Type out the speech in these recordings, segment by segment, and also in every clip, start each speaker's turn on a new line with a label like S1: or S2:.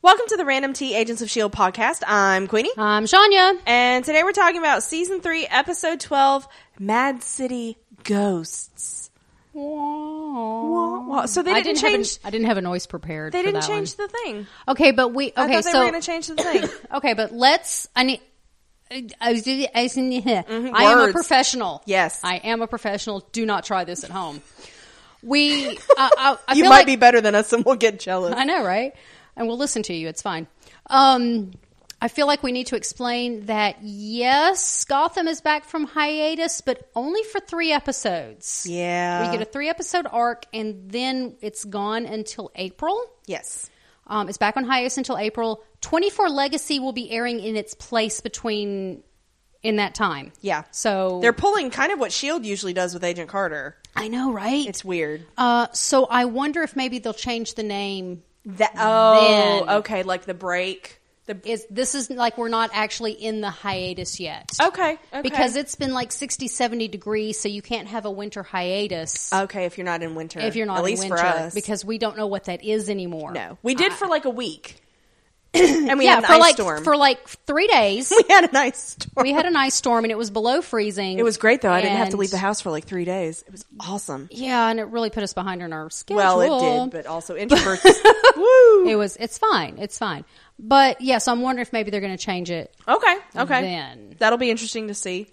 S1: Welcome to the Random T Agents of S.H.I.E.L.D. E podcast. I'm Queenie.
S2: I'm Um, Shania.
S1: And today we're talking about season three, episode 12, Mad City Ghosts. Wah, wah. So they
S2: I
S1: didn't,
S2: didn't have an-
S1: change,
S2: I didn't have a noise prepared.
S1: they
S2: for
S1: didn't
S2: that
S1: change the thing.
S2: One. Okay, but we.
S1: I
S2: Okay,
S1: thought they were
S2: so
S1: going to change the thing.
S2: okay, but let's. I need. I was. I was- I am a
S1: Mm-hmm. words.
S2: professional.
S1: Yes.
S2: I am a professional. Do not try this at home. We. I, I, I
S1: you
S2: feel
S1: might
S2: like-
S1: be better than us and we'll get jealous.
S2: I know, right? And we'll listen to you. It's fine. Um, I feel like we need to explain that yes, Gotham is back from hiatus, but only for three episodes.
S1: Yeah.
S2: we get a three episode arc, and then it's gone until April.
S1: yes.
S2: Um, it's back on hiatus until April. Twenty Four Legacy will be airing in its place between in that time.
S1: Yeah.
S2: So
S1: They're pulling kind of what S.H.I.E.L.D. E usually does with Agent Carter.
S2: I know, right?
S1: It's weird.
S2: uh, so I wonder if maybe they'll change the name
S1: The, oh,
S2: Then-
S1: okay. Like the break. The,
S2: is this is like we're not actually in the hiatus yet.
S1: okay, Oh, okay.
S2: Because it's been like 60, 70 degrees, so you can't have a winter hiatus
S1: Okay, if you're not in winter.
S2: if you're not
S1: Uh, At
S2: in
S1: least
S2: winter
S1: for us.
S2: because we don't know what that is anymore.
S1: No, we did for like a week, and we
S2: yeah,
S1: had an
S2: for
S1: ice
S2: like
S1: storm.
S2: for like three days,
S1: we had an ice storm.
S2: we had an ice storm and it was below freezing.
S1: it was great though. I didn't have to
S2: And-
S1: leave the house for like three days. It was awesome.
S2: Yeah, and it really put us behind on our schedule.
S1: Well, it did, but also introverts. Woo.
S2: it was. It's fine. It's fine. But yeah, so I'm wondering if maybe they're going to change it,
S1: Okay, okay,
S2: Then.
S1: that'll be interesting to see.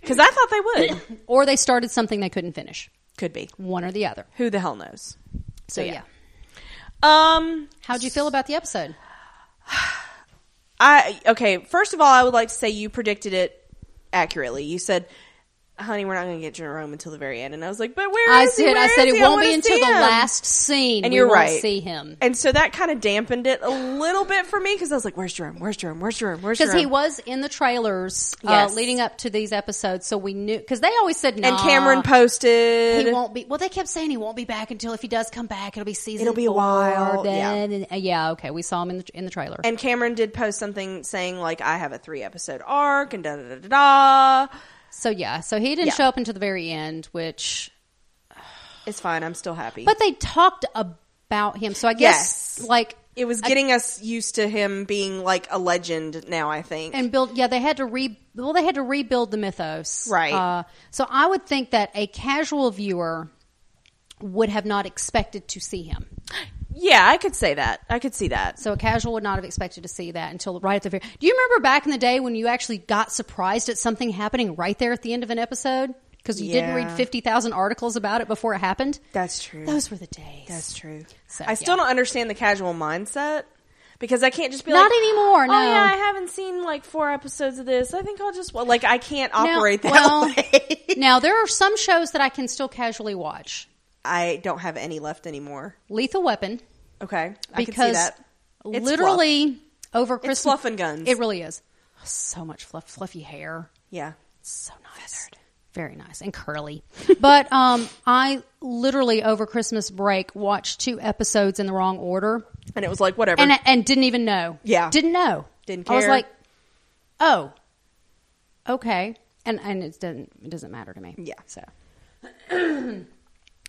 S1: Because I thought they would.
S2: or they started something they couldn't finish.
S1: Could be.
S2: One or the other.
S1: Who the hell knows?
S2: So yeah.
S1: yeah. Um,
S2: How'd you feel about the episode?
S1: I okay. First of all, I would like to say you predicted it accurately. You said, "Honey, we're not going to get Jerome until the very end," and I was like, "But where
S2: I
S1: is he?
S2: said. I
S1: Where
S2: said
S1: is
S2: it
S1: he?
S2: won't
S1: wanna
S2: be until
S1: see
S2: the
S1: him."
S2: last scene.
S1: and
S2: we
S1: you're
S2: won't
S1: right.
S2: See him.
S1: and so that kind of dampened it a little bit for me because I was like, "Where's Jerome? Where's Jerome? Where's Jerome? Where's Jerome?"
S2: Because he was in the trailers
S1: Yes.
S2: uh, leading up to these episodes, so we knew. Because they always said, nah,
S1: and Cameron posted.
S2: he won't be. Well, they kept saying he won't be back until if he does come back, it'll be season.
S1: It'll be a
S2: four,
S1: while,
S2: Then, and- uh, yeah, okay, we saw him in the in the trailer.
S1: and Cameron did post something saying like, "I have a three episode arc," and da da da da. da.
S2: so yeah, so he didn't
S1: Yeah.
S2: show up until the very end, which
S1: It's fine. I'm still happy.
S2: but they talked about him. So I guess
S1: Yes.
S2: like
S1: it was getting us used to him being like a legend now. I think.
S2: and build. Yeah, they had to re. Well, they had to rebuild the mythos,
S1: Right.
S2: Uh, so I would think that a casual viewer would have not expected to see him.
S1: yeah, I could say that. I could see that.
S2: So a casual would not have expected to see that until right at the very. Do you remember back in the day when you actually got surprised at something happening right there at the end of an episode because you didn't read
S1: Yeah.
S2: fifty thousand articles about it before it happened?
S1: That's true.
S2: Those were the days.
S1: That's true.
S2: So,
S1: I still
S2: yeah.
S1: don't understand the casual mindset because I can't just be
S2: Not
S1: like,
S2: anymore,
S1: Oh
S2: no.
S1: yeah, I haven't seen like four episodes of this. I think I'll just well, like I can't
S2: Now-
S1: operate that
S2: well,
S1: way.
S2: now there are some shows that I can still casually watch.
S1: I don't have any left anymore.
S2: Lethal Weapon
S1: Okay, I can see
S2: because
S1: that. It's
S2: literally over Christmas
S1: fluff and guns.
S2: It really is. So much fluff, fluffy hair.
S1: yeah,
S2: so nice. Very nice and curly. but um, I literally over Christmas break watched two episodes in the wrong order
S1: and it was like whatever.
S2: and and didn't even know.
S1: Yeah.
S2: Didn't know.
S1: Didn't
S2: I was
S1: care.
S2: like, "Oh. Okay." And and it doesn't it doesn't matter to me.
S1: Yeah.
S2: So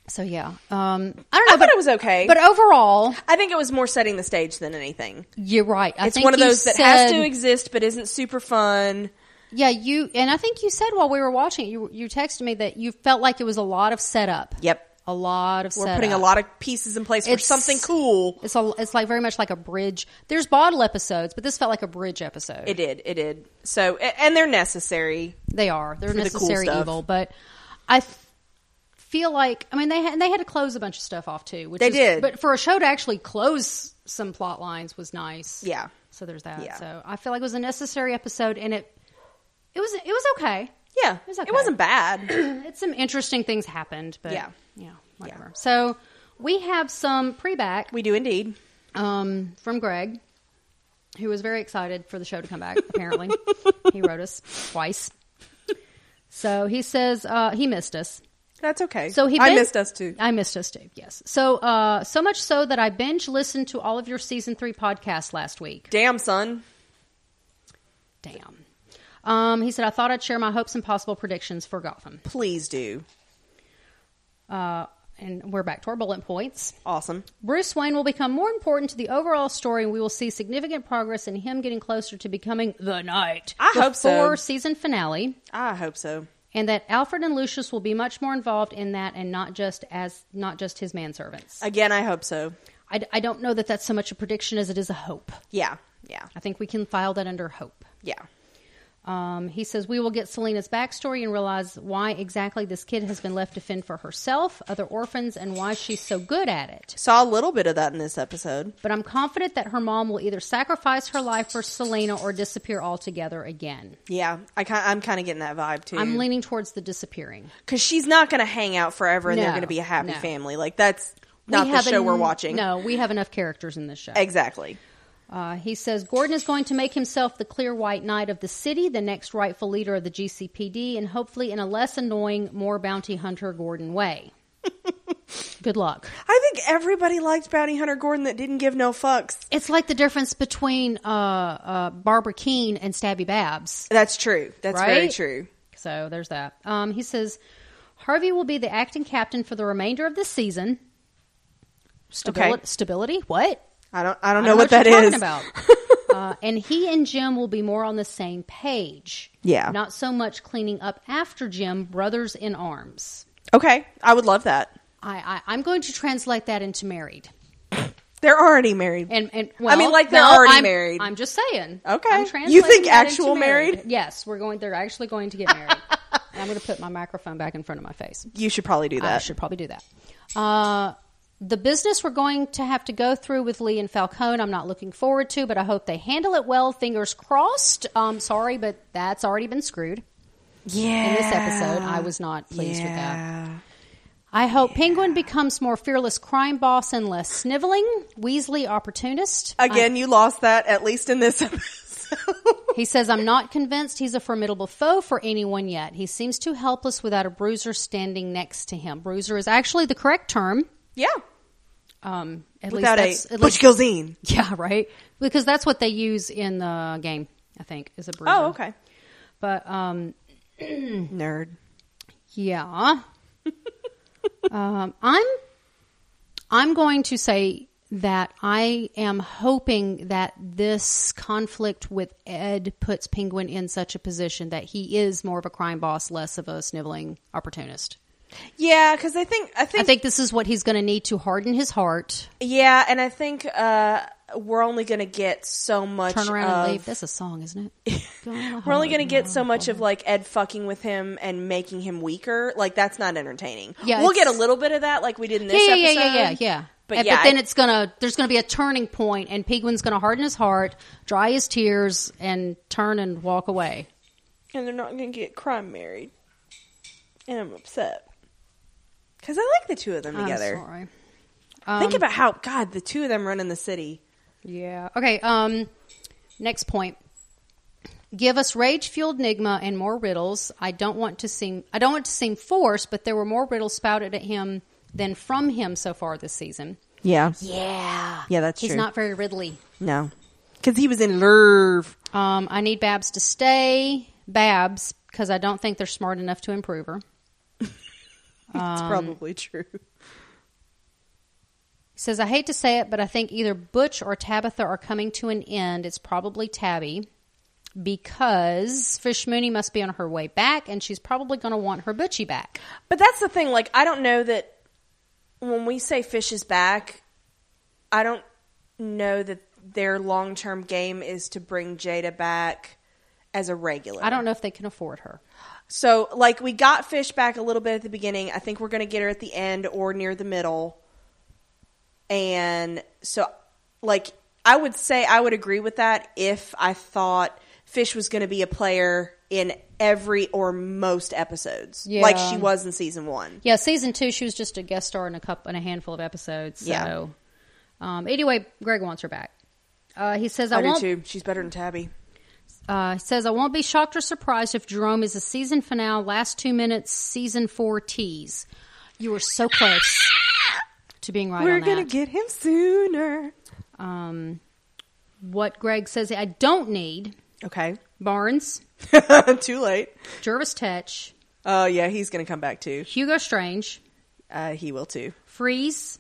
S2: So yeah. Um I don't know,
S1: I thought
S2: but
S1: it was okay.
S2: But overall,
S1: I think it was more setting the stage than anything.
S2: you're right. I
S1: It's
S2: think
S1: one of
S2: you
S1: those that has to
S2: said-
S1: exist but isn't super fun.
S2: Yeah, you and I think you said while we were watching it, you you texted me that you felt like it was a lot of setup.
S1: Yep.
S2: a lot of
S1: We're
S2: setup.
S1: putting a lot of pieces in place for
S2: It's-
S1: something cool.
S2: It's a, it's like very much like a bridge. There's bottle episodes, but this felt like a bridge episode.
S1: It did. It did. So, a- and they're necessary.
S2: they are they're
S1: the cool
S2: necessary
S1: stuff.
S2: evil, but I f- feel like I mean they had, they had to close a bunch of stuff off too. Which
S1: They
S2: is-
S1: did.
S2: but for a show to actually close some plot lines was nice.
S1: Yeah.
S2: So there's that.
S1: Yeah.
S2: So I feel like it was a necessary episode, and it it was it was okay.
S1: Yeah,
S2: It was okay.
S1: it wasn't bad.
S2: it's some interesting things happened, but
S1: Yeah.
S2: yeah, whatever. So we have some pre back
S1: We do indeed.
S2: um, from Greg, who was very excited for the show to come back. Apparently, he wrote us twice. So he says uh, he missed us.
S1: That's okay.
S2: So he
S1: I
S2: bin-
S1: missed us too.
S2: I missed us too. Yes. So uh, so much so that I binge listened to all of your season three podcasts last week.
S1: Damn son.
S2: Damn. Um, he said I thought I'd share my hopes and possible predictions for Gotham.
S1: Please do.
S2: Uh, and we're back to our bullet points.
S1: Awesome.
S2: Bruce Wayne will become more important to the overall story, and we will see significant progress in him getting closer to becoming the Knight.
S1: I hope so.
S2: before season finale,
S1: I hope so.
S2: and that Alfred and Lucius will be much more involved in that, and not just as not just his manservants.
S1: Again, I hope so.
S2: I, I don't know that that's so much a prediction as it is a hope.
S1: Yeah. Yeah.
S2: I think we can file that under hope.
S1: Yeah.
S2: Um, he says, We will get Selena's backstory and realize why exactly this kid has been left to fend for herself, other orphans, and why she's so good at it.
S1: Saw a little bit of that in this episode.
S2: But I'm confident that her mom will either sacrifice her life for Selena or disappear altogether again.
S1: Yeah, I kind I'm kind of getting that vibe too.
S2: I'm leaning towards the disappearing.
S1: because she's not going to hang out forever, and they're
S2: No,
S1: going to be a happy
S2: no.
S1: family. Like that's not the
S2: have
S1: show we're
S2: en-
S1: watching.
S2: No, we have enough characters in this show.
S1: exactly.
S2: Uh, he says Gordon is going to make himself the clear white knight of the city, the next rightful leader of the GCPD, and hopefully in a less annoying, more bounty hunter Gordon way. Good luck.
S1: I think everybody liked Bounty Hunter Gordon that didn't give no fucks.
S2: It's like the difference between uh, uh, Barbara Keene and Stabby Babs.
S1: That's true. That's very
S2: Right?
S1: true.
S2: So there's that. Um, he says Harvey will be the acting captain for the remainder of this season. Stabili-
S1: Okay.
S2: Stability? What?
S1: I don't. I don't know
S2: I don't
S1: what, that
S2: you're
S1: is.
S2: Talking about. uh, and he and Jim will be more on the same page.
S1: Yeah.
S2: Not so much cleaning up after Jim, brothers in arms.
S1: Okay, I would love that.
S2: I, I I'm going to translate that into married.
S1: They're already married.
S2: And and well,
S1: mean, like, they're
S2: no,
S1: already
S2: I'm-
S1: married.
S2: I'm just saying.
S1: Okay.
S2: I'm
S1: You
S2: translating
S1: think
S2: that into
S1: actual married?
S2: Yes, we're going. They're actually going to get married. and I'm going to put my microphone back in front of my face.
S1: you should probably do
S2: I
S1: that.
S2: should probably do that. Uh, the business we're going to have to go through with Lee and Falcone, I'm not looking forward to, but I hope they handle it well. Fingers crossed. Um, sorry, but that's already been screwed.
S1: yeah.
S2: In this episode, I was not pleased with that.
S1: yeah.
S2: I hope Penguin becomes more fearless crime boss and less sniveling. Weasley opportunist.
S1: Again, you lost that at least in this episode.
S2: He says, I'm not convinced he's a formidable foe for anyone yet. He seems too helpless without a bruiser standing next to him. Bruiser is actually the correct term.
S1: yeah.
S2: Um, at
S1: Without
S2: least that's,
S1: a
S2: at
S1: Butch
S2: least,
S1: Gilzine.
S2: yeah, right. Because that's what they use in the game, I think, is a bruiser.
S1: Oh, okay.
S2: But um,
S1: Nerd.
S2: yeah, um, I'm I'm going to say that I am hoping that this conflict with Ed puts Penguin in such a position that he is more of a crime boss, less of a sniveling opportunist.
S1: Yeah, because I think I
S2: I
S1: think
S2: think this is what he's going to need to harden his heart,
S1: yeah, and I think uh, we're only going to get so much.
S2: turn around
S1: of,
S2: and leave. That's a song, isn't it?
S1: We're only going to get so much of like Ed fucking with him and making him weaker. Like that's not entertaining.
S2: Yeah,
S1: we'll
S2: it's-
S1: get a little bit of that, like we did in this
S2: yeah, yeah,
S1: episode.
S2: yeah, yeah, yeah, yeah.
S1: But
S2: And-
S1: yeah,
S2: then
S1: I-
S2: it's gonna there's gonna be a turning point, and Penguin's gonna harden his heart, dry his tears, and turn and walk away.
S1: and they're not going to get crime married, and I'm upset because I like the two of them together.
S2: I'm sorry.
S1: Think about how God the two of them running the city.
S2: Yeah. Okay. Um. Next point. Give us rage fueled enigma and more riddles. I don't want to seem I don't want to seem forced, but there were more riddles spouted at him than from him so far this season.
S1: Yeah,
S2: Yeah.
S1: Yeah, that's
S2: He's
S1: true.
S2: not very riddly.
S1: no, because he was in love.
S2: Um, I need Babs to stay, Babs, because I don't think they're smart enough to improve her.
S1: It's probably true.
S2: He says, I hate to say it, but I think either Butch or Tabitha are coming to an end. It's probably Tabby because Fish Mooney must be on her way back, and she's probably going to want her Butchie back.
S1: But that's the thing. Like, I don't know that when we say fish is back, I don't know that their long term game is to bring Jada back as a regular.
S2: I don't know if they can afford her.
S1: So, like, we got fish back a little bit at the beginning. I think we're going to get her at the end or near the middle. And so, like, I would say I would agree with that if I thought Fish was going to be a player in every or most episodes, like
S2: Yeah.
S1: she was in season one.
S2: Yeah, season two, she was just a guest star in a couple in a handful of episodes. So,
S1: Yeah.
S2: um, anyway, Greg wants her back. Uh, he says, "I,
S1: I,
S2: won't
S1: do too. She's better than Tabby.
S2: Uh, it says, I won't be shocked or surprised if Jerome is a season finale, last two minutes, season four tease. You were so close to being right on that.
S1: get him sooner.
S2: um, what Greg says, I don't need
S1: Okay.
S2: Barnes,
S1: Too late.
S2: Jervis Tetch,
S1: Oh yeah, he's gonna come back too.
S2: Hugo Strange,
S1: Uh, he will too.
S2: Freeze.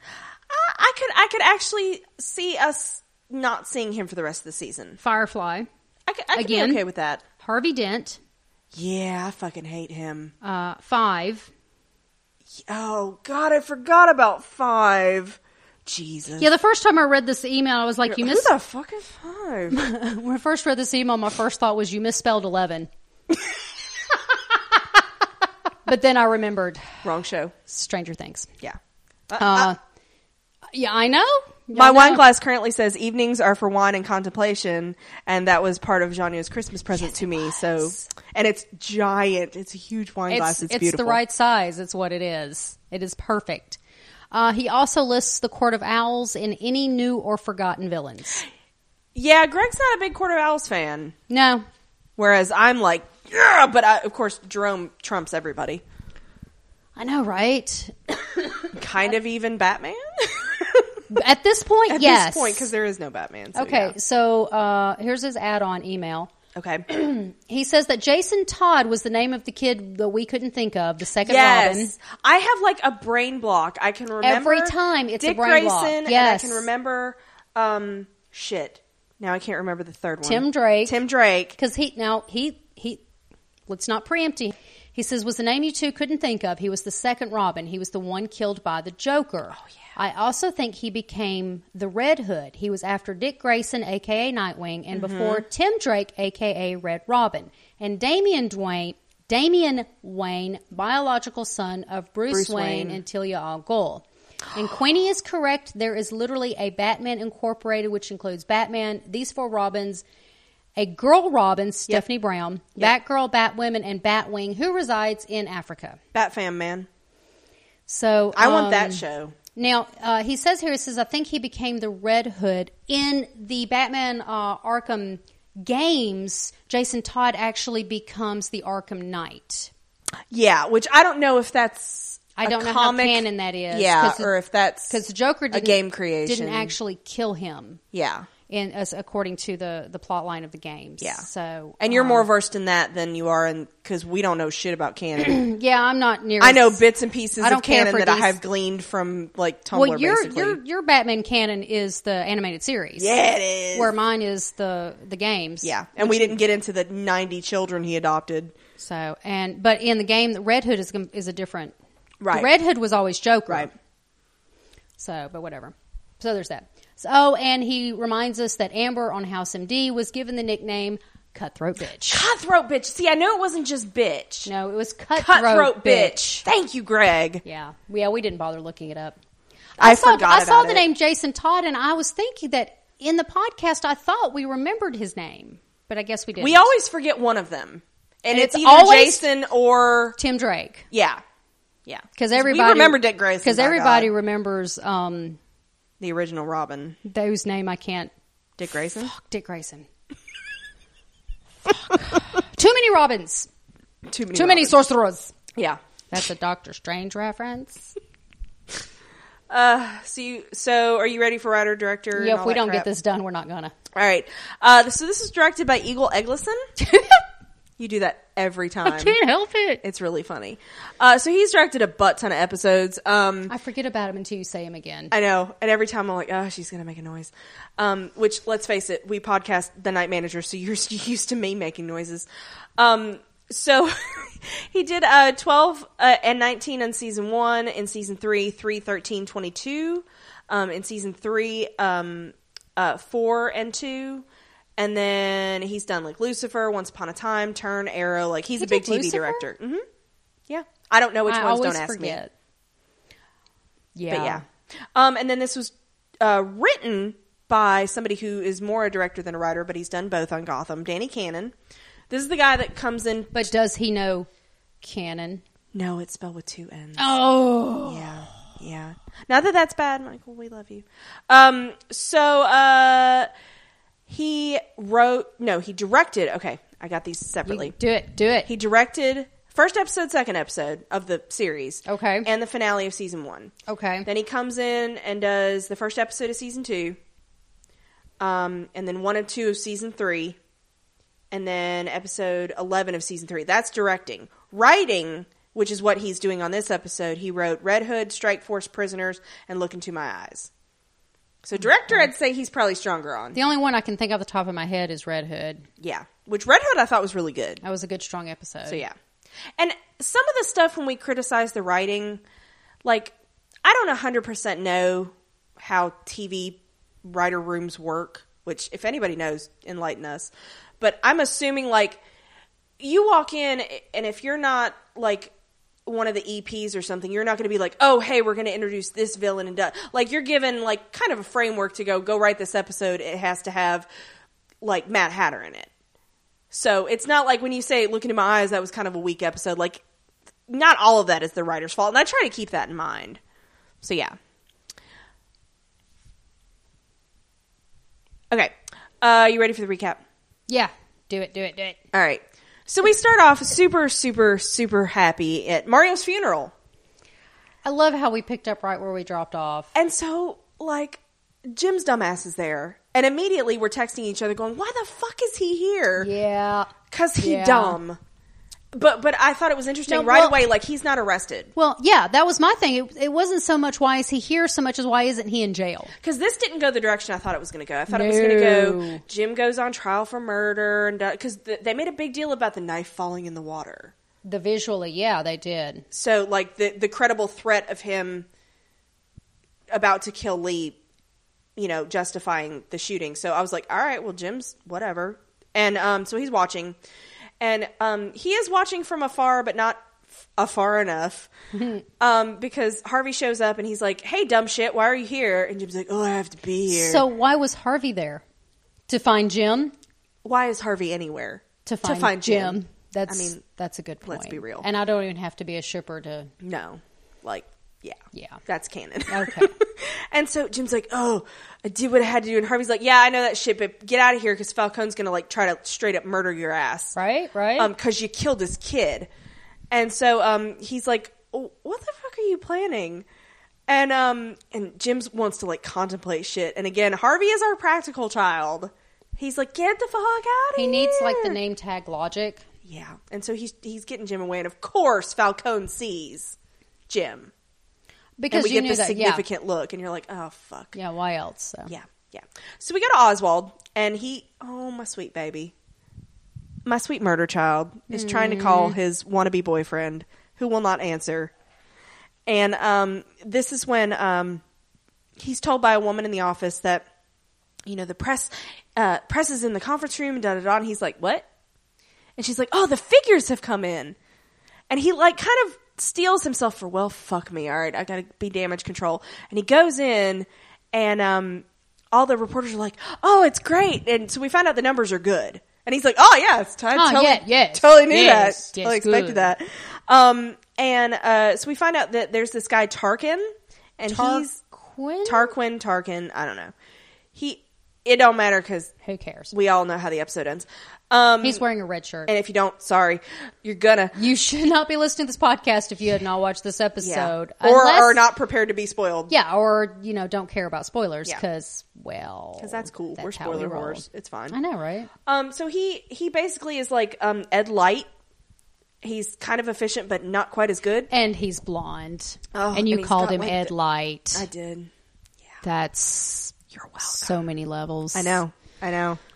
S1: Uh, I could I could actually see us not seeing him for the rest of the season.
S2: Firefly.
S1: I could, I could
S2: Again.
S1: be okay with that.
S2: Harvey Dent.
S1: Yeah, I fucking hate him.
S2: Uh, five.
S1: Oh God, I forgot about five. Jesus.
S2: Yeah, the first time I read this email, I was like, "You
S1: Who
S2: missed."
S1: the fuck is five?
S2: When I first read this email, my first thought was, "You misspelled 11. but then I remembered
S1: Wrong show.
S2: Stranger Things.
S1: Yeah.
S2: Uh, yeah, I know.
S1: My
S2: I know.
S1: wine class currently says evenings are for wine and contemplation, and that was part of Janio's Christmas present to me. So, and it's giant. It's a huge wine glass. It's, beautiful.
S2: the right size. It's what it is. It is perfect. Uh, he also lists the Court of Owls in any new or forgotten villains.
S1: Yeah, Greg's not a big Court of Owls fan,
S2: No,
S1: whereas I'm like, yeah. But I, of course, Jerome trumps everybody.
S2: I know, right?
S1: Kind of even Batman
S2: At this point,
S1: at
S2: yes.
S1: this point because there is no Batman. So
S2: okay,
S1: yeah.
S2: so uh, here's his add-on email.
S1: Okay.
S2: He says that Jason Todd was the name of the kid that we couldn't think of, the second
S1: Yes,
S2: Robin.
S1: I have like a brain block. I can remember
S2: Every time it's a
S1: Dick
S2: brain
S1: Grayson,
S2: block.
S1: and I
S2: Yes.
S1: can remember um shit. Now I can't remember the third one.
S2: Tim Drake.
S1: Tim Drake.
S2: Because he now he he let's not preempt him. He says was the name you two couldn't think of. He was the second Robin. He was the one killed by the Joker. Oh yeah. I also think he became the Red Hood. He was after Dick Grayson, aka Nightwing, and before Tim Drake, aka Red Robin, and Damian Dwayne. Damian Wayne, biological son of Bruce,
S1: Bruce
S2: Wayne,
S1: Wayne.
S2: and Tilia Al Ghul. And Queenie is correct. There is literally a Batman Incorporated, which includes Batman, these four Robins, a girl Robin, Stephanie Brown, Batgirl, Batwoman, and Batwing, who resides in Africa.
S1: Bat Fam man.
S2: So
S1: I want
S2: um,
S1: that show.
S2: Now uh, he says here, he says, I think he became the Red Hood in the Batman uh, Arkham games. Jason Todd actually becomes the Arkham Knight.
S1: Yeah, which I don't know if that's
S2: I
S1: a
S2: don't know how
S1: comic,
S2: canon that is,
S1: Yeah,
S2: 'cause-
S1: or if that's
S2: because the Joker
S1: a
S2: didn't,
S1: game creation
S2: didn't actually kill him,
S1: Yeah,
S2: in as according to the the plot line of the games.
S1: yeah.
S2: So
S1: and you're
S2: um,
S1: more versed in that than you are in because we don't know shit about canon.
S2: um, yeah. I'm not near.
S1: I
S2: as-
S1: know bits and pieces
S2: I
S1: of
S2: don't care
S1: canon
S2: for
S1: that I
S2: these-
S1: have gleaned from like Tumblr.
S2: Well, your
S1: basically.
S2: your your Batman canon is the animated series.
S1: yeah, it is.
S2: where mine is the the games.
S1: Yeah, and we didn't get into the 90 children he adopted.
S2: So and but in the game, the Red Hood is gom- is a different.
S1: Right.
S2: The Red Hood was always Joker.
S1: Right.
S2: So, but whatever. So there's that. So, oh, and he reminds us that Amber on House MD was given the nickname Cutthroat Bitch.
S1: Cutthroat bitch. See, I know it wasn't just bitch.
S2: No, it was Cutthroat,
S1: Cutthroat bitch.
S2: bitch.
S1: Thank you, Greg.
S2: Yeah, yeah, we didn't bother looking it up.
S1: I,
S2: saw,
S1: forgot.
S2: I saw
S1: about
S2: the
S1: it.
S2: name Jason Todd, and I was thinking that in the podcast, I thought we remembered his name, but I guess we didn't.
S1: We always forget one of them, and,
S2: And
S1: it's,
S2: it's
S1: either
S2: always-
S1: Jason or
S2: Tim Drake.
S1: yeah, yeah.
S2: Because everybody
S1: we remember Dick Grayson
S2: Because
S1: by
S2: everybody
S1: God.
S2: remembers um,
S1: the original Robin,
S2: those name I can't.
S1: Dick Grayson.
S2: Fuck Dick Grayson. Fuck. Too many Robins.
S1: Too many.
S2: Too many
S1: Robins.
S2: sorcerers.
S1: Yeah.
S2: That's a Doctor Strange reference.
S1: Uh, so you, so are you ready for writer director? and
S2: Yeah, if
S1: all
S2: we
S1: that
S2: don't
S1: crap?
S2: get this done, we're not gonna.
S1: all right. Uh, so this is directed by Eagle Eggleston. you do that every time.
S2: I can't help it.
S1: It's really funny. Uh, so he's directed a butt ton of episodes. Um,
S2: I forget about him until you say him again.
S1: I know, and every time I'm like, oh, she's gonna make a noise. Um, which, let's face it, we podcast the night manager, so you're used to me making noises. Um, so he did uh, 12 uh, and 19 in season one, in season three, 3, 13, 22, um, in season three, um, uh, 4 and 2. And then he's done like Lucifer, Once Upon a Time, Turn, Arrow. Like he's
S2: He
S1: a big
S2: did
S1: TV
S2: Lucifer?
S1: director. hmm Yeah, I don't know which
S2: I
S1: ones.
S2: always
S1: Don't ask me.
S2: forget. Yeah.
S1: But yeah. Um, and then this was uh, written by somebody who is more a director than a writer, but he's done both on Gotham, Danny Cannon. This is the guy that comes in.
S2: But does he know canon?
S1: No, it's spelled with two N's.
S2: Oh.
S1: Yeah. Yeah. Not that that's bad, Michael. We love you. Um, so uh, he wrote, no, he directed. Okay, I got these separately.
S2: Do it. Do it.
S1: He directed first episode, second episode of the series.
S2: Okay.
S1: And the finale of season one.
S2: okay.
S1: Then he comes in and does the first episode of season two, um, and then one and two of season three, and then episode 11 of season three. That's directing. Writing which is what he's doing on this episode. He wrote Red Hood, Strike Force Prisoners, and Look Into My Eyes. So, director, I'd say he's probably stronger on.
S2: The only one I can think of the top of my head is Red Hood.
S1: Yeah. Which Red Hood I thought was really good.
S2: That was a good, strong episode.
S1: So yeah. And some of the stuff when we criticize the writing, like I don't hundred percent know how TV writer rooms work, which if anybody knows, enlighten us. But I'm assuming like you walk in and if you're not like one of the EPs or something, you're not going to be like, "Oh, hey, we're going to introduce this villain and done." Like you're given like kind of a framework to go go write this episode. It has to have like Matt Hatter in it. So it's not like when you say "Look into my eyes," that was kind of a weak episode. Like, not all of that is the writer's fault, and I try to keep that in mind. So yeah. Okay, uh, you ready for the recap?
S2: Yeah. Do it, do it, do it.
S1: All right. So we start off super, super, super happy at Mario's funeral,
S2: I love how we picked up right where we dropped off.
S1: and so like Jim's dumbass is there, and immediately we're texting each other, going, "Why the fuck is he here?"
S2: Yeah.
S1: Cause he
S2: Yeah.
S1: dumb. But but I thought it was interesting
S2: No,
S1: right
S2: well-
S1: away. Like he's not arrested
S2: Well, yeah, that was my thing. It, it wasn't so much why is he here so much as why isn't he in jail?
S1: because this didn't go the direction I thought it was going to go. I thought it was going to go.
S2: No.
S1: Jim goes on trial for murder and because th- they made a big deal about the knife falling in the water.
S2: The visually, yeah, they did.
S1: So like the the credible threat of him about to kill Lee, you know, justifying the shooting. So I was like, all right, well Jim's whatever. And um so he's watching. And um he is watching from afar but not f- afar enough. um because Harvey shows up and he's like, "Hey dumb shit, why are you here?" And Jim's like, "Oh, I have to be here."
S2: So why was Harvey there? To find Jim?
S1: why is Harvey anywhere?
S2: To find, Jim. That's
S1: I mean,
S2: that's a good point.
S1: let's be real.
S2: And I don't even have to be a shipper to
S1: no. Like, yeah.
S2: Yeah.
S1: That's canon.
S2: Okay.
S1: and so Jim's like, "Oh, I did what I had to do," and Harvey's like, "Yeah, I know that shit, but get out of here because Falcone's gonna like try to straight up murder your ass,
S2: Right, right.
S1: Um, because you killed his kid." And so um, he's like, "Oh, "What the fuck are you planning?" And um, and Jim wants to like contemplate shit. And again, Harvey is our practical child. He's like, "Get the fuck out of
S2: he
S1: here."
S2: needs like the name tag logic.
S1: Yeah, and so he's he's getting Jim away, and of course Falcone sees Jim, and
S2: Because
S1: we
S2: you
S1: get
S2: knew
S1: this
S2: that,
S1: significant look, and you're like, "Oh fuck."
S2: yeah. yeah, why else? So.
S1: Yeah, yeah. So we go to Oswald, and he, oh my sweet baby, my sweet murder child is trying to
S2: Mm.
S1: call his wannabe boyfriend, who will not answer. And um, this is when um, he's told by a woman in the office that, you know, the press, uh, press is in the conference room, and da da da. And he's like, what? And she's like, oh, the figures have come in. And he like kind of steals himself for, well, fuck me. All right. I got to be damage control. And he goes in and, um, all the reporters are like, oh, it's great. And so we find out the numbers are good. And he's like, oh yeah, it's time.
S2: Oh,
S1: totally,
S2: yeah, yes,
S1: totally knew
S2: yes,
S1: that.
S2: yes,
S1: totally expected
S2: good.
S1: that. Um, and, uh, so we find out that there's this guy Tarkin and he's
S2: Tarquin?
S1: Tarquin, Tarkin. I don't know. He, it don't matter because
S2: Who cares?
S1: we all know how the episode ends. Um,
S2: He's wearing a red shirt.
S1: and if you don't, sorry, you're gonna.
S2: You should not be listening to this podcast if you had not watched this episode,
S1: Yeah. Or
S2: Unless-
S1: are not prepared to be spoiled.
S2: Yeah, or you know, don't care about spoilers
S1: Yeah.
S2: because well,
S1: Because that's cool. We're
S2: how we
S1: spoiler
S2: roll.
S1: whores. It's fine.
S2: I know, right?
S1: Um, so he he basically is like um Ed Light. He's kind of efficient, but not quite as good.
S2: And he's blonde,
S1: Oh,
S2: and you
S1: and he's
S2: called
S1: got,
S2: him
S1: like,
S2: Ed
S1: the-
S2: Light.
S1: I did. Yeah,
S2: that's
S1: you're welcome.
S2: so many levels.
S1: I know. I know.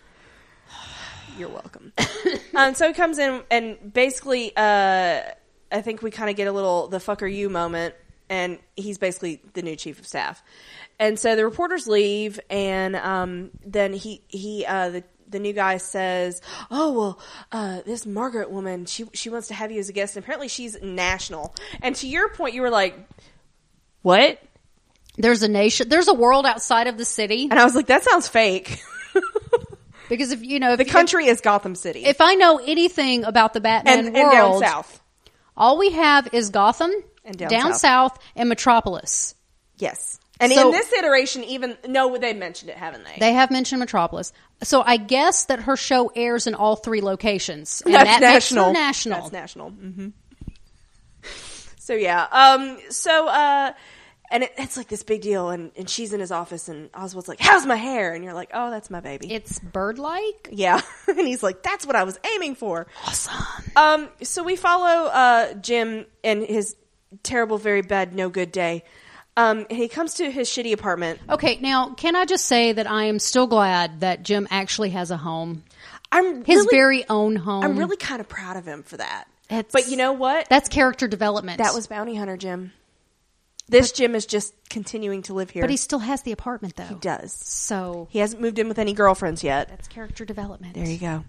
S1: You're welcome. um, so he comes in and basically, uh, I think we kind of get a little the fuck are you moment, and he's basically the new chief of staff. And so the reporters leave, and um, then he he uh, the the new guy says, "Oh well, uh, this Margaret woman, she she wants to have you as a guest, and apparently she's national." And to your point, you were like, "What?"
S2: There's a nation. There's a world outside of the city
S1: And I was like, "That sounds fake."
S2: because if you know
S1: the
S2: if,
S1: country is Gotham City.
S2: if I know anything about the
S1: and,
S2: Batman
S1: and down
S2: world,
S1: south.
S2: all we have is Gotham
S1: And down
S2: south. and Metropolis.
S1: Yes. And
S2: So-
S1: in this iteration, even no, they mentioned it, haven't they?
S2: They have mentioned Metropolis. So I guess that her show airs in all three locations. And
S1: That's
S2: that
S1: national. Mm-hmm.
S2: Makes her national.
S1: That's national. hmm So yeah. Um. So uh, and it, it's like this big deal. And, and she's in his office, and Oswald's like, "How's my hair?" And you're like, "Oh, that's my baby."
S2: It's bird like.
S1: yeah, and he's like, "That's what I was aiming for."
S2: Awesome.
S1: Um, so we follow uh, Jim and his terrible, very bad, no good day. Um, and he comes to his shitty apartment.
S2: Okay, now can I just say that I am still glad that Jim actually has a home,
S1: I'm
S2: his
S1: really,
S2: very own home.
S1: I'm really kind of proud of him for that.
S2: That's-
S1: but you know what?
S2: That's character development.
S1: That was Bounty Hunter Jim. This Jim is just continuing to live here.
S2: but he still has the apartment though.
S1: he does.
S2: So
S1: He hasn't moved in with any girlfriends yet.
S2: that's character development.
S1: There you go.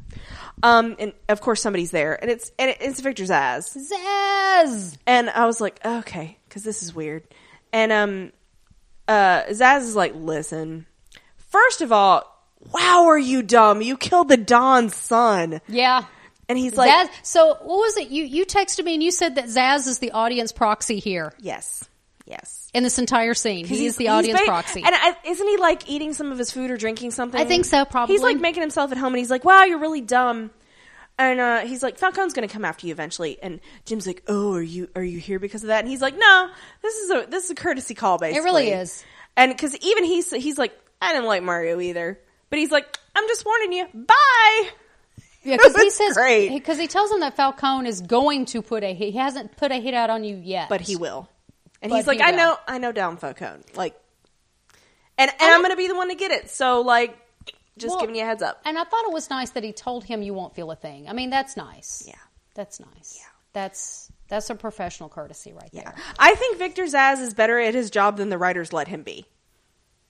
S1: Um, and of course somebody's there, and it's and it, it's Victor's eyes.
S2: Zazz.
S1: And I was like, okay, because this is weird. And um, uh, Zaz is like, listen, first of all, wow, are you dumb? You killed the Don's son.
S2: Yeah.
S1: And he's like,
S2: Zazz. So what was it? You you texted me and you said that Zazz is the audience proxy here
S1: yes, yes.
S2: in this entire scene. He is the
S1: he's
S2: audience
S1: ba-
S2: proxy.
S1: And I, isn't he like eating some of his food or drinking something?
S2: I think so, probably.
S1: He's like making himself at home, and he's like, "Wow, you're really dumb." And uh, he's like, "Falcon's going to come after you eventually." And Jim's like, "Oh, are you are you here because of that?" And he's like, "No, this is a this is a courtesy call, basically."
S2: really is.
S1: And because even he's he's like, "I didn't like Mario either," but he's like, "I'm just warning you. Bye."
S2: Yeah, because he
S1: It's
S2: says
S1: great.
S2: because he tells him that Falcone is going to put a he hasn't put a hit out on you yet,
S1: But he will. And
S2: But
S1: he's like,
S2: he
S1: "I
S2: will."
S1: know, I know, Down Falcone. Like, and and I'm going to be the one to get it. So like, just
S2: Well,
S1: giving you a heads up."
S2: And I thought it was nice that he told him you won't feel a thing. I mean, that's nice.
S1: Yeah.
S2: that's nice. Yeah, that's that's a professional courtesy right
S1: Yeah.
S2: there.
S1: I think Victor Zaz is better at his job than the writers let him be.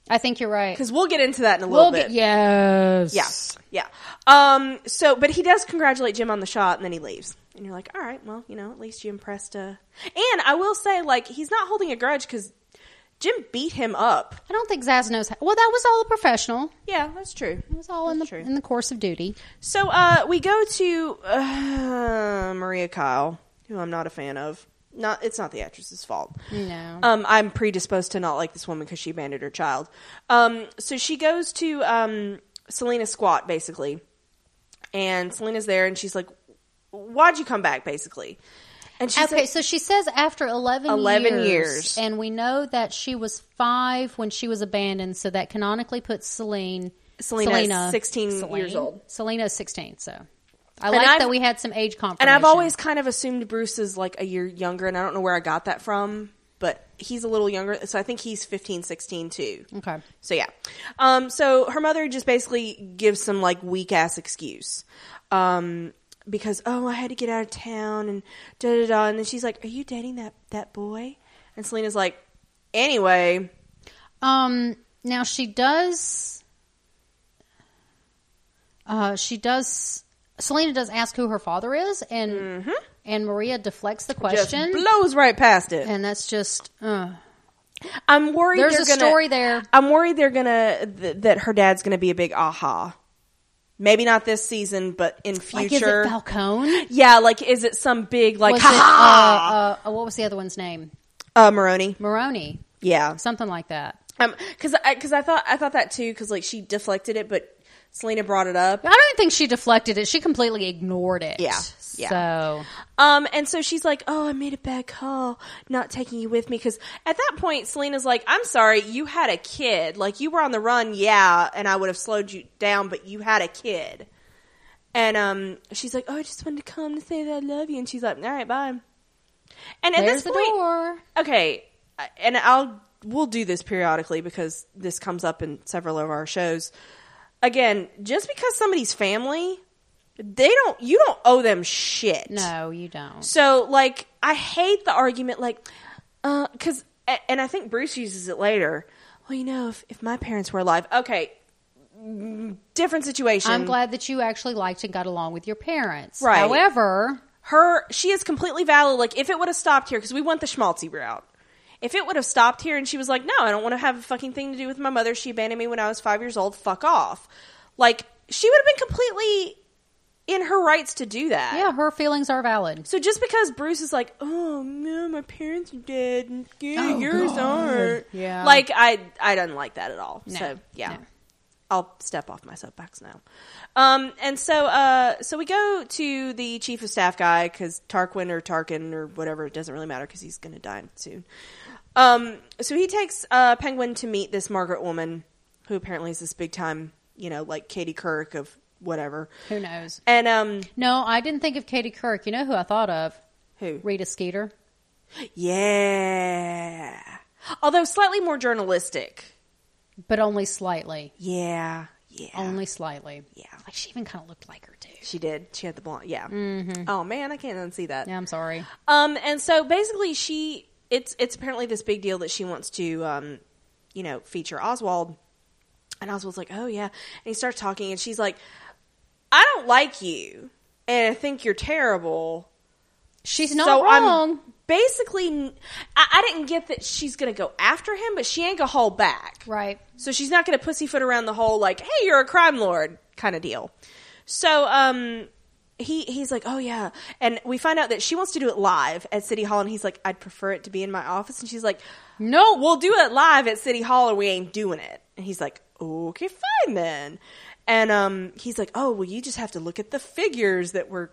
S2: I think you're right.
S1: Because we'll get into that in a
S2: We'll
S1: little
S2: get
S1: bit.
S2: yes,
S1: yeah. Yeah. Um, so, but he does congratulate Jim on the shot and then he leaves. And you're like, all right, well, you know, at least you impressed. Uh... And I will say, like, he's not holding a grudge because Jim beat him up.
S2: I don't think Zaz knows. How, well, that was all professional.
S1: Yeah, that's true.
S2: It was all in the
S1: That's true.
S2: in the course of duty.
S1: So, uh, we go to uh, Maria Kyle, who I'm not a fan of. Not, it's not the actress's fault.
S2: No.
S1: Um, I'm predisposed to not like this woman because she abandoned her child. Um, so she goes to um, Selena's squat, basically. And Selena's there, and she's like, Why'd you come back, basically? And she's
S2: okay,
S1: like,
S2: so she says after 11,
S1: 11
S2: years,
S1: years.
S2: And we know that she was five when she was abandoned, so that canonically puts Celine.
S1: Selena is 16 years old.
S2: Selena is 16, so. I like
S1: I've-
S2: that we had some age confirmation.
S1: And I've always kind of assumed Bruce is like a year younger, and I don't know where I got that from, but he's a little younger. So I think he's 15, 16, too.
S2: Okay.
S1: So yeah. Um, so her mother just basically gives some like weak ass excuse. Um, because oh, I had to get out of town and da da da. And then she's like, "Are you dating that that boy?" And Selena's like, "Anyway,
S2: Um, now she does. Uh, she does. Selena does ask who her father is, and and Maria deflects the
S1: Mm-hmm. just
S2: question,
S1: blows right past it."
S2: and that's just. Uh,
S1: I'm worried.
S2: There's
S1: they're
S2: a
S1: gonna-
S2: story there.
S1: I'm worried they're gonna th- that her dad's gonna be a big aha. Maybe not this season, but in
S2: like, is it
S1: future.
S2: Falcone?
S1: yeah, like is it some big like
S2: Was it,
S1: ha
S2: uh, uh, what was the other one's name?
S1: ha uh, Maroney?
S2: Maroney,
S1: Yeah,
S2: something like that.
S1: Um, cause I, cause I thought, I thought that too, cause like she deflected it, but Selena brought it up.
S2: I don't think she deflected it. She completely ignored it.
S1: Yeah, yeah.
S2: So
S1: Um, and so she's like, oh, I made a bad call not taking you with me. Cause at that point, Selena's like, I'm sorry, you had a kid. Like you were on the run. Yeah. And I would have slowed you down, but you had a kid. And, um, she's like, oh, I just wanted to come to say that I love you. And she's like, all right, bye. And at
S2: there's
S1: this
S2: the
S1: point,
S2: door.
S1: okay I- and i'll we'll do this periodically because this comes up in several of our shows again just because somebody's family they don't you don't owe them shit
S2: No, you don't.
S1: so like i hate the argument like uh because and i think bruce uses it later well you know if, if my parents were alive okay mm, different situation
S2: I'm glad that you actually liked and got along with your parents.
S1: Right.
S2: However,
S1: her she is completely valid like if it would have stopped here because we want the schmaltzy route if it would have stopped here and she was like no i don't want to have a fucking thing to do with my mother she abandoned me when i was five years old fuck off like she would have been completely in her rights to do that
S2: yeah, her feelings are valid.
S1: so just because bruce is like oh no my parents are dead and yeah,
S2: Oh,
S1: yours
S2: God.
S1: aren't
S2: Yeah.
S1: like i i don't like that at all so yeah
S2: no.
S1: I'll step off my soapbox now. Um, and so, uh, so we go to the chief of staff guy because Tarquin or Tarkin or whatever it doesn't really matter because he's going to die soon. Um, so he takes uh, Penguin to meet this Margaret woman, who apparently is this big time, you know, like Katie Kirk of whatever.
S2: Who knows?
S1: And um,
S2: No, I didn't think of Katie Kirk. You know who I thought of?
S1: who?
S2: Rita Skeeter.
S1: Yeah. Although slightly more journalistic.
S2: But only slightly.
S1: Yeah. Yeah.
S2: Only slightly.
S1: Yeah.
S2: Like she even kind of looked like her too.
S1: She did. She had the blonde. Yeah. Oh man, I can't unsee that.
S2: Yeah, I'm sorry.
S1: Um, and so basically, she it's it's apparently this big deal that she wants to, um, you know, feature Oswald. And Oswald's like, "Oh yeah," and he starts talking, and she's like, "I don't like you, and I think you're terrible."
S2: She's not
S1: so
S2: wrong.
S1: I'm basically, I, I didn't get that she's gonna go after him, but she ain't gonna hold back,
S2: Right.
S1: so she's not going to pussyfoot around the whole like, "Hey, you're a crime lord" kind of deal. So um he he's like, "Oh yeah." And we find out that she wants to do it live at City Hall and he's like, "I'd prefer it to be in my office." And she's like, "No, we'll do it live at City Hall or we ain't doing it." And he's like, "Okay, fine then." And um he's like, "Oh, well you just have to look at the figures that were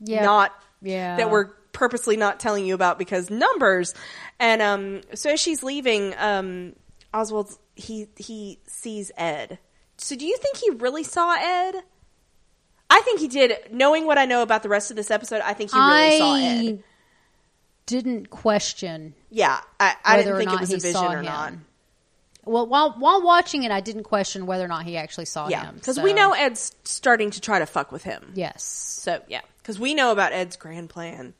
S2: Yeah.
S1: not
S2: Yeah.
S1: that we're purposely not telling you about because numbers. And um, so as she's leaving, um, Oswald he he sees Ed. So do you think he really saw Ed? I think he did. Knowing what I know about the rest of this episode, I think he really saw Ed.
S2: I didn't question
S1: Yeah, I, I
S2: whether
S1: didn't
S2: or
S1: think
S2: not
S1: it was
S2: he
S1: a vision
S2: saw
S1: or
S2: him.
S1: not.
S2: Well, while while watching it, I didn't question whether or not he actually saw
S1: Yeah,
S2: him.
S1: because
S2: so-
S1: we know Ed's starting to try to fuck with him.
S2: Yes.
S1: So yeah, because we know about Ed's grand plan.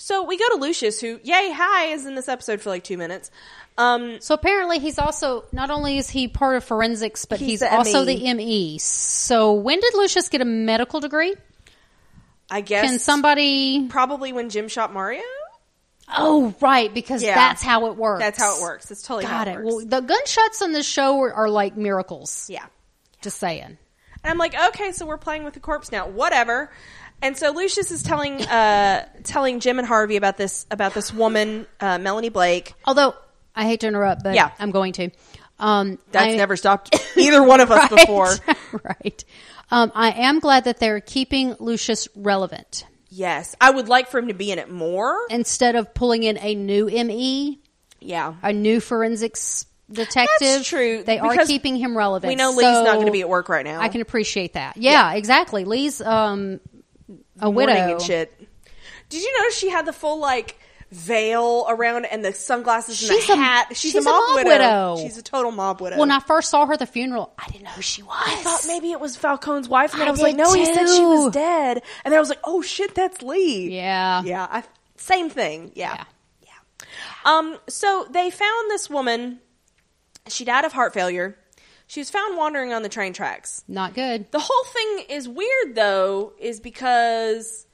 S1: So we go to Lucius, who yay hi is in this episode for like two minutes. Um,
S2: So apparently, he's also not only is he part of forensics, but
S1: He's
S2: he's,
S1: the E.
S2: also
S1: ME.
S2: the ME. So when did Lucius get a medical degree?
S1: I guess
S2: Can somebody?
S1: probably when Jim shot Mario.
S2: Oh, right, because
S1: Yeah.
S2: that's how it works.
S1: That's how it works. That's totally
S2: Got
S1: how it,
S2: it.
S1: works.
S2: Well, the gunshots on the show are, are like miracles.
S1: yeah.
S2: Just saying.
S1: And I'm like, okay, so we're playing with the corpse now. Whatever. And so Lucius is telling uh, telling Jim and Harvey about this about this woman, uh, Melanie Blake.
S2: Although I hate to interrupt, but
S1: Yeah.
S2: I'm going to. Um,
S1: That's
S2: I-
S1: never stopped either one of us
S2: Right.
S1: before.
S2: right. Um, I am glad that they're keeping Lucius relevant
S1: Yes, I would like for him to be in it more.
S2: instead of pulling in a new ME,
S1: Yeah,
S2: a new forensics detective.
S1: That's true,
S2: They are
S1: because
S2: keeping him relevant.
S1: we know Lee's not
S2: So
S1: going to be at work right now.
S2: I can appreciate that. Yeah, exactly. Lee's um, a
S1: Mourning
S2: widow.
S1: and shit. Did you notice she had the full like veil around and the sunglasses and
S2: She's
S1: the
S2: a-
S1: hat? She's, a
S2: she's
S1: mob, widow. She's a total mob widow.
S2: When I first saw her at the funeral, I didn't know who she was.
S1: thought maybe it was Falcone's wife, and then I,
S2: I
S1: was like,
S2: did
S1: no, he said she was
S2: too.
S1: dead, and then I was like, oh shit, that's Lee.
S2: yeah.
S1: yeah, I, same thing. Yeah.
S2: Yeah.
S1: yeah, Um, so they found this woman. She died of heart failure. She was found wandering on the train tracks.
S2: Not good.
S1: The whole thing is weird though, is because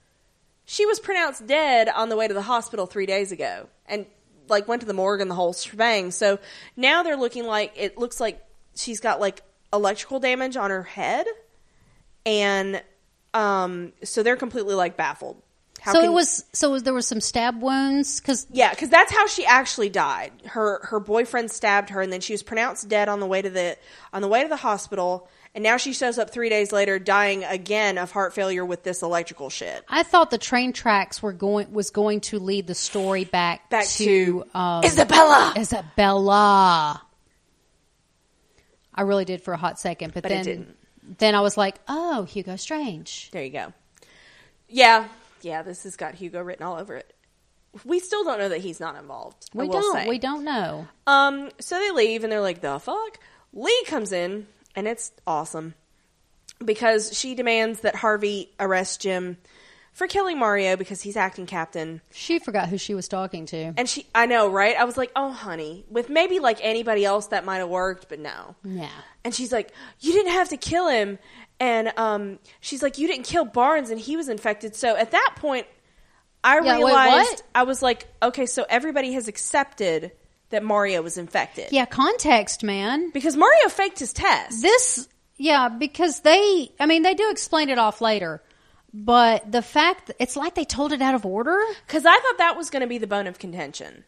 S1: she was pronounced dead on the way to the hospital three days ago, and like went to the morgue and the whole shebang. So now they're looking like it looks like she's got like electrical damage on her head, and um, so they're completely like baffled. How
S2: so
S1: can-
S2: it was. So it was, there was some stab wounds because
S1: yeah, because that's how she actually died. Her her boyfriend stabbed her, and then she was pronounced dead on the way to the on the way to the hospital. And now she shows up three days later, dying again of heart failure with this electrical shit.
S2: I thought the train tracks were going was going to lead the story back
S1: Back
S2: to, um,
S1: Isabella,
S2: Isabella. I really did for a hot second, but,
S1: But it
S2: then
S1: didn't.
S2: then I was like, oh, Hugo Strange.
S1: there you go. Yeah, yeah, this has got Hugo written all over it. We still don't know that he's not involved. I
S2: We
S1: will
S2: don't
S1: say.
S2: we don't know.
S1: Um, so they leave and they're like, the fuck? Lee comes in and it's awesome because she demands that Harvey arrest Jim for killing Mario because he's acting captain.
S2: She forgot who she was talking to.
S1: And she, I know, right? I was like, oh, honey, with maybe like anybody else that might have worked, but no.
S2: Yeah.
S1: And she's like, you didn't have to kill him. And, um, she's like, you didn't kill Barnes and he was infected. So at that point, I
S2: Yeah, wait,
S1: realized,
S2: what?
S1: I was like, okay, so everybody has accepted that Mario was infected.
S2: Yeah, context, man.
S1: Because Mario faked his test.
S2: This yeah, because they I mean they do explain it off later. But the fact it's like they told it out of order.
S1: Because I thought that was going to be the bone of contention.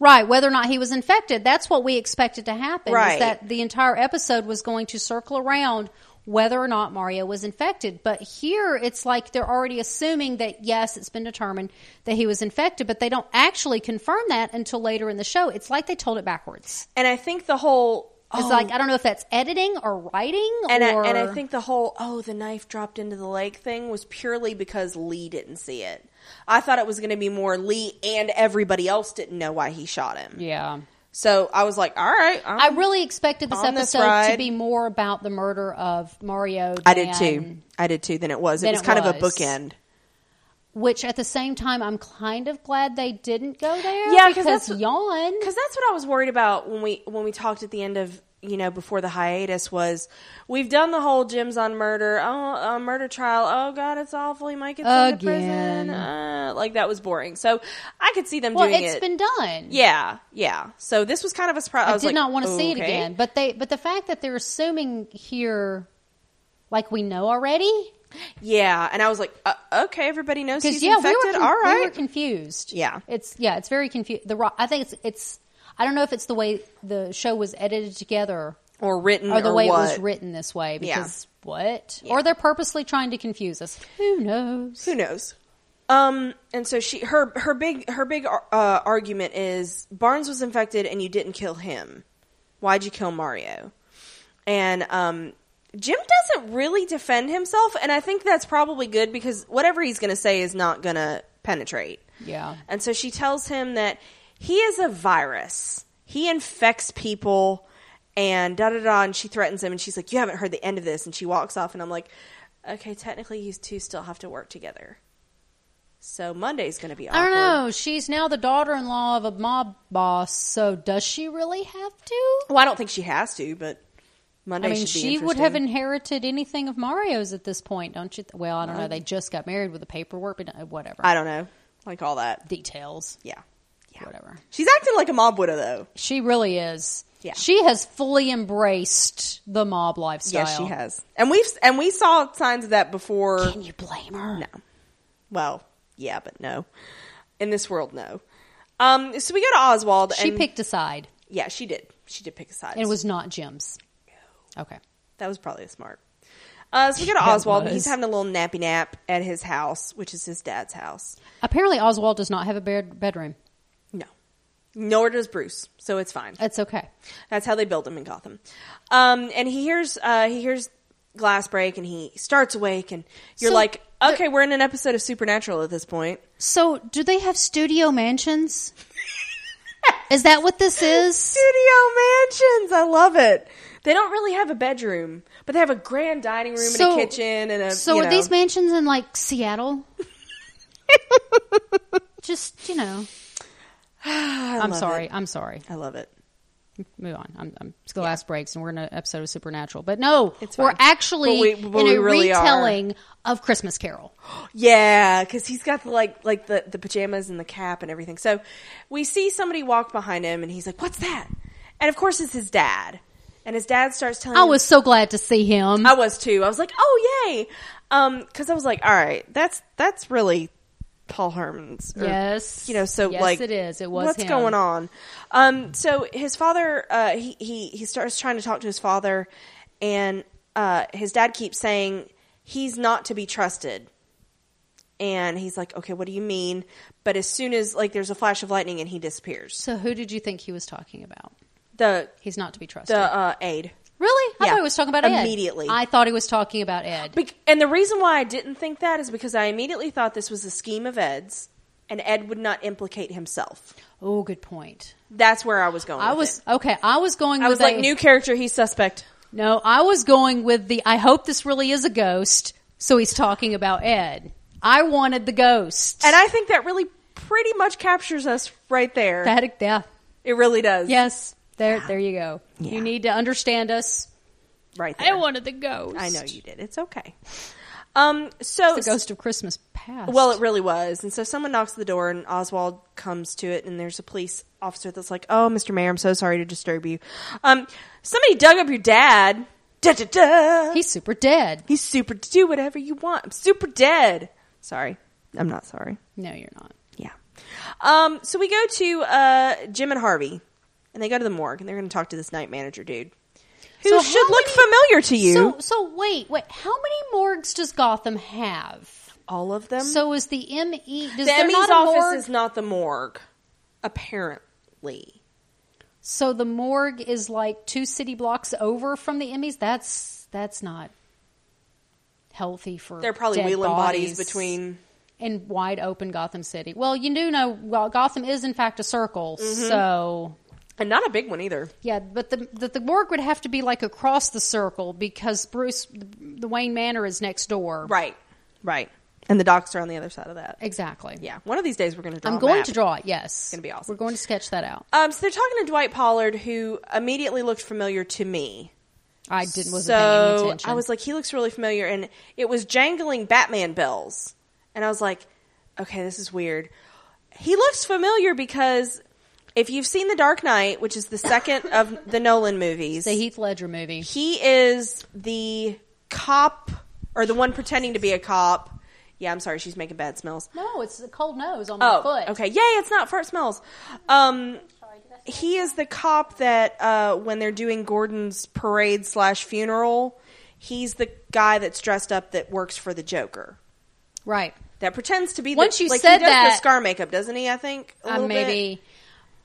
S2: Right, whether or not he was infected, that's what we expected to happen. is
S1: Right.
S2: that the entire episode was going to circle around whether or not Mario was infected. But here it's like they're already assuming that yes, it's been determined that he was infected, but they don't actually confirm that until later in the show. It's like they told it backwards.
S1: And I think the whole
S2: It's
S1: oh,
S2: like I don't know if that's editing or writing
S1: and
S2: or
S1: I, and I think the whole oh the knife dropped into the lake thing was purely because Lee didn't see it. I thought it was going to be more Lee and everybody else didn't know why he shot him.
S2: yeah.
S1: So I was like, all right, I'm-
S2: I really expected this
S1: On this
S2: episode to
S1: ride.
S2: be more about the murder of Mario.
S1: I did
S2: than-
S1: too. I did too. Than it was. It
S2: than
S1: was
S2: it
S1: kind of a
S2: was.
S1: bookend.
S2: Which at the same time, I'm kind of glad they didn't go there.
S1: Yeah, 'cause
S2: because
S1: that's-
S2: yawn.
S1: because that's what I was worried about when we when we talked at the end of you know before the hiatus was we've done the whole Jim's on murder oh uh, murder trial oh god it's awful he might get sent to
S2: Again.
S1: prison uh, like that was boring so I could see them
S2: Well,
S1: doing
S2: it's
S1: it
S2: been done.
S1: yeah yeah so this was kind of a surprise I,
S2: I
S1: was
S2: did
S1: like,
S2: not want to see it
S1: okay.
S2: again. But they, but the fact that they're assuming here, like we know already,
S1: yeah and I was like uh, okay everybody knows
S2: because
S1: he's
S2: yeah, we
S1: infected
S2: were, con-
S1: all right
S2: we were confused.
S1: Yeah.
S2: it's yeah, it's very confused. The rock. I think it's it's. I don't know if it's the way the show was edited together
S1: or written
S2: or the way
S1: what.
S2: it was written this way
S1: Yeah.
S2: because what? Or they're purposely trying to confuse us. Who knows?
S1: who knows um and so she her her big her big uh, argument is barnes was infected and you didn't kill him why'd you kill mario and um jim doesn't really defend himself and i think that's probably good because whatever he's going to say is not going to penetrate
S2: Yeah.
S1: and so she tells him that he is a virus. He infects people and da da da. And she threatens him and she's like, You haven't heard the end of this. And she walks off. And I'm like, Okay, technically, you two still have to work together. So Monday's going to be awkward.
S2: I don't know. She's now the daughter-in-law of a mob boss, so does she really have to?
S1: Well, I don't think she has to, but Monday
S2: I mean,
S1: should be
S2: she would have
S1: interesting.
S2: inherited anything of Mario's at this point, don't you? Th- well, I don't know. They just got married with the paperwork, but uh, whatever.
S1: I don't know. Like all that.
S2: Details,
S1: Yeah. Yeah.
S2: whatever.
S1: She's acting like a mob widow, though.
S2: She really is.
S1: Yeah.
S2: She has fully embraced the mob lifestyle.
S1: Yes, she has. And we've and we saw signs of that before.
S2: Can you blame her?
S1: No. Well, yeah, but no. In this world, no. Um, so we go to Oswald.
S2: She
S1: and,
S2: picked a side,
S1: Yeah, she did. She did pick a side.
S2: and it was not Jim's. Okay.
S1: that was probably smart. Uh, so we go to
S2: That
S1: Oswald. and He's
S2: was.
S1: having a little nappy nap at his house, which is his dad's house.
S2: Apparently, Oswald does not have a bed- bedroom.
S1: No, nor does Bruce. So it's fine.
S2: That's okay.
S1: That's how they built him in Gotham. Um, and he hears uh, he hears glass break, and he starts awake. And you're
S2: So
S1: like, okay, we're in an episode of Supernatural at this point.
S2: So, do they have studio mansions? is that what this is?
S1: studio mansions. I love it. They don't really have a bedroom, but they have a grand dining room and a kitchen and a.
S2: So
S1: you
S2: are
S1: know.
S2: these mansions in like Seattle? Just you know,
S1: I
S2: I'm
S1: love
S2: sorry.
S1: it.
S2: I'm sorry.
S1: I love it.
S2: Move on. I'm, I'm it's the last breaks, and we're in an episode of Supernatural. But no,
S1: It's
S2: we're
S1: fine.
S2: actually
S1: But we- but
S2: in
S1: we
S2: a
S1: really are.
S2: retelling of Christmas Carol.
S1: Yeah, because he's got the like like the the pajamas and the cap and everything. So we see somebody walk behind him, and he's like, "What's that?" And of course, it's his dad. And his dad starts telling.
S2: I
S1: him-
S2: was so glad to see him.
S1: I was too. I was like, "Oh yay!" Because I was like, "All right, that's that's really Paul Herman's." or
S2: yes,
S1: you know so
S2: yes,
S1: like
S2: it is. It was
S1: what's
S2: him.
S1: going on um so his father uh he he he starts trying to talk to his father and uh his dad keeps saying he's not to be trusted and he's like okay what do you mean but as soon as like there's a flash of lightning and he disappears
S2: So who did you think he was talking about?
S1: the
S2: He's not to be trusted.
S1: the uh aide
S2: really? I
S1: Yeah.
S2: thought he was talking about Ed.
S1: Immediately.
S2: I thought he was talking about Ed.
S1: Bec- and the reason why I didn't think that is because I immediately thought this was a scheme of Ed's and Ed would not implicate himself.
S2: oh, good point.
S1: That's where I was going.
S2: I
S1: with
S2: was
S1: it.
S2: okay. I was going.
S1: I
S2: with
S1: was like
S2: a-
S1: new character, he's suspect.
S2: No, I was going with the I hope this really is a ghost, so he's talking about Ed. I wanted the ghost.
S1: And I think that really pretty much captures us right there.
S2: that yeah.
S1: it really does.
S2: Yes. There there you go. You need to understand us.
S1: Right there.
S2: wanted the ghost.
S1: I know you did. It's okay. Um so
S2: The ghost of Christmas past.
S1: well it really was. And so someone knocks at the door and Oswald comes to it and there's a police officer that's like, "Oh, Mr. Mayor, I'm so sorry to disturb you. Um somebody dug up your dad." Da da da.
S2: he's super dead.
S1: He's super do whatever you want. I'm super dead. Sorry. I'm not sorry.
S2: No, you're not.
S1: Yeah. Um, so we go to uh, Jim and Harvey, and they go to the morgue, and they're going to talk to this night manager dude, who
S2: So how
S1: should look
S2: many-
S1: familiar to you.
S2: So, so wait, wait. How many morgues does Gotham have?
S1: All of them.
S2: So is the ME? Does
S1: the
S2: there
S1: Emmy's
S2: not a
S1: office
S2: morgue?
S1: is not the morgue, apparently.
S2: so the morgue is like two city blocks over from the Emmys. That's that's not healthy for.
S1: They're probably
S2: dead
S1: wheeling bodies
S2: bodies
S1: between.
S2: in wide open Gotham City. Well, you do know well, Gotham is in fact a circle,
S1: Mm-hmm.
S2: so
S1: And not a big one either.
S2: yeah. But the, the the morgue would have to be like across the circle because Bruce the, the Wayne Manor is next door.
S1: Right. Right. And the docks are on the other side of that.
S2: Exactly.
S1: Yeah. One of these days we're going to draw
S2: I'm
S1: a
S2: going
S1: map.
S2: to draw it. Yes, it's
S1: gonna be awesome.
S2: We're going to sketch that out.
S1: Um, so they're talking to Dwight Pollard, who immediately looked familiar to me.
S2: I didn't wasn't paying
S1: so
S2: attention.
S1: I was like, he looks really familiar, and it was jangling Batman bells, and I was like, okay, this is weird. He looks familiar because if you've seen The Dark Knight, which is the second of the Nolan movies,
S2: the Heath Ledger movie.
S1: he is the cop or the one pretending to be a cop. Yeah, I'm sorry, she's making bad smells.
S2: No, it's the cold nose on my
S1: Oh,
S2: foot.
S1: okay. Yay, it's not fart smells. Um, he is the cop that uh, when they're doing Gordon's parade slash funeral, he's the guy that's dressed up that works for the Joker.
S2: Right.
S1: That pretends to be the,
S2: Once you
S1: like, he
S2: said
S1: does the
S2: that-
S1: scar makeup, doesn't he? I think a
S2: Uh,
S1: little bit.
S2: maybe.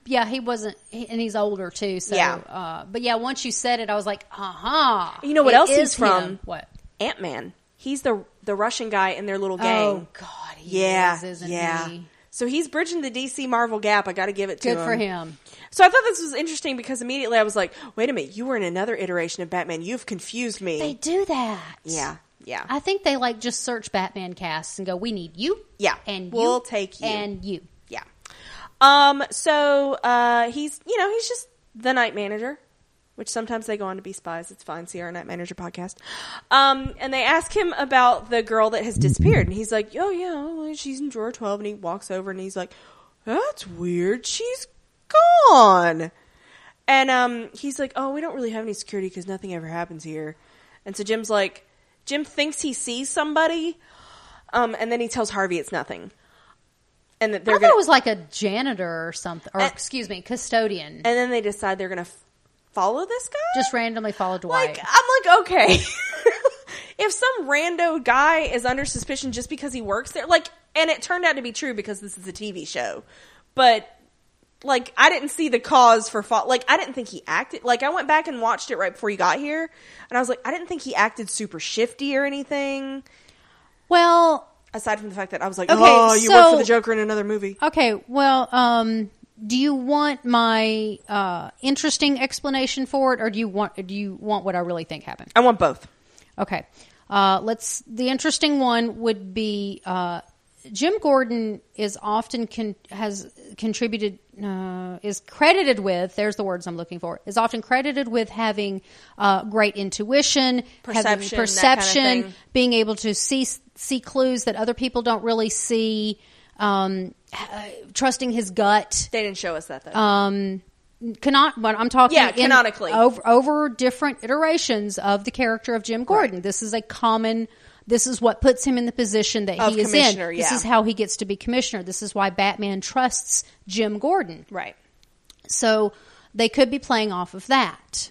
S2: Yeah, he wasn't, he, and he's older too. So,
S1: Yeah.
S2: Uh, but yeah, once you said it, I was like, uh huh.
S1: You know what else he's from?
S2: What?
S1: Ant Man. He's the the Russian guy in their little gang.
S2: Oh God, he
S1: yeah,
S2: is, isn't
S1: yeah.
S2: he?
S1: So he's bridging the DC Marvel gap. I got to give it to
S2: Good
S1: him.
S2: for him.
S1: So I thought this was interesting because immediately I was like, "Wait a minute, you were in another iteration of Batman. You've confused me."
S2: They do that.
S1: Yeah, yeah.
S2: I think they like just search Batman casts and go, "We need you."
S1: Yeah.
S2: and
S1: We'll
S2: you,
S1: take you."
S2: and you.
S1: yeah. Um. So uh, he's you know he's just the night manager, which sometimes they go on to be spies. It's fine. See our night manager podcast. Um. And they ask him about the girl that has disappeared, and he's like, "Oh yeah, well, she's in drawer twelve. And he walks over and he's like, "That's weird. She's gone." And um, he's like, "Oh, we don't really have any security because nothing ever happens here." And so Jim's like, Jim thinks he sees somebody, um, and then he tells Harvey it's nothing, and that
S2: I
S1: they're
S2: thought
S1: gonna,
S2: it was like a janitor or something, or
S1: Uh,
S2: excuse me, custodian.
S1: and then they decide they're gonna f- follow this guy.
S2: just randomly followed Dwight.
S1: like I'm like, okay, if some rando guy is under suspicion just because he works there, like, and it turned out to be true because this is a TV show, but. Like I didn't see the cause for fault. Like I didn't think he acted. Like I went back and watched it right before you got here, and I was like, I didn't think he acted super shifty or anything.
S2: well,
S1: Aside from the fact that I was like,
S2: Okay,
S1: oh, you work
S2: so-
S1: for the Joker in another movie.
S2: okay. Well, um, do you want my uh, interesting explanation for it, or do you want do you want what I really think happened?
S1: I want both.
S2: Okay. Uh, let's. The interesting one would be uh, Jim Gordon is often con- has contributed uh, is credited with. There's the words I'm looking for. Is often credited with having uh, great intuition, having
S1: Perception, that kinda
S2: perception,
S1: thing.
S2: being able to see see clues that other people don't really see. Um, uh, trusting his gut
S1: They didn't show us that though.
S2: um cannot but I'm talking
S1: Yeah, canonically.
S2: over, over different iterations of the character of Jim Gordon. This is a common this is what puts him in the position that
S1: Of
S2: he is in.
S1: commissioner,
S2: This
S1: yeah.
S2: is how he gets to be commissioner. This is why Batman trusts Jim Gordon.
S1: right.
S2: So they could be playing off of that.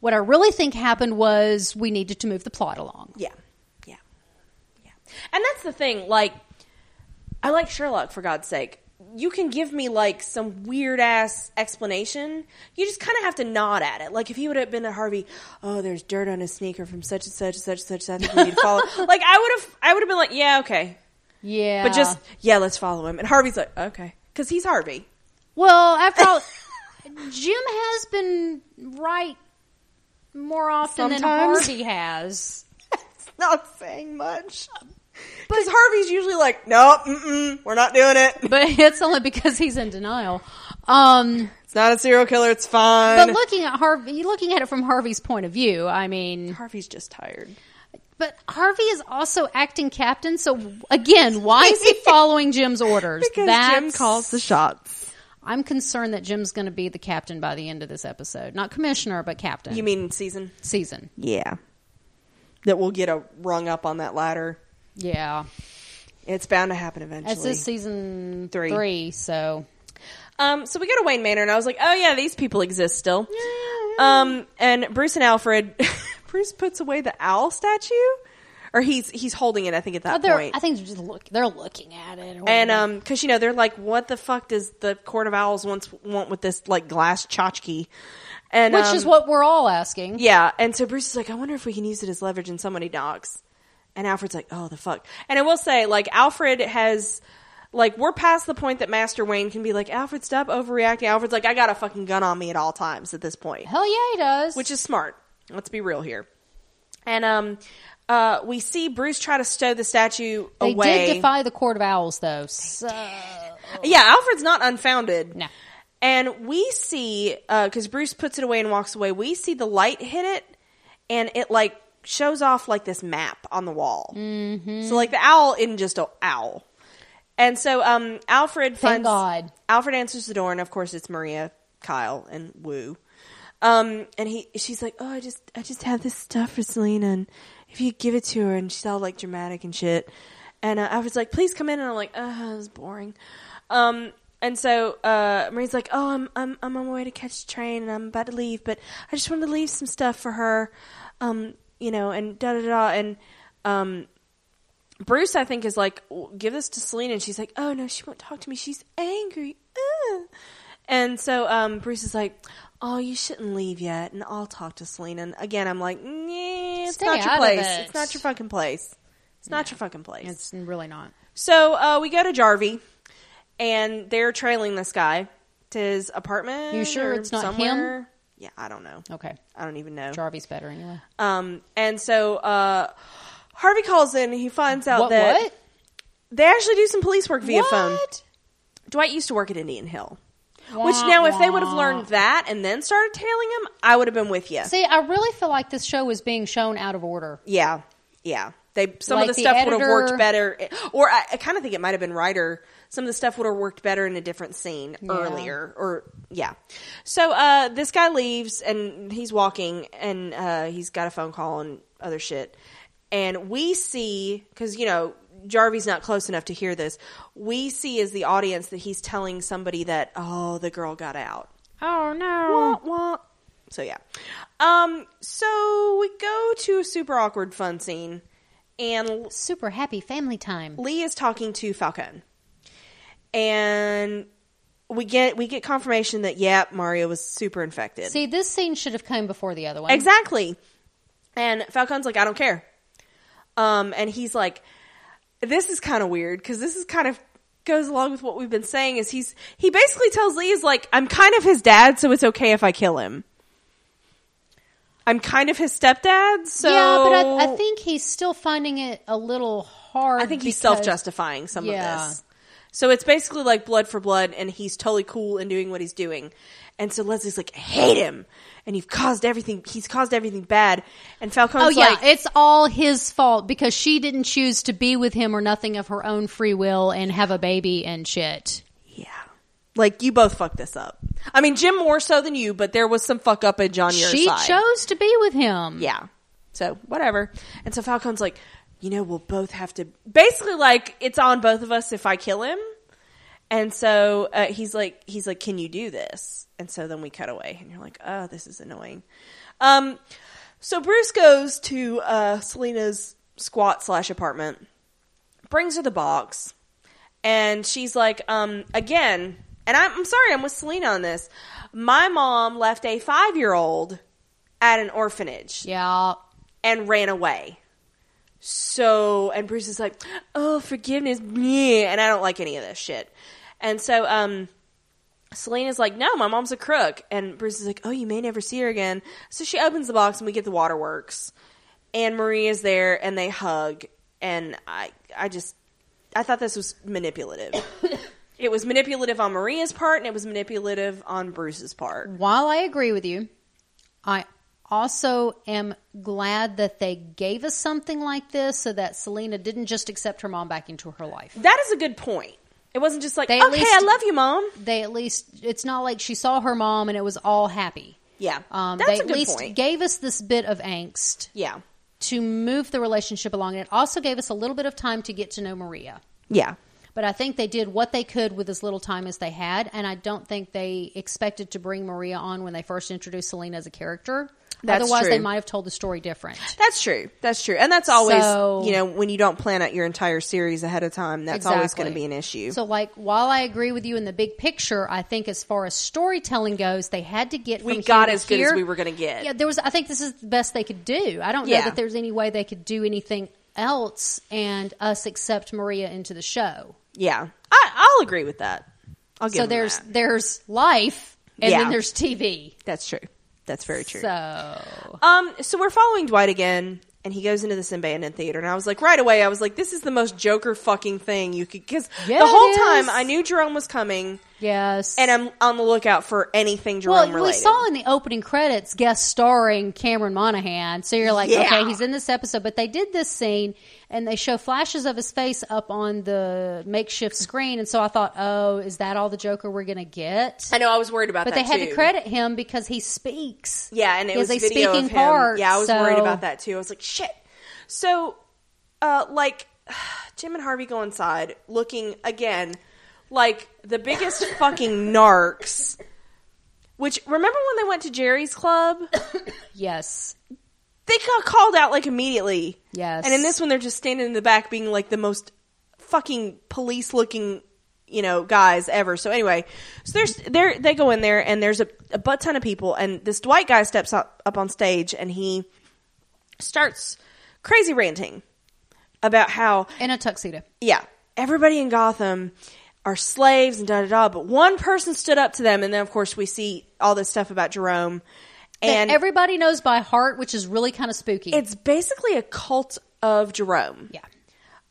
S2: What I really think happened was we needed to move the plot along.
S1: Yeah. Yeah. Yeah. And that's the thing. Like, I like Sherlock for God's sake. You can give me like some weird ass explanation. You just kind of have to nod at it. Like if he would have been at Harvey, oh, there's dirt on his sneaker from such and such and such and such. I think we need to follow. like I would have, I would have been like, yeah, okay,
S2: Yeah.
S1: but just yeah, let's follow him. And Harvey's like, okay, because he's Harvey.
S2: Well, after all, Jim has been right more often
S1: Sometimes.
S2: than Harvey has.
S1: It's not saying much. Because Harvey's usually like, no, mm-mm, we're not doing it.
S2: But it's only because he's in denial. Um,
S1: It's not a serial killer. It's fine.
S2: but looking at Harvey, looking at it from Harvey's point of view, I mean,
S1: Harvey's just tired.
S2: but Harvey is also acting captain. So again, why is he following Jim's orders?
S1: Because Jim
S2: That's-
S1: calls the shots.
S2: I'm concerned that Jim's going to be the captain by the end of this episode. Not commissioner, but captain.
S1: You mean season?
S2: season?
S1: Yeah. That we'll get a rung up on that ladder.
S2: Yeah.
S1: It's bound to happen eventually.
S2: That's this season
S1: Three.
S2: three. so
S1: Um, so we go to Wayne Manor, and I was like, oh yeah, these people exist still. Um, and Bruce and Alfred, Bruce puts away the owl statue, or he's he's holding it, I think, at
S2: oh,
S1: that
S2: they're,
S1: point.
S2: I think they're just look, they're looking at it. Or
S1: and
S2: whatever.
S1: um, because you know they're like, what the fuck does the Court of Owls wants want with this like glass tchotchke? And
S2: which
S1: um,
S2: is what we're all asking.
S1: yeah. And so Bruce is like, I wonder if we can use it as leverage, and somebody knocks. And Alfred's like, oh the fuck. And I will say, like Alfred has. Like we're past the point that Master Wayne can be like, Alfred, stop overreacting. Alfred's like, I got a fucking gun on me at all times at this point.
S2: Hell yeah, he does.
S1: which is smart. Let's be real here. And um, uh, we see Bruce try to stow the statue
S2: they
S1: away.
S2: did defy the court of owls, though. So
S1: yeah, Alfred's not unfounded.
S2: No.
S1: And we see because Bruce puts it away and walks away. We see the light hit it, and it like shows off like this map on the wall. Mm-hmm. So like the owl isn't just a owl. And so um, Alfred finds
S2: God.
S1: Alfred answers the door, and of course it's Maria, Kyle, and Woo. Um, and he she's like, "Oh, I just I just have this stuff for Selena, and if you give it to her, and she's all like dramatic and shit." And uh, I was like, "Please come in," and I'm like, "Uh, it's boring." Um, and so uh, Maria's like, "Oh, I'm I'm I'm on my way to catch the train, and I'm about to leave, but I just wanted to leave some stuff for her, um, you know, and da da da." And um, Bruce, I think, is like, "W- give this to Selena. And she's like, oh, no, she won't talk to me. She's angry. Ugh. And so um, Bruce is like, oh, you shouldn't leave yet. And I'll talk to Selena. And again, I'm like, "Nyeh, it's
S2: Stay
S1: not your
S2: out of
S1: place.
S2: it.
S1: It's not your fucking place. It's not your fucking place.
S2: it's really not.
S1: so uh, we go to Jarvie, and they're trailing this guy to his apartment.
S2: You sure
S1: or
S2: it's not him?
S1: somewhere. Yeah, I don't know.
S2: Okay,
S1: I don't even know.
S2: Jarvie's better anyway.
S1: um, and so uh, Harvey calls in. and He finds out
S2: What?
S1: that
S2: what?
S1: they actually do some police work Oh, via
S2: what?
S1: phone. Dwight used to work at Indian Hill. Which now, if they would have learned that and then started tailing him, I would have been with you.
S2: See, I really feel like this show is being shown out of order.
S1: Yeah, yeah. They some
S2: Like
S1: of the,
S2: the
S1: stuff would have worked
S2: editor-
S1: better, or I, I kind of think it might have been writer. Some of the stuff would have worked better in a different scene earlier, or yeah. So uh, this guy leaves and he's walking, and uh, he's got a phone call and other shit, and we see because you know. Jarvie's not close enough to hear this. We see as the audience that he's telling somebody that, oh, the girl got out. Wah,
S2: Oh no!
S1: wah. So yeah. Um. So we go to a super awkward fun scene, and
S2: Super happy family time.
S1: Lee is talking to Falcone, and we get we get confirmation that yeah, Mario was super infected.
S2: See, this scene should have come before the other one.
S1: Exactly. And Falcon's like, I don't care. Um, and he's like, this is kind of weird because this is kind of goes along with what we've been saying. Is he's he basically tells Lee is like, I'm kind of his dad, so it's okay if I kill him. I'm kind of his stepdad, so
S2: yeah, but I, I think he's still finding it a little hard.
S1: I think he's
S2: because-
S1: self justifying some
S2: Yeah.
S1: of this. So it's basically like blood for blood, and he's totally cool in doing what he's doing. And so Leslie's like, I hate him, and you've caused everything. He's caused everything bad. And Falcon's
S2: Oh yeah,
S1: like,
S2: it's all his fault because she didn't choose to be with him or nothing of her own free will and have a baby and shit.
S1: Yeah. Like you both fucked this up. I mean, Jim more so than you, but there was some fuck up in John your
S2: She
S1: side.
S2: chose to be with him.
S1: yeah. So whatever. And so Falcon's like, you know, we'll both have to basically like it's on both of us if I kill him. And so uh, he's like, he's like, can you do this? And so then we cut away, and you're like, oh, this is annoying. Um, so Bruce goes to uh, Selena's squat slash apartment, brings her the box, and she's like, um, again, and I'm, I'm sorry, I'm with Selena on this. My mom left a five year old at an orphanage
S2: Yeah.
S1: and ran away. So, and Bruce is like, oh, forgiveness, bleh," and I don't like any of this shit. And so, um, Selena's like, no, my mom's a crook. And Bruce is like, oh, you may never see her again. So she opens the box and we get the waterworks. And Maria's there and they hug. And I, I just, I thought this was manipulative. it was manipulative on Maria's part and it was manipulative on Bruce's part.
S2: While I agree with you, I also am glad that they gave us something like this so that Selena didn't just accept her mom back into her life.
S1: That is a good point. It wasn't just like,
S2: They
S1: okay,
S2: at least-
S1: I love you, mom.
S2: They at least it's not like she saw her mom and it was all happy.
S1: Yeah,
S2: Um,
S1: that's
S2: they
S1: a
S2: at
S1: good
S2: least
S1: point.
S2: gave us this bit of angst
S1: yeah,
S2: to move the relationship along, and it also gave us a little bit of time to get to know Maria.
S1: Yeah.
S2: But I think they did what they could with as little time as they had, and I don't think they expected to bring Maria on when they first introduced Selena as a character.
S1: That's
S2: Otherwise, they
S1: true.
S2: might have told the story different.
S1: That's true. That's true. And that's always,
S2: So-
S1: you know, when you don't plan out your entire series ahead of time, that's always going to
S2: Exactly.
S1: be an issue.
S2: So, like, while I agree with you in the big picture, I think as far as storytelling goes, they had to get
S1: We
S2: from
S1: got
S2: here to
S1: as good as
S2: here.
S1: we were gonna get.
S2: Yeah, there was. I think this is the best they could do. I don't
S1: Yeah.
S2: know that there's any way they could do anything else and us accept Maria into the show.
S1: yeah. I, I'll agree with that. I'll give
S2: so
S1: them
S2: there's
S1: that.
S2: there's life, and
S1: Yeah.
S2: then there's TV.
S1: That's true. That's very true.
S2: So
S1: Um, so we're following Dwight again, and he goes into this abandoned theater, and I was like, right away, I was like, this is the most Joker fucking thing you could, because
S2: Yeah,
S1: the whole
S2: it is.
S1: time I knew Jerome was coming,
S2: yes,
S1: and I'm on the lookout for anything Jerome
S2: well,
S1: related.
S2: we saw in the opening credits guest starring Cameron Monaghan. So you're like,
S1: Yeah.
S2: okay, he's in this episode. But they did this scene and they show flashes of his face up on the makeshift screen. And so I thought, oh, is that all the Joker we're going to get?
S1: I know I was worried about
S2: But
S1: that
S2: they had
S1: too.
S2: to credit him because he speaks.
S1: Yeah, and it
S2: He has
S1: was
S2: a
S1: video
S2: speaking
S1: of him.
S2: part.
S1: yeah, I was
S2: so-
S1: worried about that too. I was like, shit. So, uh, like, Jim and Harvey go inside, looking again like the biggest fucking narcs. Which remember when they went to Jerry's Club?
S2: Yes.
S1: They got called out like immediately.
S2: Yes.
S1: And in this one, they're just standing in the back, being like the most fucking police looking, you know, guys ever. So anyway, so there's there they go in there, and there's a, a butt ton of people, and this Dwight guy steps up up on stage, and he starts crazy ranting about how
S2: In a tuxedo.
S1: yeah, everybody in Gotham are slaves and da da da, but one person stood up to them, and then of course we see all this stuff about Jerome.
S2: And
S1: And
S2: everybody knows by heart, which is really kind of spooky.
S1: it's basically a cult of Jerome.
S2: yeah.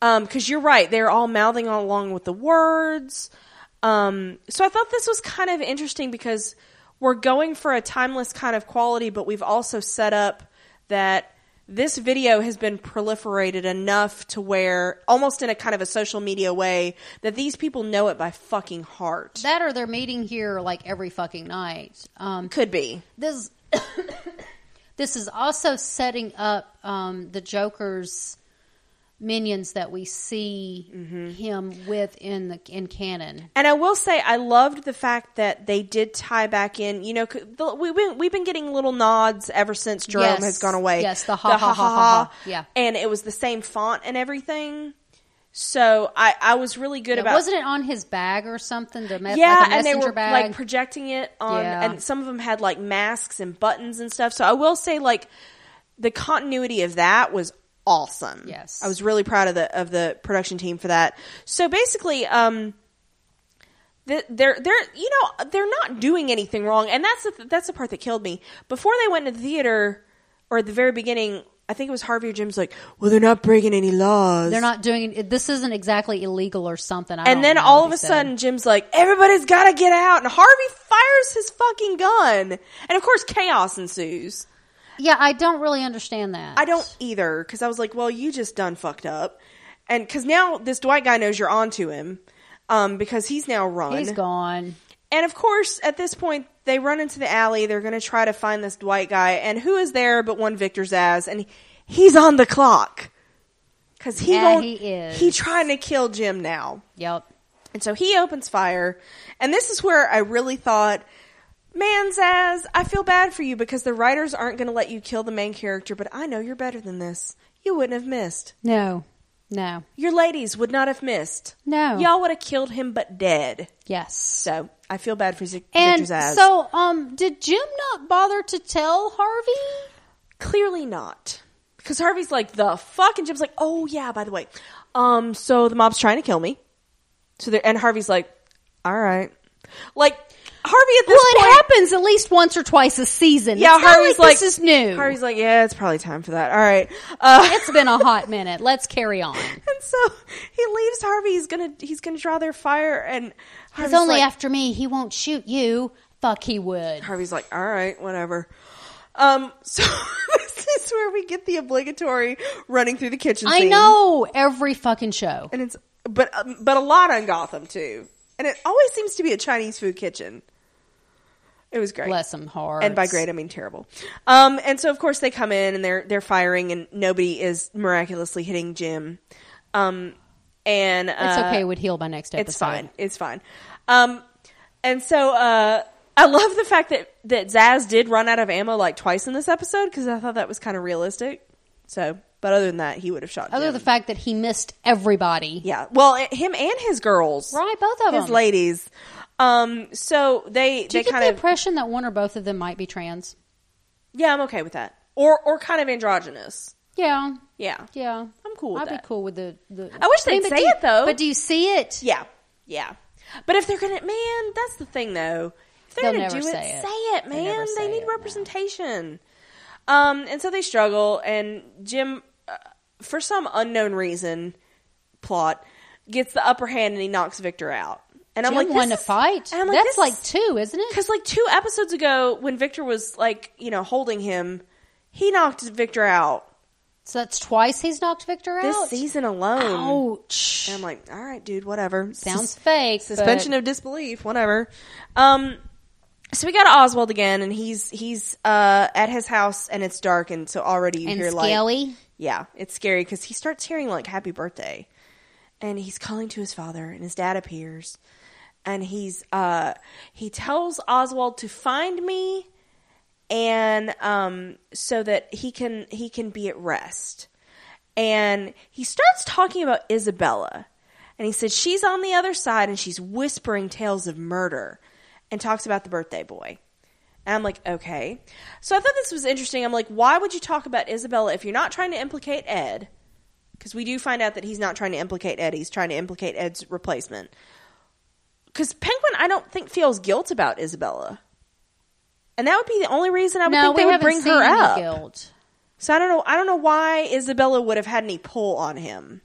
S1: Um, cause you're right. They're all mouthing along with the words. Um, so I thought this was kind of interesting because we're going for a timeless kind of quality, but we've also set up that this video has been proliferated enough to where almost in a kind of a social media way that these people know it by fucking heart.
S2: That or they're meeting here like every fucking night. Um,
S1: Could be.
S2: this this is also setting up um, the Joker's minions that we see
S1: Mm-hmm.
S2: him with in the in canon.
S1: And I will say, I loved the fact that they did tie back in. You know, c- the, we, we, we've been getting little nods ever since Jerome
S2: Yes.
S1: has gone away.
S2: Yes, the ha, ha, ha, ha, ha. Yeah.
S1: And it was the same font and everything. So I, I was really good about
S2: Wasn't it on his bag or something? The me-
S1: yeah,
S2: like a
S1: and
S2: messenger
S1: they were
S2: bag.
S1: like projecting it on,
S2: Yeah.
S1: and some of them had like masks and buttons and stuff. So I will say, like, the continuity of that was awesome.
S2: Yes.
S1: I was really proud of the of the production team for that. So basically, um, the- they're they're you know they're not doing anything wrong, and that's the, that's the part that killed me. Before they went to the theater, or at the very beginning, I think it was Harvey or Jim's like, well, they're not breaking any laws.
S2: They're not doing this. Isn't exactly illegal or something. I don't
S1: And then
S2: know
S1: all of
S2: what he
S1: a
S2: said.
S1: sudden, Jim's like, everybody's gotta get out. And Harvey fires his fucking gun. And of course, chaos ensues.
S2: yeah, I don't really understand that.
S1: I don't either, because I was like, well, you just done fucked up. And because now this Dwight guy knows you're onto him, um, because he's now run.
S2: He's gone.
S1: And of course, at this point, they run into the alley. They're gonna try to find this Dwight guy. And who is there but one Victor's ass? And he's on the clock. Because he,
S2: Yeah,
S1: gon-
S2: he is.
S1: he trying to kill Jim now.
S2: Yep.
S1: And so he opens fire. And this is where I really thought, man, Zaz, I feel bad for you because the writers aren't going to let you kill the main character, but I know you're better than this. You wouldn't have missed.
S2: No. No.
S1: Your ladies would not have missed.
S2: No.
S1: Y'all would have killed him but dead.
S2: Yes.
S1: So I feel bad for Z-
S2: And
S1: Victor Zaz.
S2: so, um, did Jim not bother to tell Harvey?
S1: Clearly not. Because Harvey's like, the fuck? And Jim's like, oh yeah, by the way. Um, so the mob's trying to kill me. So there, and Harvey's like, all right. Like, Harvey at this
S2: Well,
S1: point.
S2: it happens at least once or twice a season.
S1: Yeah,
S2: it's not
S1: Harvey's
S2: like
S1: like,
S2: this is new.
S1: Harvey's like, yeah, it's probably time for that. All right. Uh,
S2: it's been a hot minute. Let's carry on.
S1: and so he leaves Harvey. He's gonna he's gonna draw their fire, and Harvey's
S2: It's only
S1: like,
S2: after me. He won't shoot you. Fuck, he would.
S1: Harvey's like, all right, whatever. Um, so this is where we get the obligatory running through the kitchen.
S2: I
S1: scene.
S2: know every fucking show.
S1: and it's but um, but a lot on Gotham too, and it always seems to be a Chinese food kitchen. It was great.
S2: Bless him hard.
S1: and by great I mean terrible. Um, and so of course they come in and they're they're firing and nobody is miraculously hitting Jim. Um, and uh,
S2: It's okay. It would heal by next episode.
S1: it's fine. It's fine. Um, and so uh, I love the fact that that Zaz did run out of ammo like twice in this episode because I thought that was kind of realistic. So, but other than that, he would have shot.
S2: Other
S1: Jim.
S2: than the fact that he missed everybody.
S1: yeah, well, it, him and his girls,
S2: Right, both of
S1: his
S2: them.
S1: ladies. Um, so they
S2: Do
S1: they
S2: you get
S1: kind
S2: the
S1: of
S2: impression that one or both of them might be trans?
S1: yeah, I'm okay with that, or or kind of androgynous.
S2: Yeah.
S1: Yeah,
S2: Yeah.
S1: I'm cool with
S2: I'd
S1: that.
S2: be cool with the. the
S1: I wish they'd
S2: but
S1: say
S2: do you-
S1: it, though.
S2: But do you see it?
S1: yeah, yeah. But if they're gonna, man, that's the thing though. If they're
S2: They'll
S1: gonna
S2: never
S1: do it,
S2: say it.
S1: say it,
S2: They
S1: man.
S2: never
S1: They,
S2: say
S1: need
S2: it, no.
S1: representation. Um, and so they struggle, and Jim, uh, for some unknown reason, plot gets the upper hand, and he knocks Victor out. And I'm
S2: Jim
S1: like, this
S2: won a
S1: is-
S2: fight.
S1: and I'm like,
S2: That's
S1: this
S2: like
S1: is-
S2: two, isn't it?
S1: because like two episodes ago, when Victor was like, you know, holding him, he knocked Victor out.
S2: So that's twice he's knocked Victor out.
S1: This season alone.
S2: Ouch.
S1: And I'm like, all right, dude, whatever.
S2: Sounds fake.
S1: suspension of disbelief, whatever. Um, so we got Oswald again, and he's he's uh, at his house, and it's dark, and so already you
S2: and
S1: hear like,
S2: scaly.
S1: yeah, it's scary because he starts hearing like "Happy Birthday," and he's calling to his father, and his dad appears, and he's uh, he tells Oswald to find me, and um, so that he can he can be at rest, and he starts talking about Isabella, and he said she's on the other side, and she's whispering tales of murder, and talks about the birthday boy. And I'm like, okay. So I thought this was interesting. I'm like, why would you talk about Isabella if you're not trying to implicate Ed? Because we do find out that he's not trying to implicate Ed. He's trying to implicate Ed's replacement. Because Penguin, I don't think feels guilt about Isabella, and that would be the only reason I would
S2: No,
S1: think they
S2: we
S1: would
S2: haven't
S1: bring
S2: seen
S1: her
S2: any
S1: up.
S2: guilt.
S1: So I don't know. I don't know why Isabella would have had any pull on him,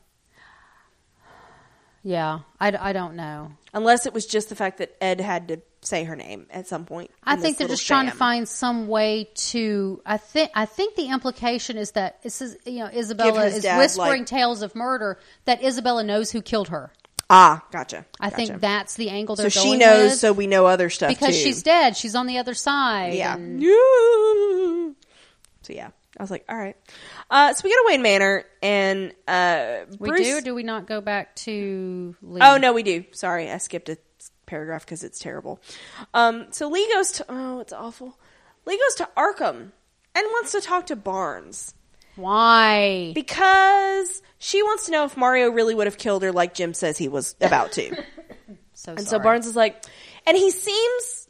S2: Yeah, I, d- I don't know.
S1: unless it was just the fact that Ed had to say her name at some point.
S2: I
S1: in
S2: think
S1: this
S2: they're
S1: little
S2: just trying to
S1: sham.
S2: find some way to. I think I think the implication is that this is you know Isabella
S1: his
S2: is
S1: dad,
S2: whispering
S1: like-
S2: tales of murder that Isabella knows who killed her.
S1: Ah, gotcha.
S2: I
S1: gotcha.
S2: think that's the angle
S1: so.
S2: they're
S1: She
S2: going
S1: knows,
S2: with.
S1: so we know other stuff
S2: because
S1: too.
S2: she's dead. She's on the other side.
S1: yeah.
S2: and-
S1: Yeah. So yeah, I was like, all right. Uh, so we go to Wayne Manor, and uh,
S2: we
S1: Bruce.
S2: do. Or do we not go back to? Lee?
S1: Oh no, we do. Sorry, I skipped a s- paragraph because it's terrible. Um, so Lee goes to oh, it's awful. Lee goes to Arkham and wants to talk to Barnes
S2: Why?
S1: because she wants to know if Mario really would have killed her, like Jim says he was about to.
S2: So
S1: and so
S2: sorry.
S1: Barnes is like, and he seems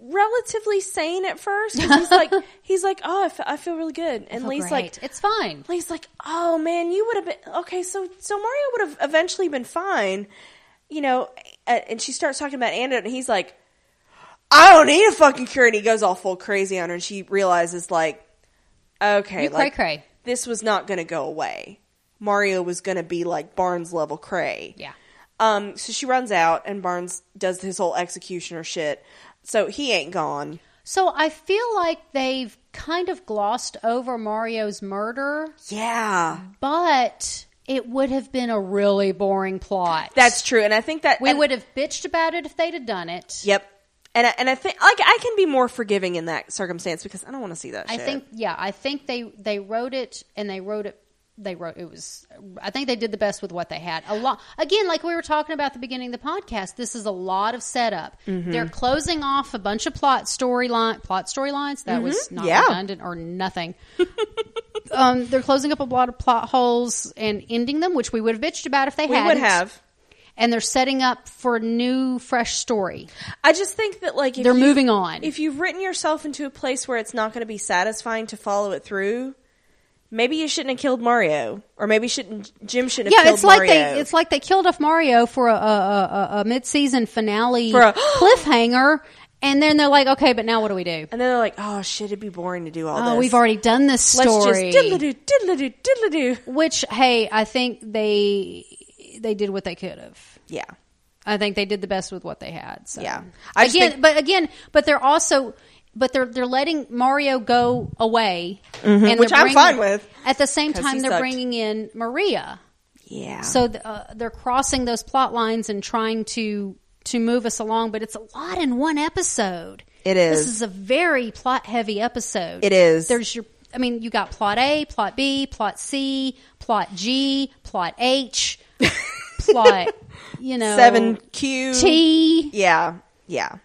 S1: relatively sane at first. 'cause He's like, he's like, oh, I fe- I feel really good, and
S2: Oh,
S1: Lee's
S2: great.
S1: like,
S2: it's fine.
S1: Lee's like, oh man, you would have been okay. So so Mario would have eventually been fine, you know. a- And she starts talking about antidote, and he's like, I don't need a fucking cure, and he goes all full crazy on her, and she realizes like, okay,
S2: You
S1: like,
S2: cray-cray.
S1: this was not going to go away. Mario was going to be like Barnes level cray.
S2: Yeah.
S1: Um. So she runs out, and Barnes does his whole executioner shit. So he ain't gone.
S2: So I feel like they've kind of glossed over Mario's murder,
S1: Yeah,
S2: but it would have been a really boring plot.
S1: that's true, and I think that
S2: we
S1: and-
S2: would have bitched about it if they'd have done it.
S1: Yep. And I, and I think like I can be more forgiving in that circumstance because I don't want to see that.
S2: I
S1: shit.
S2: think yeah, I think they they wrote it and they wrote it they wrote it was I think they did the best with what they had. A lot again, like we were talking about at the beginning of the podcast, this is a lot of setup.
S1: Mm-hmm.
S2: They're closing off a bunch of plot storyline plot storylines that was not
S1: Mm-hmm. Yeah.
S2: redundant or nothing. um, they're closing up a lot of plot holes and ending them, which we would have bitched about if they
S1: we
S2: had
S1: would have.
S2: And they're setting up for a new, fresh story.
S1: I just think that like if
S2: They're
S1: you-
S2: moving on.
S1: If you've written yourself into a place where it's not going to be satisfying to follow it through, maybe you shouldn't have killed Mario, or maybe shouldn't Jim shouldn't have
S2: yeah,
S1: killed
S2: it's like
S1: Mario.
S2: they it's like they killed off Mario for a, a, a, a- a mid season finale
S1: For a-
S2: cliffhanger, and then they're like, okay, but now what do we do?
S1: and then they're like, oh shit, it'd be boring to do all
S2: Oh,
S1: this.
S2: we've already done this
S1: let's
S2: story.
S1: just diddle doo diddle doo diddle doo.
S2: Which, hey, I think they they did what they could have.
S1: Yeah,
S2: I think they did the best with what they had. So.
S1: Yeah. I
S2: I
S1: just
S2: again,
S1: think-
S2: but again, but they're also, but they're they're letting Mario go away, and they're
S1: Mm-hmm. Which I'm
S2: bringing-
S1: fine with,
S2: At the same
S1: 'cause he
S2: time, they're
S1: sucked.
S2: bringing in Maria.
S1: yeah.
S2: So th- uh, they're crossing those plot lines and trying to to move us along, but it's a lot in one episode.
S1: It is.
S2: This is a very plot heavy episode.
S1: It is.
S2: There's your. I mean, you got plot A, plot B, plot C, plot G, plot H, like you know
S1: Seven Q.
S2: T.
S1: Yeah, yeah.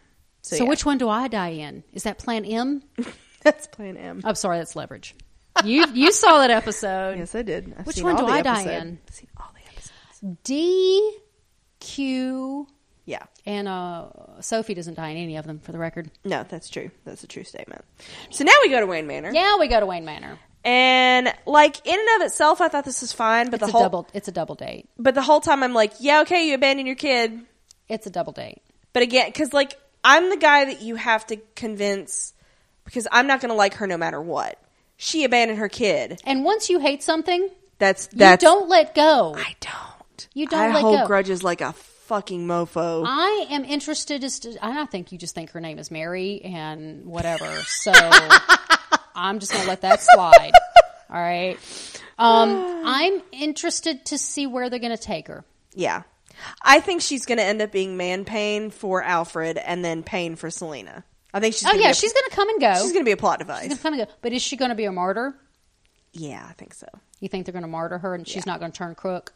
S1: So,
S2: So,
S1: yeah.
S2: which one do I die in? Is that Plan M?
S1: That's Plan M.
S2: I'm sorry, that's Leverage. You you saw that episode.
S1: Yes, I did. I've
S2: Which
S1: seen
S2: one
S1: all
S2: do
S1: the
S2: I die
S1: episode.
S2: in?
S1: I've seen all the episodes.
S2: D Q
S1: Yeah.
S2: and uh, Sophie doesn't die in any of them, for the record.
S1: No, that's true. That's a true statement. So now we go to Wayne Manor.
S2: Yeah, we go to Wayne Manor.
S1: And like in and of itself I thought this was fine, but
S2: It's
S1: the
S2: a
S1: whole
S2: double. It's a double date.
S1: but the whole time I'm like, yeah, okay, you abandon your kid.
S2: It's a double date.
S1: But again, cuz like I'm the guy that you have to convince because I'm not going to like her no matter what. She abandoned her kid.
S2: And once you hate something,
S1: That's that's
S2: you don't let go.
S1: I don't.
S2: You don't Uh.
S1: I
S2: let
S1: hold
S2: go.
S1: grudges like a fucking mofo.
S2: I am interested as to. I think you just think her name is Mary and whatever. So I'm just gonna let that slide. All right. Um, I'm interested to see where they're gonna take her.
S1: yeah. I think she's going to end up being man pain for Alfred and then pain for Selena. I think she's
S2: Oh
S1: gonna
S2: yeah,
S1: be a-
S2: she's gonna come and go.
S1: she's
S2: She's
S1: going to be a plot device.
S2: gonna come and go. But is she gonna be a martyr?
S1: Yeah, I think so.
S2: You think they're gonna martyr her and she's not gonna turn crook?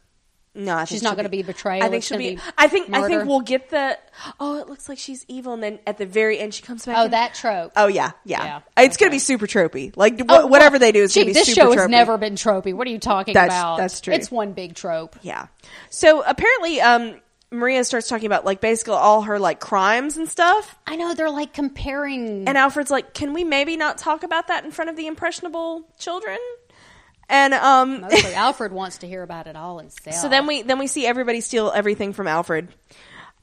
S1: No, I think
S2: She's
S1: she'll
S2: not gonna be betrayal.
S1: I think
S2: It's
S1: she'll
S2: gonna
S1: be,
S2: be
S1: I think. I
S2: murder.
S1: think we'll get the. Oh, it looks like she's evil, and then at the very end, she comes back.
S2: Oh,
S1: and-
S2: that trope.
S1: Oh yeah, yeah.
S2: Yeah, Oh,
S1: It's gonna be super tropey. Like wh- whatever they do is
S2: Gee,
S1: gonna be
S2: this
S1: super
S2: show
S1: tropey.
S2: has never been tropey. What are you talking
S1: That's-
S2: about?
S1: that's true.
S2: It's one big trope.
S1: Yeah. So apparently, um, Maria starts talking about like basically all her like crimes and stuff,
S2: I know they're like comparing.
S1: and Alfred's like, "Can we maybe not talk about that in front of the impressionable children?" And um,
S2: Mostly, Alfred wants to hear about it all himself.
S1: so then we then we see everybody steal everything from Alfred.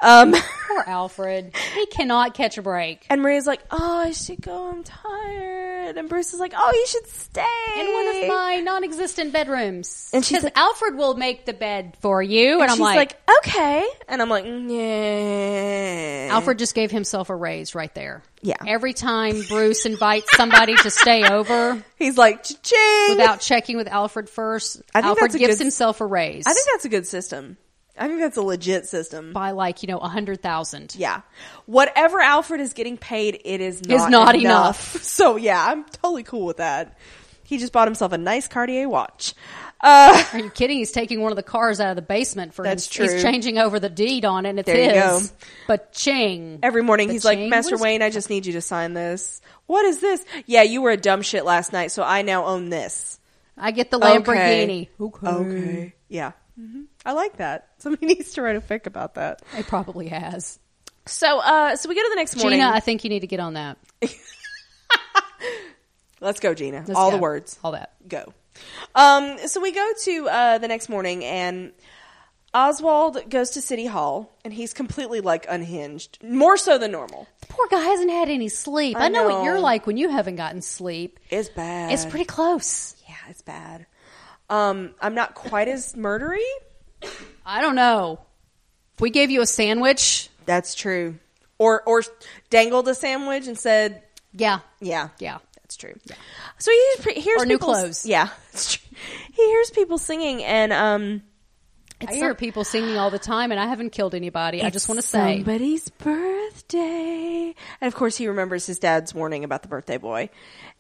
S1: Um.
S2: Poor Alfred. He cannot catch a break.
S1: And Maria's like, "Oh, I should go. I'm tired." And Bruce is like, "Oh, you should stay."
S2: In one of my non-existent bedrooms,
S1: And she's
S2: because
S1: like-
S2: Alfred will make the bed for you, and,
S1: and
S2: I'm
S1: she's
S2: like,
S1: like, "Okay." And I'm like, "Yeah."
S2: Alfred just gave himself a raise right there.
S1: "Eh." Yeah.
S2: Every time Bruce invites somebody to stay over
S1: he's like, "Ching."
S2: without checking with Alfred first,
S1: I think
S2: Alfred
S1: that's a
S2: gives
S1: good-
S2: himself a raise
S1: I think that's a good system. I think that's a legit system.
S2: by like you know a hundred thousand.
S1: Yeah. Whatever Alfred is getting paid, it is not,
S2: not
S1: enough. So yeah, I'm totally cool with that. He just bought himself a nice Cartier watch. Uh,
S2: Are you kidding? He's taking one of the cars out of the basement for
S1: That's
S2: him.
S1: true.
S2: He's changing over the deed on it. And it's
S1: There you
S2: his.
S1: go.
S2: But ching.
S1: Every morning he's like,
S2: Cha-ching.
S1: Master
S2: What is-
S1: Wayne, I just need you to sign this. What is this? Yeah, you were a dumb shit last night, so I now own this.
S2: I get the Lamborghini.
S1: Okay. Oh. Okay. Yeah. hmm I like that. Somebody needs to write a fic about that.
S2: He probably has.
S1: So, uh, so we go to the next morning.
S2: Gina, I think you need to get on that.
S1: Let's go, Gina.
S2: Let's
S1: All
S2: go.
S1: the words.
S2: All that.
S1: Go. Um, so we go to uh, the next morning, and Oswald goes to City Hall, and he's completely like unhinged, more so than normal.
S2: The poor guy hasn't had any sleep.
S1: I
S2: I know,
S1: know.
S2: what you're like when you haven't gotten sleep.
S1: It's bad.
S2: It's pretty close.
S1: Yeah, it's bad. Um, I'm not quite as murdery.
S2: I don't know. If we gave you a sandwich,
S1: That's true. Or or dangled a sandwich and said,
S2: yeah.
S1: "Yeah,
S2: Yeah.
S1: that's true." So he hears, pre- hears
S2: Or new
S1: people-
S2: clothes.
S1: Yeah, it's true. He hears people singing, and um,
S2: I
S1: it's
S2: hear
S1: some-
S2: people singing all the time, and I haven't killed anybody. I just
S1: It's
S2: want to say.
S1: somebody's birthday, and of course he remembers his dad's warning about the birthday boy,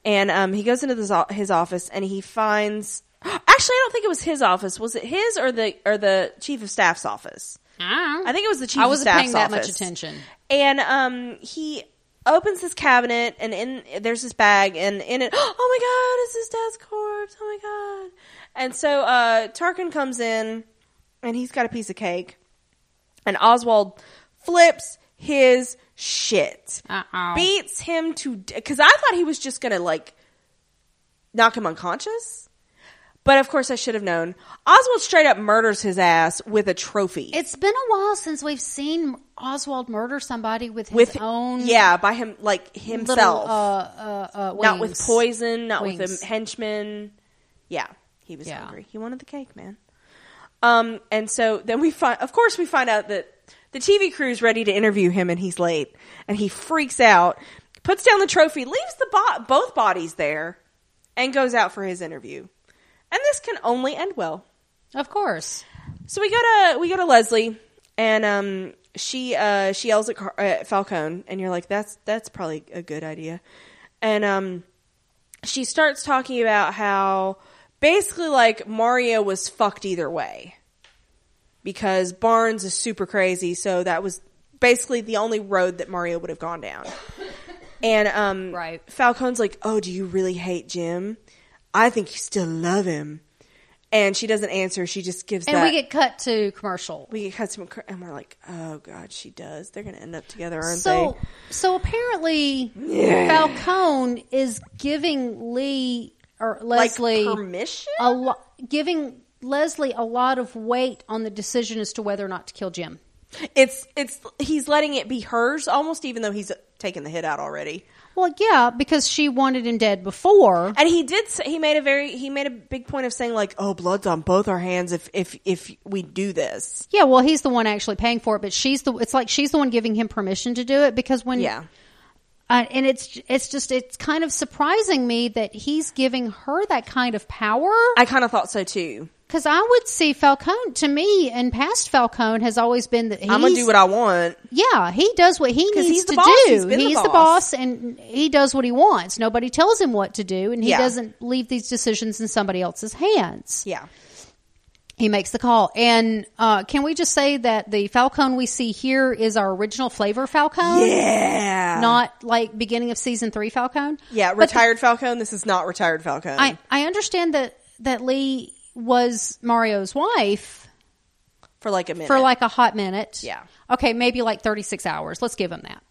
S1: and um, he goes into this, o- his office and he finds. Actually, I don't think it was his office. Was it his or the or the chief of staff's office? I
S2: "Ah." I
S1: think it was the chief
S2: I
S1: of
S2: wasn't
S1: staff's
S2: paying that much
S1: office.
S2: attention.
S1: And um, he opens this cabinet, and in there's this bag, and in it, oh my god, it's his dad's corpse. Oh my god! And so uh, Tarkin comes in, and he's got a piece of cake, and Oswald flips his shit,
S2: Uh-oh.
S1: beats him to because I thought he was just gonna like knock him unconscious. But of course, I should have known. Oswald straight up murders his ass with a trophy.
S2: It's been a while since we've seen Oswald murder somebody with his
S1: with
S2: own
S1: yeah by him like
S2: little,
S1: himself
S2: uh, uh, uh,
S1: not with
S2: wings.
S1: poison not with
S2: Wings.
S1: a henchman yeah he was
S2: Yeah.
S1: hungry he wanted the cake man um and so then we find of course we find out that the tv crew's ready to interview him and he's late and he freaks out puts down the trophy leaves the bo- both bodies there and goes out for his interview and this can only end well
S2: Of course.
S1: so we go to we go to Leslie, and um, she uh, she yells at, Car- at Falcone, and you're like, that's that's probably a good idea. And um, she starts talking about how basically like Mario was fucked either way. because Barnes is super crazy. So that was basically the only road that Mario would have gone down. And um,
S2: Right.
S1: Falcone's like, "Oh, do you really hate Jim? I think you still love him." And she doesn't answer. She just gives.
S2: And
S1: that,
S2: we get cut to commercial.
S1: we get cut some, cr- and we're like, "Oh God, she does. They're gonna end up together, aren't
S2: So, so apparently, Falcone is giving Lee or
S1: they?" Like
S2: Leslie
S1: permission.
S2: a lot, giving Leslie a lot of weight on the decision as to whether or not to kill Jim.
S1: It's it's he's letting it be hers almost, even though he's taken the hit out already.
S2: Well, yeah, because she wanted him dead before.
S1: And he did. Say, he made a very he made a big point of saying like, "Oh, blood's on both our hands if if if we do this."
S2: Yeah, well, he's the one actually paying for it, but she's the. It's like she's the one giving him permission to do it because when
S1: Yeah.
S2: uh, and it's it's just it's kind of surprising me that he's giving her that kind of power
S1: I kind of thought so too.
S2: because I would see Falcone to me and past Falcone has always been that he's
S1: I'm gonna do what I want.
S2: yeah he does what he needs
S1: he's the
S2: to
S1: boss.
S2: do
S1: He's been the
S2: he's the
S1: boss.
S2: boss and he does what he wants nobody tells him what to do and he
S1: Yeah.
S2: doesn't leave these decisions in somebody else's hands
S1: Yeah.
S2: he makes the call. And uh, can we just say that the Falcone we see here is our original flavor Falcone,
S1: Yeah.
S2: not like beginning of season three Falcone?
S1: yeah.
S2: But the-
S1: Retired Falcone. This is not retired Falcone.
S2: I I understand that that Lee was Mario's wife
S1: for like a minute.
S2: for like a hot minute.
S1: Yeah.
S2: Okay, maybe like thirty six hours. Let's give him that.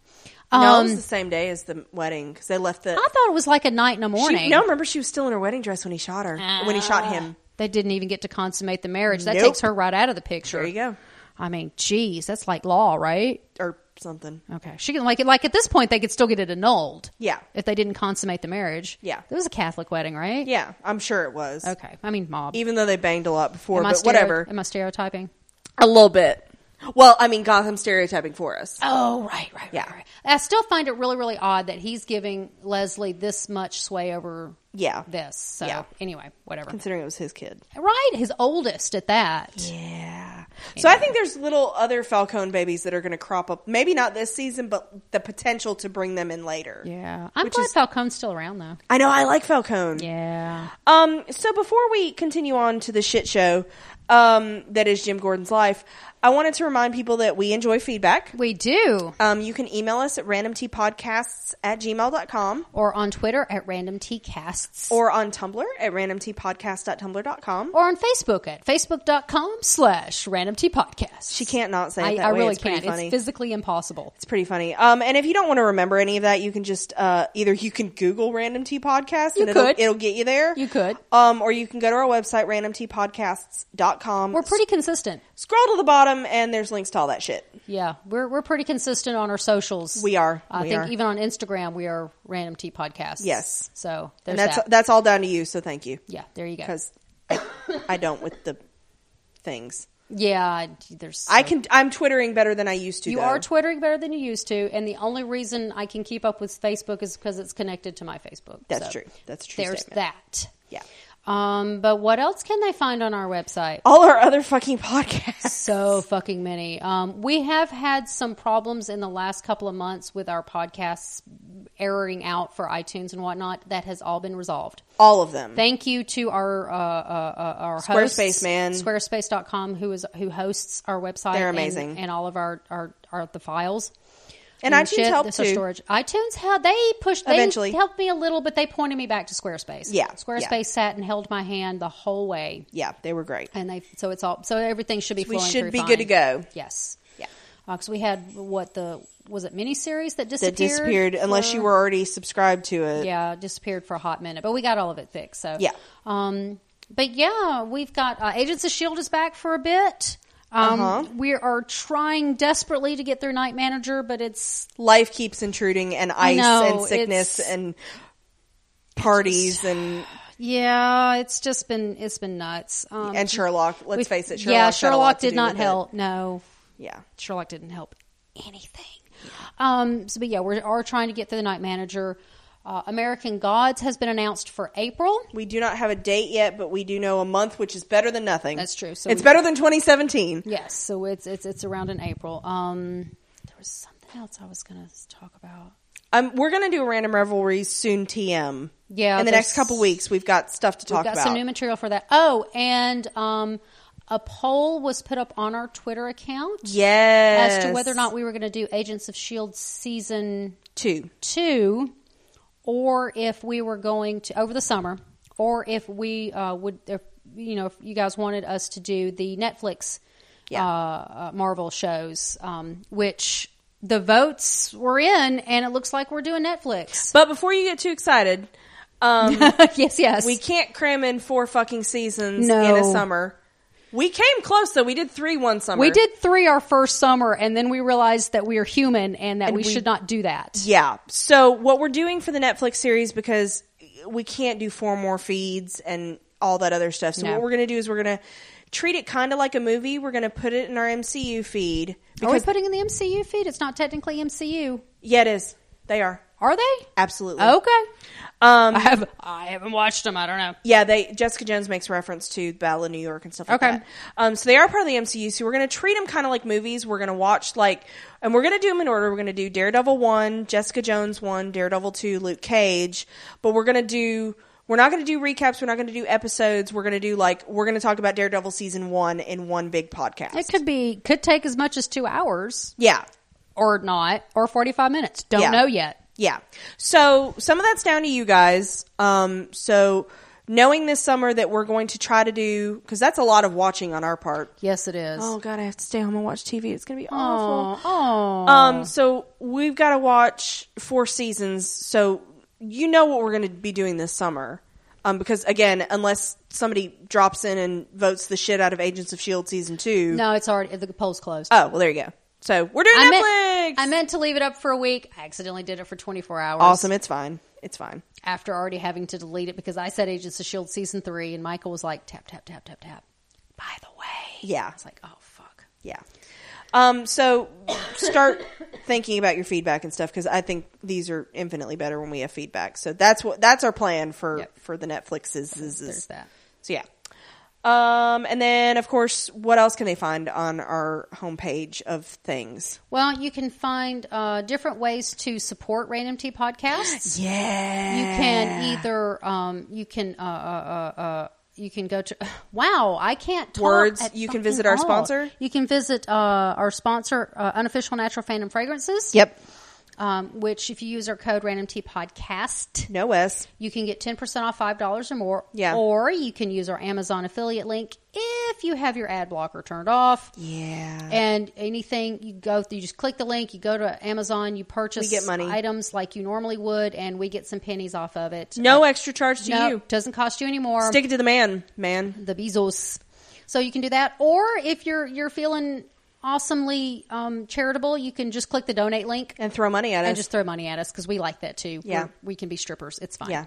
S1: no,
S2: Um,
S1: it was the same day as the wedding because they left the.
S2: I thought it was like a night and a morning. Ah.
S1: She, no, remember she was still in her wedding dress when he shot her. when he shot him.
S2: They didn't even get to consummate the marriage. That
S1: Nope.
S2: takes her right out of the picture.
S1: There you go,
S2: I mean, geez, that's like law, right?
S1: or something.
S2: Okay. She can like it like at this point they could still get it annulled.
S1: Yeah.
S2: If they didn't consummate the marriage.
S1: Yeah.
S2: It was a Catholic wedding, right?
S1: Yeah, I'm sure it was.
S2: Okay. I mean mob.
S1: Even though they banged a lot before,
S2: Am I
S1: but
S2: stereo-
S1: whatever.
S2: Am I stereotyping?
S1: A little bit. Well, I mean, Gotham stereotyping for us.
S2: Oh, right, right,
S1: Yeah.
S2: right, right. I still find it really, really odd that he's giving Leslie this much sway over
S1: Yeah.
S2: this. So
S1: Yeah.
S2: anyway, whatever.
S1: Considering it was his kid.
S2: Right, his oldest at that.
S1: Yeah. So I think there's little other Falcone babies that are going to crop up. Maybe not this season, but the potential to bring them in later.
S2: Yeah. I'm
S1: Which
S2: glad
S1: is-
S2: Falcone's still around though.
S1: I know. I like Falcone.
S2: Yeah.
S1: Um, so before we continue on to the shit show um, that is Jim Gordon's life, I wanted to remind people that we enjoy feedback.
S2: We do.
S1: Um, you can email us at randomtpodcasts at gmail.com
S2: Or on Twitter at random T casts.
S1: or on Tumblr at randomtpodcast.tumblr.com.
S2: or on Facebook at facebook.com slash random tea podcast.
S1: She can't not say it
S2: I,
S1: that
S2: I
S1: way.
S2: really
S1: It's pretty
S2: can't.
S1: funny.
S2: It's physically impossible.
S1: It's pretty funny. Um, and if you don't want to remember any of that, you can just uh, either you can Google Random Tea Podcast and
S2: You
S1: it'll,
S2: could.
S1: it'll get you there.
S2: You could.
S1: Um, or you can go to our website, randomtpodcasts.com.
S2: We're pretty consistent.
S1: Scroll to the bottom and there's links to all that shit.
S2: Yeah, we're we're pretty consistent on our socials.
S1: We are.
S2: I
S1: We
S2: think
S1: are.
S2: even on Instagram we are random tea podcast.
S1: Yes.
S2: So
S1: And
S2: there's
S1: that's
S2: that.
S1: that's all down to you, so thank you.
S2: yeah, there you go.
S1: Because I, I don't with the things.
S2: Yeah, I- there's
S1: I can I'm twittering better than I used to.
S2: you
S1: though.
S2: are twittering better than you used to, and the only reason I can keep up with Facebook is because it's connected to my Facebook.
S1: That's true. That's a true
S2: There's
S1: statement.
S2: that.
S1: Yeah.
S2: Um, but what else can they find on our website?
S1: all our other fucking podcasts.
S2: so fucking many. Um, we have had some problems in the last couple of months with our podcasts erroring out for iTunes and whatnot. That has all been resolved.
S1: All of them.
S2: Thank you to our uh, uh, uh, our
S1: Squarespace,
S2: hosts,
S1: man.
S2: Squarespace.com, who is who hosts our website.
S1: They're
S2: and-
S1: amazing.
S2: and, all of our our, our the files.
S1: And iTunes
S2: shit,
S1: helped
S2: that's our
S1: too.
S2: Storage. iTunes, how they pushed, they
S1: Eventually.
S2: helped me a little, but they pointed me back to Squarespace.
S1: Yeah,
S2: Squarespace
S1: yeah.
S2: sat and held my hand the whole way
S1: yeah, they were great.
S2: and they so it's all so everything should be
S1: We
S2: flowing
S1: should
S2: through
S1: be
S2: fine.
S1: good to go.
S2: yes
S1: Yeah.
S2: because we had what the was it miniseries
S1: that
S2: that disappeared
S1: disappeared unless you
S2: for-
S1: were already subscribed to it.
S2: yeah disappeared for a hot minute but we got all of it fixed so
S1: Yeah.
S2: um but yeah we've got uh, agents of shield is back for a bit um
S1: Uh-huh.
S2: we are trying desperately to get through night manager but it's
S1: Life keeps intruding and ice
S2: know,
S1: and sickness
S2: it's-
S1: and parties and
S2: yeah it's just been it's been nuts um
S1: and Sherlock. Let's
S2: we've-
S1: face it, Sherlock
S2: yeah
S1: had a lot
S2: sherlock
S1: to
S2: did
S1: do
S2: not
S1: with it.
S2: help no
S1: Yeah.
S2: Sherlock didn't help anything. Um, so, but yeah, we are trying to get through the night manager. Uh, American Gods has been announced for April.
S1: We do not have a date yet, but we do know a month, which is better than nothing.
S2: That's true. So
S1: it's
S2: we-
S1: better than 2017.
S2: Yes, so it's it's it's around in April. Um, there was something else I was going to talk about.
S1: Um, we're going to do a random revelries soon, TM.
S2: Yeah,
S1: In the
S2: there's-
S1: next couple weeks, we've got stuff to talk
S2: We've got
S1: about.
S2: some new material for that. Oh, and um, a poll was put up on our Twitter account
S1: Yes.
S2: as to whether or not we were going to do Agents of Shield E season
S1: two.
S2: two, or if we were going to over the summer, or if we uh, would, if, you know, if you guys wanted us to do the Netflix
S1: Yeah.
S2: uh, uh, Marvel shows, um, which the votes were in, and it looks like we're doing Netflix.
S1: But before you get too excited, um,
S2: yes, yes,
S1: we can't cram in four fucking seasons
S2: No.
S1: in a summer. We came close though. We did three one summer.
S2: we did three our first summer, and then we realized that we are human and that we,
S1: we-
S2: should not do that.
S1: Yeah. So what we're doing for the Netflix series because we can't do four more feeds and all that other stuff. So
S2: No.
S1: what we're going to do is we're going to treat it kind of like a movie. We're going to put it in our MCU feed
S2: Are we
S1: because
S2: putting in the MCU feed? It's not technically MCU,
S1: yeah, it is. They are
S2: are they?
S1: absolutely.
S2: Okay.
S1: Um
S2: I have I haven't watched them. I don't know.
S1: yeah, they Jessica Jones makes reference to Battle of New York and stuff like
S2: Okay.
S1: that. Um, so they are part of the MCU. So we're going to treat them kind of like movies. We're going to watch like, and we're going to do them in order. We're going to do Daredevil one, Jessica Jones one, Daredevil two, Luke Cage. But we're going to do. We're not going to do recaps. We're not going to do episodes. We're going to do like we're going to talk about Daredevil season one in one big podcast.
S2: It could be could take as much as two hours
S1: yeah,
S2: or not or forty five minutes. Don't
S1: Yeah.
S2: know yet.
S1: Yeah. So some of that's down to you guys. Um, so knowing this summer that we're going to try to do because that's a lot of watching on our part.
S2: Yes, it is.
S1: Oh god, I have to stay home and watch TV. It's gonna be awful.
S2: oh, oh.
S1: Um, so we've got to watch four seasons. So you know what we're gonna be doing this summer. Um, because again, unless somebody drops in and votes the shit out of Agents of Shield E season two.
S2: no, it's already the poll's closed.
S1: Oh well, there you go. So we're doing Netflix.
S2: I meant, I meant to leave it up for a week. I accidentally did it for 24 hours.
S1: awesome. It's fine. It's fine.
S2: After already having to delete it because I said Agents of S.H.I.E.L.D. Season 3 and Michael was like, tap, tap, tap, tap, tap. By the way.
S1: Yeah.
S2: It's like, oh, fuck.
S1: Yeah. Um, so start thinking about your feedback and stuff because I think these are infinitely better when we have feedback. So that's what that's our plan for
S2: Yep.
S1: for the Netflixes. Is,
S2: There's
S1: is,
S2: that.
S1: so yeah. Um, and then of course, what else can they find on our homepage of things?
S2: Well, you can find uh, different ways to support Random Tea podcasts.
S1: Yeah,
S2: you can
S1: Eh.
S2: either um, you can uh, uh, uh, uh, you can go to wow I can't talk
S1: Words.
S2: at
S1: You can
S2: fucking
S1: visit our
S2: all.
S1: sponsor?
S2: you can visit uh, our sponsor uh, unofficial natural fandom fragrances
S1: Yep.
S2: um, which if you use our code random tea podcast
S1: No S.
S2: you can get 10% off $5 or more
S1: Yeah.
S2: or you can use our Amazon affiliate link if you have your ad blocker turned off
S1: Yeah.
S2: and anything you go you just click the link you go to amazon you
S1: We
S2: purchase
S1: get money.
S2: items like you normally would and we get some pennies off of it
S1: no extra charge to
S2: no,
S1: you.
S2: doesn't cost you anymore.
S1: Stick it to the man, man.
S2: the Bezos. So you can do that, or if you're you're feeling awesomely um, charitable, you can just click the donate link
S1: And throw money at us.
S2: and just throw money at us because we like that too.
S1: Yeah.
S2: We're- we can be strippers. It's fine.
S1: Yeah.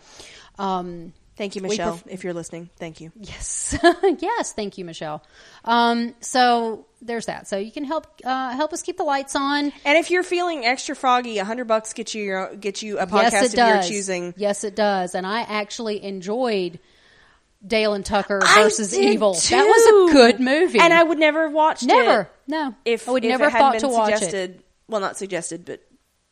S2: Um,
S1: Thank you,
S2: we
S1: Michelle,
S2: pref-
S1: if you're listening. Thank you.
S2: yes. yes. Thank you, Michelle. Um, so there's that. So you can help uh, help us keep the lights on.
S1: And if you're feeling extra froggy, a hundred bucks gets you your get you a podcast
S2: yes, it
S1: of
S2: does.
S1: your choosing.
S2: Yes, it does. And I actually enjoyed Dale and Tucker
S1: I
S2: versus
S1: did
S2: Evil.
S1: too.
S2: That was a good movie.
S1: and I would never have watched
S2: Never.
S1: it.
S2: No.
S1: If
S2: I would
S1: if
S2: never
S1: it
S2: thought
S1: had
S2: to
S1: been
S2: watch it.
S1: suggested, Well, not suggested, but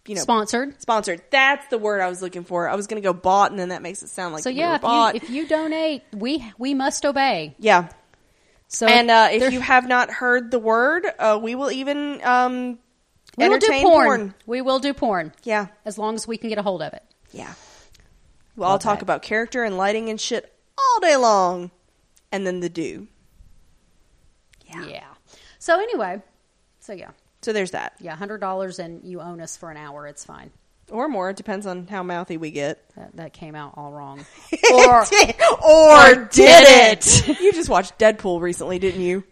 S1: you know,
S2: sponsored.
S1: Sponsored. That's the word I was looking for. I was going to go bought, and then that makes it sound like
S2: So
S1: we
S2: yeah,
S1: were
S2: if
S1: bought.
S2: you, if you donate, we we must obey.
S1: yeah.
S2: So
S1: And uh,
S2: there-
S1: if you have not heard the word, uh, we will even um,
S2: we will do
S1: entertain
S2: porn. we will do porn
S1: Yeah,
S2: as long as we can get a hold of it.
S1: yeah. Well, I'll
S2: Love
S1: talk
S2: that.
S1: about character and lighting and shit all day long, and then the do.
S2: Yeah. So anyway, so yeah,
S1: So there's that.
S2: yeah, hundred dollars and you own us for an hour. It's fine.
S1: or more. It depends on how mouthy we get.
S2: That, that came out all wrong. Or
S1: or
S2: did
S1: you just watched Deadpool recently, didn't you?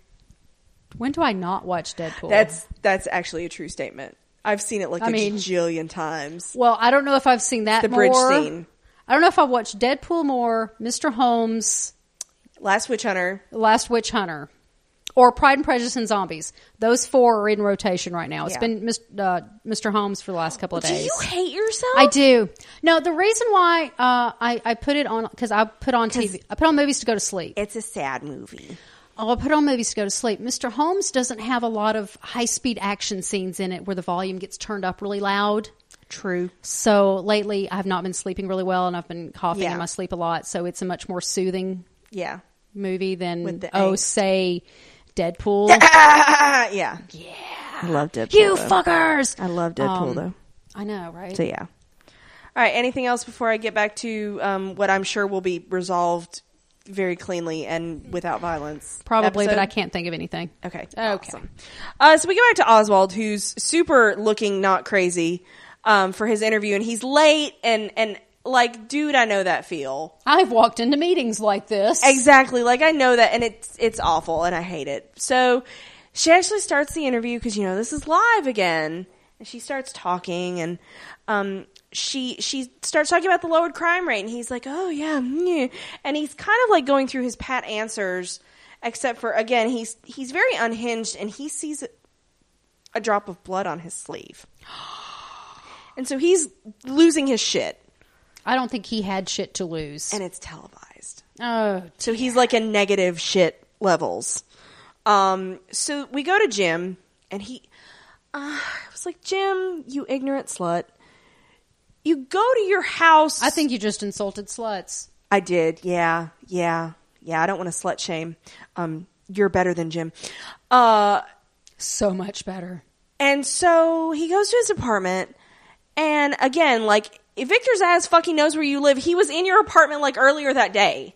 S2: when do I not watch Deadpool?
S1: That's that's actually a true statement. I've seen it like a
S2: Oh. I mean-
S1: jillion times.
S2: well, I don't know if I've seen that
S1: The bridge
S2: more.
S1: scene.
S2: I don't know if I watched Deadpool more, Mr. Holmes,
S1: Last Witch Hunter.
S2: The Last Witch Hunter, or Pride and Prejudice and Zombies. Those four are in rotation right now. It's
S1: Yeah.
S2: been Mis- uh, Mr. Holmes for the last couple of days.
S1: hate yourself?
S2: I do. No, the reason why uh, I, I put it on because I put on TV. I put on movies to go to sleep.
S1: it's a sad movie.
S2: Oh, I put on movies to go to sleep. Mr. Holmes doesn't have a lot of high speed action scenes in it where the volume gets turned up really loud.
S1: True.
S2: So lately, I've not been sleeping really well, and I've been coughing
S1: Yeah.
S2: in my sleep a lot. So it's a much more soothing
S1: Yeah.
S2: movie than
S1: With the
S2: oh
S1: angst.
S2: say Deadpool.
S1: Ah, yeah.
S2: yeah.
S1: I love Deadpool.
S2: You
S1: though.
S2: fuckers.
S1: I love Deadpool,
S2: Um,
S1: though.
S2: I know, right?
S1: So, yeah. All right. Anything else before I get back to um, what I'm sure will be resolved very cleanly and without violence?
S2: Probably, but
S1: episode?
S2: I can't think of anything.
S1: Okay.
S2: Okay.
S1: Awesome. Uh, so we go back to Oswald, who's super looking not crazy um, for his interview, and he's late, and and like, dude, I know that feel
S2: I've walked into meetings like this.
S1: exactly. Like, I know that, and it's it's awful, and I hate it. So she actually starts the interview because you know this is live again, and she starts talking, and um, she she starts talking about the lowered crime rate, and he's like, oh yeah, yeah. and he's kind of like going through his pat answers. Except for again, he's he's very unhinged, and he sees a drop of blood on his sleeve. And so he's losing his shit,
S2: I don't think he had shit to lose.
S1: and it's televised.
S2: oh,
S1: So he's like a negative shit levels. Um, so we go to Jim, and he, uh, I was like, Jim, you ignorant slut. You go to your house.
S2: I think you just insulted sluts.
S1: I did. Yeah, yeah, yeah. I don't want to slut shame. Um, you're better than Jim. Uh,
S2: So much better.
S1: And so he goes to his apartment, and again, like Victor's ass fucking knows where you live. He was in your apartment like earlier that day,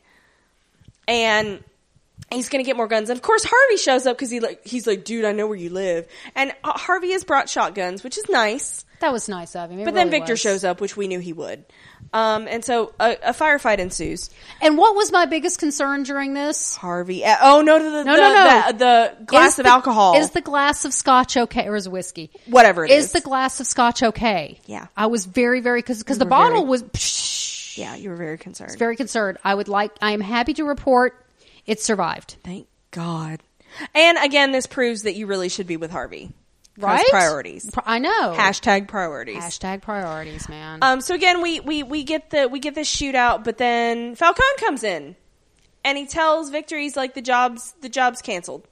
S1: and he's gonna get more guns. And of course, Harvey shows up because he like he's like, dude, I know where you live. And uh, Harvey has brought shotguns, which is nice.
S2: That was nice of him. It
S1: But then
S2: really
S1: Victor
S2: was.
S1: shows up, which we knew he would. Um, and so a, a firefight ensues.
S2: And what was my biggest concern during this?
S1: Harvey, uh, oh no, the, the,
S2: No,
S1: the,
S2: no, no.
S1: the, the glass
S2: Is
S1: of
S2: the-
S1: alcohol,
S2: Is the glass of scotch okay, or is whiskey?
S1: whatever it is.
S2: Is the glass of scotch okay?
S1: Yeah.
S2: I was very, very because because the
S1: were very-
S2: bottle was. Psh,
S1: yeah, you were very concerned.
S2: Very concerned. I would like. I am happy to report it survived.
S1: Thank God. And again, this proves that you really should be with Harvey. 'Cause
S2: Right?
S1: Priorities.
S2: Pri- I know.
S1: Hashtag priorities.
S2: Hashtag priorities, man.
S1: Um, so again, we, we, we get the we get this shootout, but then Falcone comes in, and he tells Victor he's like the jobs the job's canceled,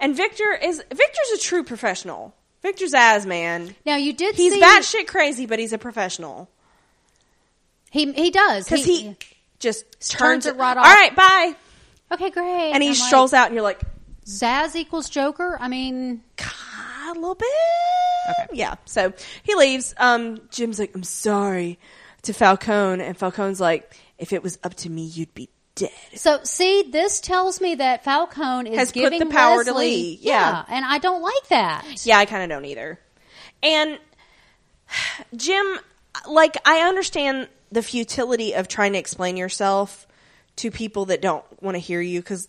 S1: and Victor is Victor's a true professional. Victor's as man.
S2: now you did.
S1: He's
S2: see,
S1: batshit crazy, but he's a professional
S2: He he does
S1: because he, just turns,
S2: turns it right
S1: All
S2: off.
S1: right, bye,
S2: Okay, great.
S1: and he
S2: I'm like,
S1: strolls out, and you're like,
S2: Zaz equals Joker. I mean,
S1: a little bit. Yeah. So he leaves. Um, Jim's like, I'm sorry to Falcone. And Falcone's like, if it was up to me, you'd be dead.
S2: so see, this tells me that Falcone is
S1: Has put
S2: giving
S1: the power to
S2: Leslie-
S1: Lee. Yeah.
S2: and I don't like that.
S1: Yeah, I kind of don't either. And Jim, like, I understand the futility of trying to explain yourself to people that don't want to hear you because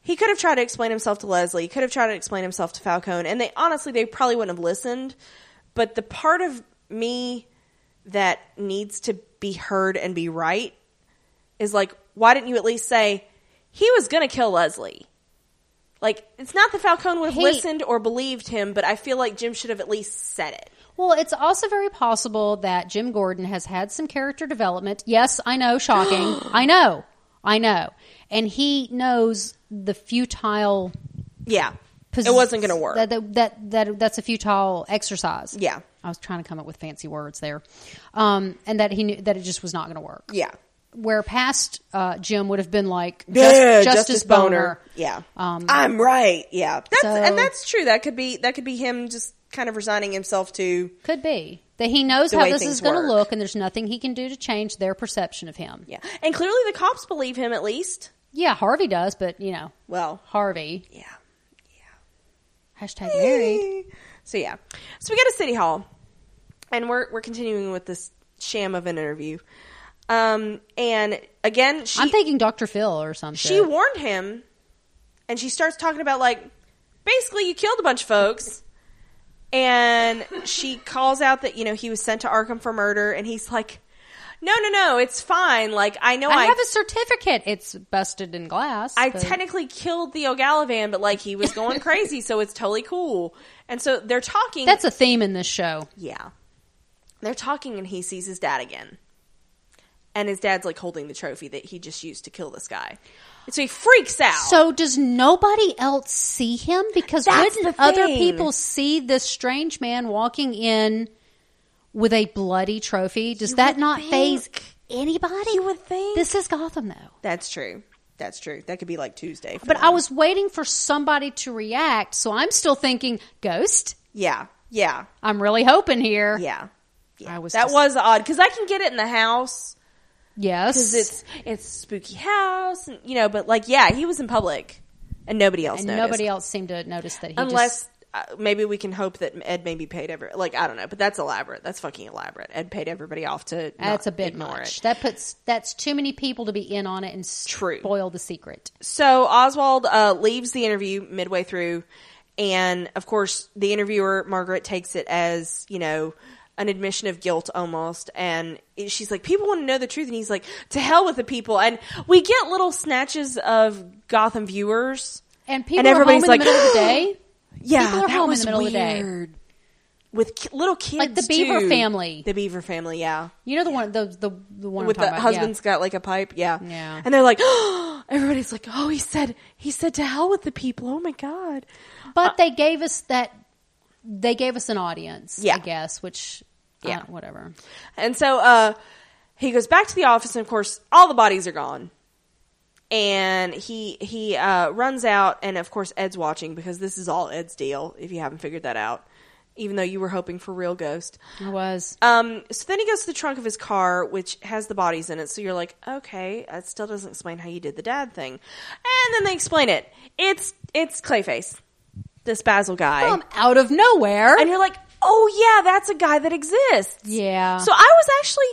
S1: he could have tried to explain himself to Leslie, he could have tried to explain himself to Falcone, and they honestly, they probably wouldn't have listened. But the part of me that needs to be heard and be right is like, why didn't you at least say he was going to kill Leslie? Like, it's not that Falcone would have
S2: He-
S1: listened or believed him, but I feel like Jim should have at least said it.
S2: Well, it's also very possible that Jim Gordon has had some character development. Yes, I know, shocking. I know, I know, and he knows the futile.
S1: Yeah.
S2: pos-
S1: it wasn't going to work.
S2: That, that that that that's a futile exercise.
S1: Yeah.
S2: I was trying to come up with fancy words there, um, and that he knew that it just was not going to work.
S1: yeah.
S2: where past uh, Jim would have been like just,
S1: Yeah,
S2: Justice, Boner.
S1: Yeah.
S2: Um,
S1: I'm right. Yeah. That's,
S2: so-
S1: and that's true. That could be, that could be him just kind of resigning himself to,
S2: could be that he knows
S1: The
S2: how
S1: way
S2: this
S1: things
S2: is going
S1: work.
S2: to look, and there's nothing he can do to change their perception of him.
S1: yeah. And clearly the cops believe him at least.
S2: Yeah, Harvey does, but you know,
S1: Well,
S2: Harvey
S1: yeah. Yeah.
S2: hashtag married.
S1: So yeah, so we go to City Hall, and we're we're continuing with this sham of an interview. Um, and again, she
S2: I'm thinking Dr. Phil or something.
S1: she warned him, and she starts talking about like basically you killed a bunch of folks, and she calls out that you know he was sent to Arkham for murder, and he's like, no, no, no, it's fine. Like I know
S2: I
S1: I.
S2: have a certificate. It's busted in glass.
S1: I
S2: but-
S1: technically killed the O'Gallivan, but like he was going crazy, so it's totally cool. And so they're talking.
S2: that's a theme in this show.
S1: Yeah. They're talking and he sees his dad again. And his dad's like holding the trophy that he just used to kill this guy. And so he freaks out.
S2: So does nobody else see him? Because
S1: That's
S2: wouldn't
S1: the
S2: other
S1: thing.
S2: people see this strange man walking in with a bloody trophy? Does that
S1: would
S2: not
S1: think.
S2: phase anybody?
S1: You would think.
S2: This is Gotham, though.
S1: That's true. That's true. That could be like Tuesday. for
S2: But
S1: them.
S2: I was waiting for somebody to react, so I'm still thinking ghost.
S1: yeah, yeah,
S2: I'm really hoping here.
S1: yeah.
S2: I was
S1: that
S2: just-
S1: was odd because I can get it in the house because
S2: Yes,
S1: it's it's spooky house, and, you know. But like, yeah, he was in public, and nobody else
S2: and
S1: noticed.
S2: nobody else seemed to notice that he
S1: unless
S2: just
S1: uh, maybe we can hope that Ed maybe paid every like I don't know, but that's elaborate. That's fucking elaborate. Ed paid everybody off to not
S2: that's a bit
S1: ignore
S2: much.
S1: it.
S2: That puts that's too many people to be in on it and
S1: True.
S2: spoil the secret.
S1: So Oswald uh, leaves the interview midway through, and of course the interviewer Margaret takes it as you know an admission of guilt almost, and it- she's like, "People want to know the truth," and he's like, "To hell with the people." And we get little snatches of Gotham viewers,
S2: And people are home in the middle of the day.
S1: Yeah,
S2: People are
S1: that
S2: home in
S1: was
S2: the middle of the day.
S1: weird. With ki- little kids,
S2: the Beaver
S1: too.
S2: family.
S1: The Beaver family, yeah.
S2: You know the one, the the, the one
S1: With the
S2: I'm talking about, yeah.
S1: husband's got like a pipe, yeah.
S2: Yeah.
S1: And they're like, everybody's like, oh, he said, he said to hell with the people. Oh my god. Uh,
S2: But they gave us that. They gave us an audience,
S1: Yeah.
S2: I guess. Which, yeah,
S1: Yeah.
S2: whatever.
S1: And so uh, he goes back to the office, and of course, all the bodies are gone. And he he uh, runs out, and of course, Ed's watching because this is all Ed's deal. If you haven't figured that out, even though you were hoping for real ghost.
S2: It was
S1: Um, so then he goes to the trunk of his car, which has the bodies in it. So you're like, okay, that still doesn't explain how you did the dad thing. And then they explain it. It's it's Clayface, this Basil guy,
S2: from out of nowhere.
S1: and you're like, oh yeah, that's a guy that exists.
S2: yeah,
S1: So I was actually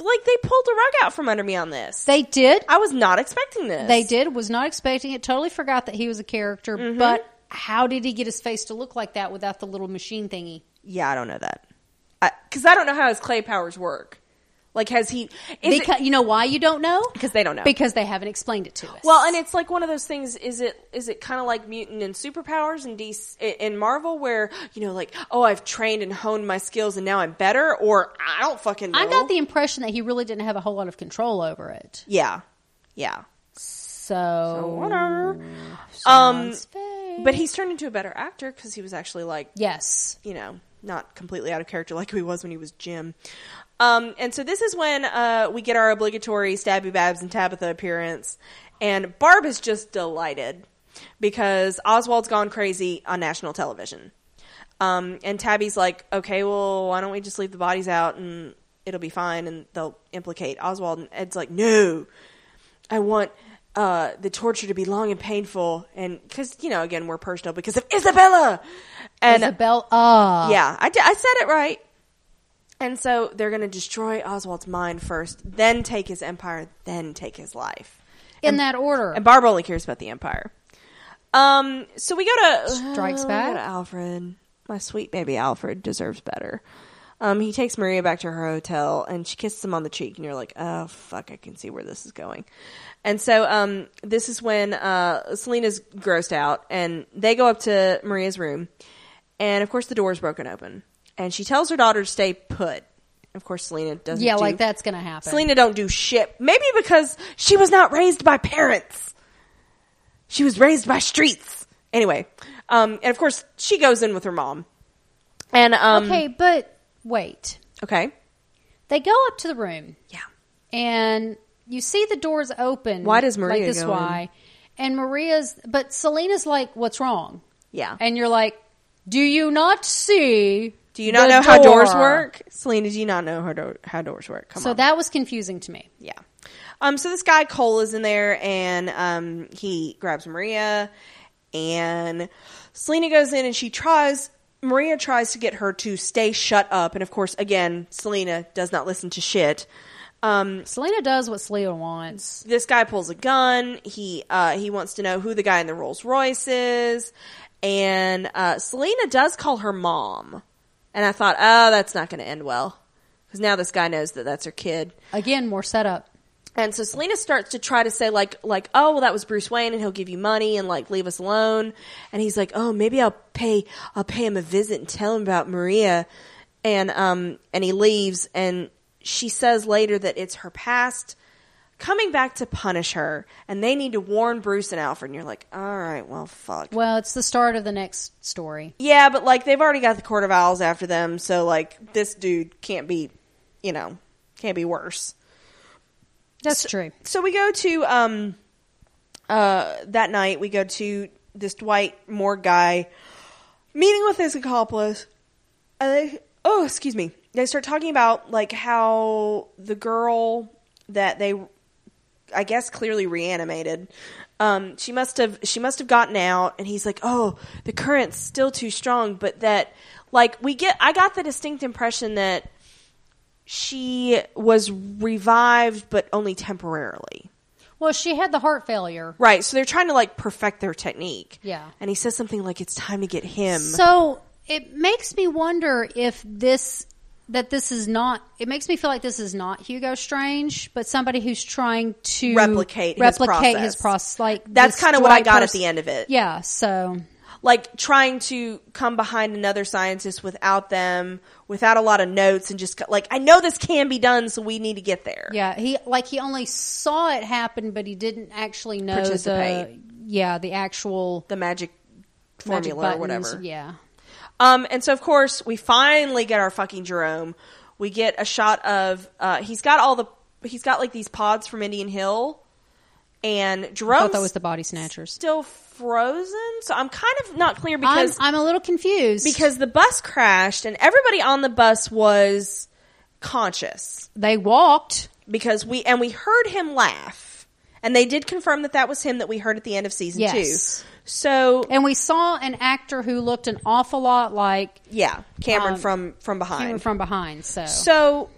S1: like, they pulled the rug out from under me on this.
S2: they did.
S1: I was not expecting this.
S2: They did. Was not expecting it. Totally forgot that he was a character.
S1: Mm-hmm.
S2: But how did he get his face to look like that without the little machine thingy?
S1: Yeah, I don't know that because I, don't know how his clay powers work. Like, has he? Is
S2: Because you know why you don't know?
S1: because they don't know.
S2: Because they haven't explained it to us.
S1: Well, and it's like one of those things. Is it is it kind of like mutant and superpowers and DC in Marvel, where you know, like, oh, I've trained and honed my skills, and now I'm better, or I don't fucking. know.
S2: I got the impression that he really didn't have a whole lot of control over it.
S1: yeah, yeah,
S2: So,
S1: whatever. Um,
S2: Sean's face.
S1: but he's turned into a better actor because he was actually like,
S2: yes,
S1: you know, not completely out of character like he was when he was Jim. Um, and so this is when uh, we get our obligatory Stabby Babs and Tabitha appearance, and Barb is just delighted because Oswald's gone crazy on national television. Um, and Tabby's like, okay, well, why don't we just leave the bodies out and it'll be fine, and they'll implicate Oswald. And Ed's like, no, I want uh, the torture to be long and painful, and because you know, again, we're personal because of Isabella. And
S2: Isabel. Ah,
S1: yeah, I, di- I said it right. Uh, And so they're going to destroy Oswald's mind first, then take his empire, then take his life.
S2: in that order.
S1: And Barbara only cares about the empire. Um, so we go to
S2: Strikes
S1: we
S2: back.
S1: go to Alfred, my sweet baby Alfred deserves better. Um, he takes Maria back to her hotel, and she kisses him on the cheek, and you're like, oh fuck, I can see where this is going. And so, um, this is when uh, Selena's grossed out, and they go up to Maria's room, and of course the door is broken open, and she tells her daughter to stay put. Of course, Selena doesn't.
S2: yeah,
S1: do-
S2: like that's gonna happen.
S1: Selena don't do shit. Maybe because she was not raised by parents. She was raised by streets. Anyway, um, and of course she goes in with her mom. And um, okay,
S2: okay, but wait. They go up to the room
S1: yeah,
S2: and you see the doors open.
S1: Why does Maria
S2: like this
S1: go
S2: why? And Maria's but Selena's like, What's wrong?
S1: yeah.
S2: And you're like, Do you not see
S1: do you not
S2: the
S1: know how doors
S2: door?"
S1: work, Selena? Do you not know how, do- how doors work? Come
S2: So
S1: on.
S2: that was confusing to me.
S1: Yeah. Um, so this guy Cole is in there, and um, he grabs Maria, and Selena goes in, and she tries. Maria tries to get her to stay shut up, and of course, again, Selena does not listen to shit. Um,
S2: Selena does what Selena wants.
S1: this guy pulls a gun. He uh, he wants to know who the guy in the Rolls Royce is, and uh, Selena does call her mom. And I thought, oh, that's not going to end well, because now this guy knows that that's her kid.
S2: Again, more setup.
S1: And so Selena starts to try to say like like oh well that was Bruce Wayne and he'll give you money and like leave us alone and he's like oh maybe I'll pay I'll pay him a visit and tell him about Maria and um and he leaves and she says later that it's her past coming back to punish her and they need to warn Bruce and Alfred and you're like all right well fuck
S2: Well, it's the start of the next story.
S1: yeah but like they've already got the Court of Owls after them so like this dude can't be you know can't be worse
S2: That's true.
S1: so we go to um uh, that night we go to this Dwight Moore guy meeting with his accomplice. And they, oh, excuse me. They start talking about like how the girl that they, I guess, clearly reanimated. Um, she must have she must have gotten out, and he's like, "Oh, the current's still too strong." But that, like, we get. I got the distinct impression that she was revived, but only temporarily.
S2: Well, she had the heart failure.
S1: Right. So they're trying to like perfect their technique.
S2: Yeah.
S1: And he says something like, "It's time to get him."
S2: So it makes me wonder if this that this is not. It makes me feel like this is not Hugo Strange, but somebody who's trying to
S1: Replicate his
S2: replicate his
S1: process.
S2: process. Like
S1: That's
S2: this
S1: kind of what I
S2: Dwight
S1: got at
S2: pers-
S1: the end of it.
S2: Yeah. So
S1: Like trying to come behind another scientist without them, without a lot of notes, and just like, I know this can be done, so we need to get there.
S2: yeah, he like he only saw it happen, but he didn't actually know
S1: Participate.
S2: the yeah the actual
S1: The magic
S2: magic
S1: formula or
S2: buttons.
S1: whatever.
S2: Yeah.
S1: Um, and so of course we finally get our fucking Jerome. We get a shot of uh, he's got all the he's got like these pods from Indian Hill, and
S2: I
S1: Jerome's
S2: thought that was the body snatchers.
S1: still frozen. So I'm kind of not clear
S2: I'm,
S1: because
S2: I'm a little confused
S1: because the bus crashed and everybody on the bus was conscious
S2: they walked.
S1: because we and we heard him laugh and they did confirm that that was him that we heard at the end of season
S2: Yes.
S1: two. So
S2: And we saw an actor who looked an awful lot like
S1: yeah, Cameron
S2: Um,
S1: from from behind.
S2: him from behind. So,
S1: so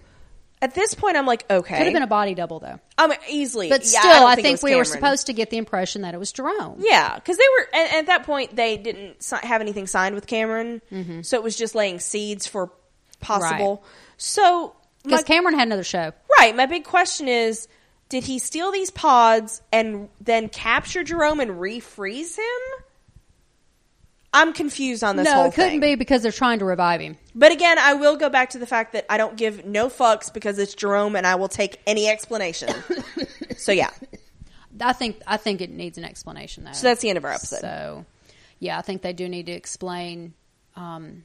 S1: at this point, I'm like, okay,
S2: could have been a body double though.
S1: I mean, easily.
S2: But
S1: Yeah,
S2: still,
S1: don't
S2: I,
S1: it
S2: think
S1: was
S2: we were
S1: Cameron.
S2: supposed to get the impression that it was Jerome.
S1: Yeah, because they were and, and at that point they didn't si- have anything signed with Cameron,
S2: Mm-hmm.
S1: so it was just laying seeds for possible. So, my,
S2: Because Cameron had another show.
S1: right, my big question is: Did he steal these pods and then capture Jerome and refreeze him? I'm confused on this
S2: no,
S1: whole
S2: it couldn't
S1: thing.
S2: be because they're trying to revive him.
S1: But again, I will go back to the fact that I don't give no fucks because it's Jerome, and I will take any explanation. so yeah,
S2: I think I think it needs an explanation though.
S1: so that's the end of our episode.
S2: So, yeah, I think they do need to explain um,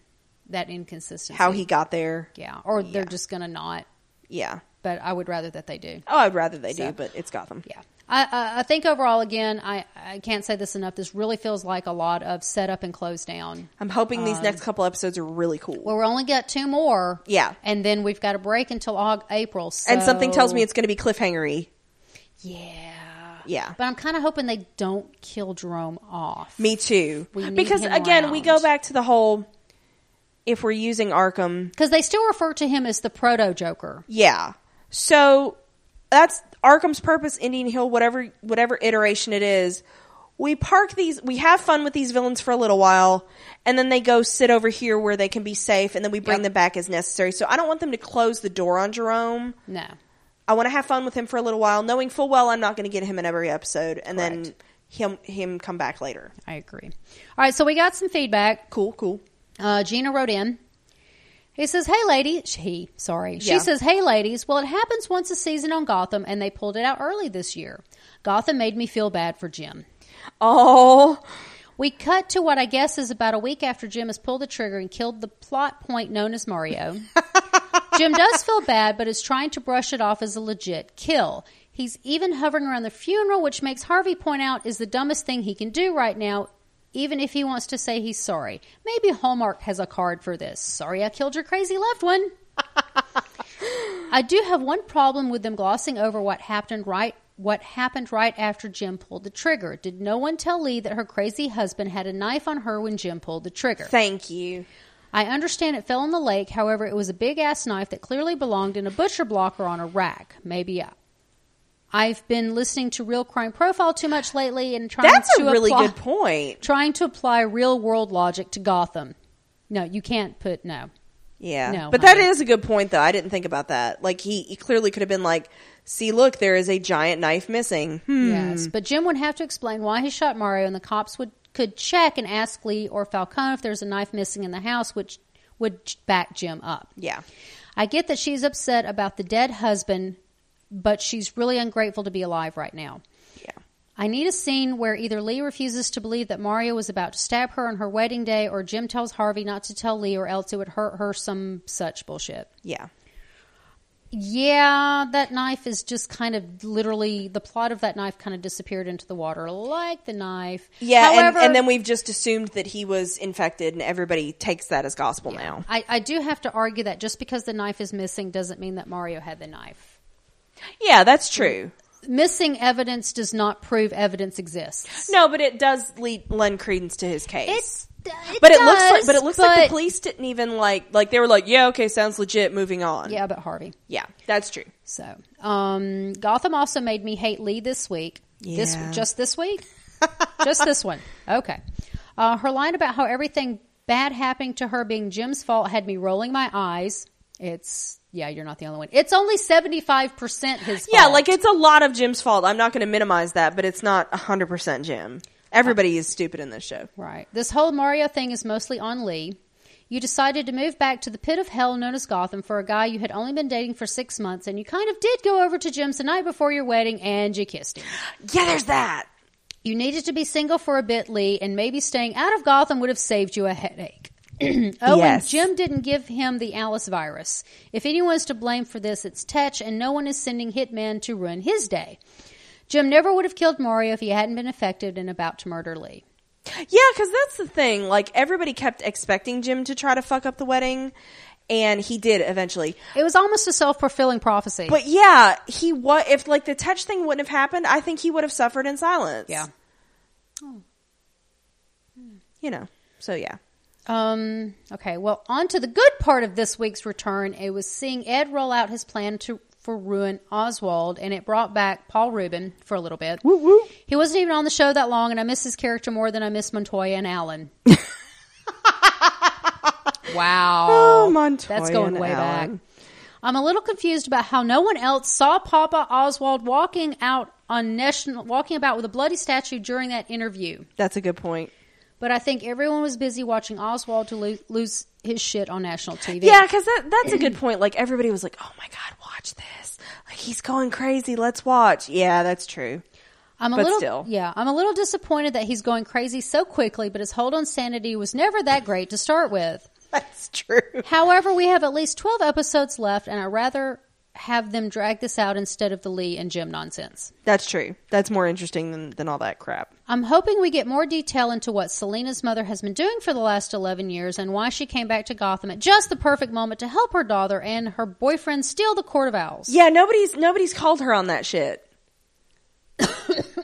S2: that inconsistency.
S1: How he got there?
S2: yeah, or they're just going to not.
S1: Yeah.
S2: But I would rather that they do.
S1: Oh, I'd rather they do,
S2: So-
S1: but it's Gotham.
S2: Yeah. I, I, I think overall, again, I, I can't say this enough. This really feels like a lot of setup and close down.
S1: I'm hoping these next couple episodes are really cool.
S2: Um, Well, we're only got two more.
S1: Yeah.
S2: And then we've got a break until Aug- April. So,
S1: and something tells me it's going to be cliffhangery.
S2: Yeah.
S1: Yeah.
S2: But I'm kind of hoping they don't kill Jerome off.
S1: Me too.
S2: We need
S1: Because
S2: him
S1: again, we go
S2: around.
S1: back to the whole if we're using Arkham,
S2: Because they still refer to him as the proto Joker.
S1: yeah. So that's Arkham's purpose, Indian Hill, whatever whatever iteration it is. We park these we have fun with these villains for a little while and then they go sit over here where they can be safe and then we bring
S2: Yep.
S1: them back as necessary. So I don't want them to close the door on Jerome.
S2: No.
S1: I want to have fun with him for a little while, knowing full well I'm not going to get him in every episode, and then
S2: Correct.
S1: him him come back later.
S2: I agree. All right. So we got some feedback.
S1: Cool, cool.
S2: Uh, Gina wrote in. He says, "Hey, lady." She, sorry. She
S1: Yeah.
S2: says, "Hey, ladies." Well, it happens once a season on Gotham, and they pulled it out early this year. Gotham made me feel bad for Jim.
S1: Oh,
S2: We cut to what I guess is about a week after Jim has pulled the trigger and killed the plot point known as Mario. Jim does feel bad, but is trying to brush it off as a legit kill. He's even hovering around the funeral, which makes Harvey point out is the dumbest thing he can do right now, even if he wants to say he's sorry. Maybe Hallmark has a card for this. Sorry I killed your crazy loved one. I do have one problem with them glossing over what happened right what happened right after Jim pulled the trigger. Did no one tell Lee that her crazy husband had a knife on her when Jim pulled the trigger?
S1: thank you.
S2: I understand it fell in the lake. However, it was a big ass knife that clearly belonged in a butcher block or on a rack. Maybe I, I've been listening to Real Crime Profile too much lately and trying
S1: That's
S2: to
S1: a really
S2: apply,
S1: good point.
S2: Trying to apply real world logic to Gotham. No, you can't put no.
S1: Yeah,
S2: No,
S1: but that
S2: honey.
S1: is a good point though. I didn't think about that. Like he, he clearly could have been like, "See, look, there is a giant knife missing." Hmm.
S2: Yes, but Jim would have to explain why he shot Mario, and the cops would could check and ask Lee or Falcone if there's a knife missing in the house, which would back Jim up.
S1: Yeah.
S2: I get that she's upset about the dead husband, but she's really ungrateful to be alive right now.
S1: Yeah.
S2: I need a scene where either Lee refuses to believe that Mario was about to stab her on her wedding day, or Jim tells Harvey not to tell Lee, or else it would hurt her. Some such bullshit.
S1: Yeah.
S2: Yeah, that knife is just kind of literally the plot of that knife kind of disappeared into the water like the knife.
S1: Yeah,
S2: However,
S1: and, and then we've just assumed that he was infected, and everybody takes that as gospel now.
S2: I, I do have to argue that just because the knife is missing doesn't mean that Mario had the knife.
S1: Yeah, that's true.
S2: Missing evidence does not prove evidence exists.
S1: No, but it does lead, lend credence to his case.
S2: It's, it
S1: but it looks like,
S2: does,
S1: but it looks like the
S2: but-
S1: police didn't even like like they were like, yeah, okay, sounds legit. Moving on.
S2: Yeah, but Harvey.
S1: yeah, that's true.
S2: So, um, Gotham also made me hate Lee this week. This
S1: Yeah.
S2: just this week, just this one. Okay. Uh, her line about how everything bad happening to her being Jim's fault had me rolling my eyes. It's yeah, you're not the only one. It's only seventy five percent his.
S1: Yeah,
S2: fault.
S1: like it's a lot of Jim's fault. I'm not going to minimize that, but it's not 100 percent Jim. Everybody is stupid in this show.
S2: Right. This whole Mario thing is mostly on Lee. You decided to move back to the pit of hell known as Gotham for a guy you had only been dating for six months, and you kind of did go over to Jim's the night before your wedding and you kissed him.
S1: Yeah, there's that.
S2: You needed to be single for a bit, Lee, and maybe staying out of Gotham would have saved you a headache. oh, and
S1: Yes.
S2: Jim didn't give him the Alice virus. If anyone's to blame for this, it's Tetch, and no one is sending Hitman to ruin his day. Jim never would have killed Mario if he hadn't been affected and about to murder Lee.
S1: Yeah, because that's the thing. Like everybody kept expecting Jim to try to fuck up the wedding, and he did eventually.
S2: It was almost a self fulfilling prophecy.
S1: But yeah, he what if like the touch thing wouldn't have happened? I think he would have suffered in silence.
S2: yeah.
S1: you know. So yeah,
S2: Um, okay, well, on to the good part of this week's return. It was seeing Ed roll out his plan to for ruin Oswald, and it brought back Paul Rubin for a little bit. Woo woo. He wasn't even on the show that long, and I miss his character more than I miss Montoya and Allen. wow.
S1: Oh, Montoya
S2: That's going
S1: and
S2: way
S1: Allen.
S2: back. I'm a little confused about how no one else saw Papa Oswald walking out on national walking about with a bloody statue during that interview.
S1: that's a good point.
S2: But I think everyone was busy watching Oswald to lo- lose his shit on national TV.
S1: Yeah, because that that's a good point. Like everybody was like, "Oh my god, watch this! Like he's going crazy. Let's watch." Yeah, that's true.
S2: I'm a
S1: but
S2: little,
S1: still.
S2: yeah, I'm a little disappointed that he's going crazy so quickly. But his hold on sanity was never that great to start with.
S1: That's true.
S2: However, we have at least twelve episodes left, and I would rather have them drag this out instead of the Lee and Jim nonsense.
S1: That's true. That's more interesting than than all that crap.
S2: I'm hoping we get more detail into what Selena's mother has been doing for the last 11 years and why she came back to Gotham at just the perfect moment to help her daughter and her boyfriend steal the Court of Owls.
S1: Yeah, nobody's nobody's called her on that shit.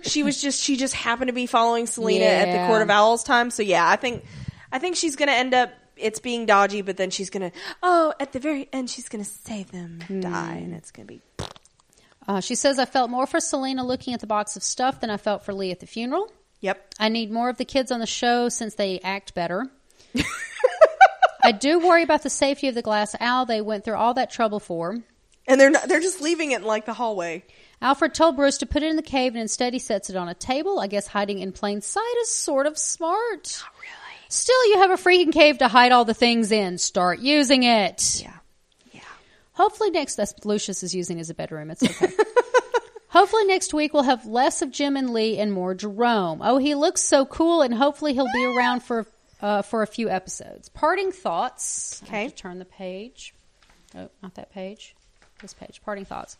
S1: she was just she just happened to be following Selena at the
S2: Yeah.
S1: Court of Owls time. So yeah, I think I think she's gonna end up it's being dodgy, but then she's gonna oh at the very end she's gonna save them and die, and it's gonna be
S2: Uh, she says, I felt more for Selena looking at the box of stuff than I felt for Lee at the funeral.
S1: yep.
S2: I need more of the kids on the show since they act better. I do worry about the safety of the glass owl they went through all that trouble for.
S1: And they're not they're just leaving it in, like the hallway.
S2: Alfred told Bruce to put it in the cave, and instead he sets it on a table. I guess hiding in plain sight is sort of smart.
S1: Really?
S2: Still, you have a freaking cave to hide all the things in. Start using it.
S1: Yeah, yeah.
S2: Hopefully next that's Lucius is using as a bedroom. It's okay. hopefully next week we'll have less of Jim and Lee and more Jerome. Oh, he looks so cool, and hopefully he'll be around for uh, for a few episodes. Parting thoughts. I have
S1: Okay.
S2: to turn the page. Oh, not that page. This page. Parting thoughts.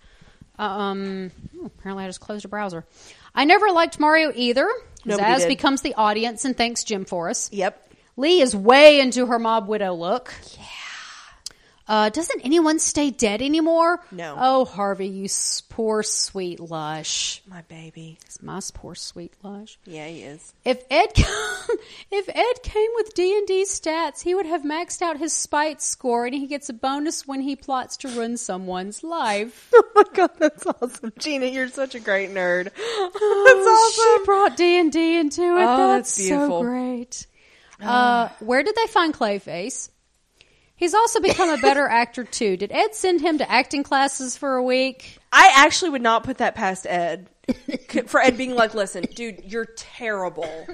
S2: Um. hmm, Apparently, I just closed a browser. I never liked Mario either. His
S1: Nobody
S2: ass
S1: did.
S2: becomes the audience, and thanks Jim for us.
S1: Yep.
S2: Lee is way into her mob widow look. Yeah. Uh, doesn't anyone stay dead anymore?
S1: No.
S2: Oh, Harvey, you s- poor sweet lush.
S1: My baby.
S2: It's my s- poor sweet lush.
S1: Yeah, he is.
S2: If Ed, if Ed came with D and D stats, he would have maxed out his spite score, and he gets a bonus when he plots to ruin someone's life.
S1: Oh my god, that's awesome, Gina. You're such a great nerd. That's
S2: Oh, She brought D and D into it.
S1: Oh,
S2: that's,
S1: that's beautiful.
S2: so great. Uh, where did they find Clayface? He's also become a better actor too. Did Ed send him to acting classes for a week?
S1: I actually would not put that past Ed C- for Ed being like, "Listen, dude, you're terrible.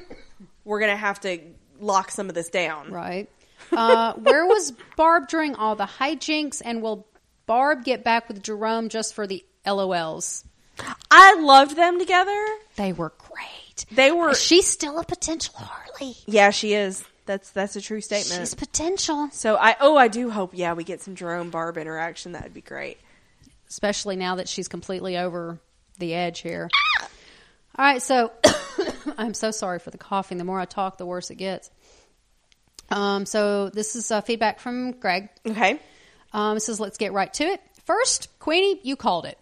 S1: We're gonna have to lock some of this down."
S2: Right. Uh, where was Barb during all the hijinks? And will Barb get back with Jerome just for the LOLs?
S1: I loved them together.
S2: They were great.
S1: They were.
S2: She's still a potential Harley.
S1: yeah, she is. That's that's a true statement.
S2: She's potential.
S1: so I oh I do hope yeah we get some Jerome Barb interaction. That'd be great.
S2: especially now that she's completely over the edge here. All right, so I'm so sorry for the coughing. The more I talk, the worse it gets. Um, so this is uh, feedback from Greg.
S1: Okay.
S2: Um, it says, let's get right to it. First, Queenie, you called it.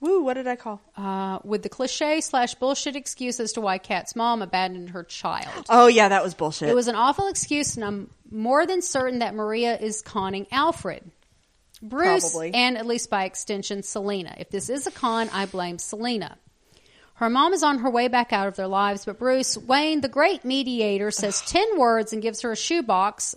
S1: Woo, what did I call?
S2: Uh, with the cliche slash bullshit excuse as to why Kat's mom abandoned her child.
S1: Oh, yeah, that was bullshit.
S2: It was an awful excuse, and I'm more than certain that Maria is conning Alfred, Bruce,
S1: Probably.
S2: and at least by extension, Selena. If this is a con, I blame Selena. Her mom is on her way back out of their lives, but Bruce Wayne, the great mediator, says 10 words and gives her a shoebox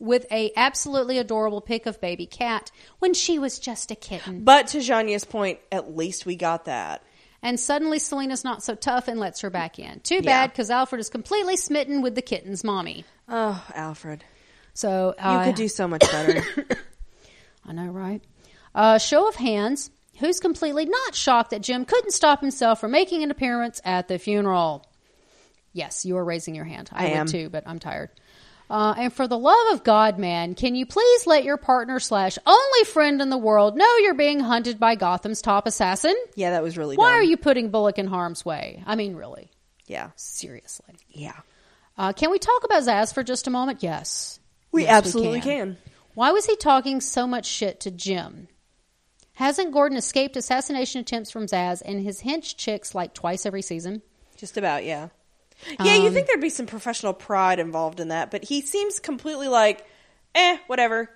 S2: with a absolutely adorable pic of baby cat when she was just a kitten.
S1: but to Janya's point, at least we got that.
S2: And suddenly Selena's not so tough and lets her back in. Too
S1: Yeah.
S2: bad cuz Alfred is completely smitten with the kitten's mommy.
S1: Oh, Alfred.
S2: So
S1: You
S2: uh,
S1: could do so much better.
S2: I know, right? Uh, show of hands. Who's completely not shocked that Jim couldn't stop himself from making an appearance at the funeral? Yes, you are raising your hand. I,
S1: I
S2: would
S1: am.
S2: too, but I'm tired. Uh, and for the love of God, man, can you please let your partner slash only friend in the world know you're being hunted by Gotham's top assassin?
S1: yeah, that was really
S2: Why
S1: dumb.
S2: are you putting Bullock in harm's way? I mean, really,
S1: Yeah.
S2: seriously.
S1: Yeah.
S2: Uh, can we talk about Zaz for just a moment? Yes.
S1: We
S2: Yes,
S1: absolutely can.
S2: Why was he talking so much shit to Jim? Hasn't Gordon escaped assassination attempts from Zaz and his hench chicks like twice every season?
S1: Just about, yeah. Um, Yeah, you think there'd be some professional pride involved in that, but he seems completely like, eh, whatever.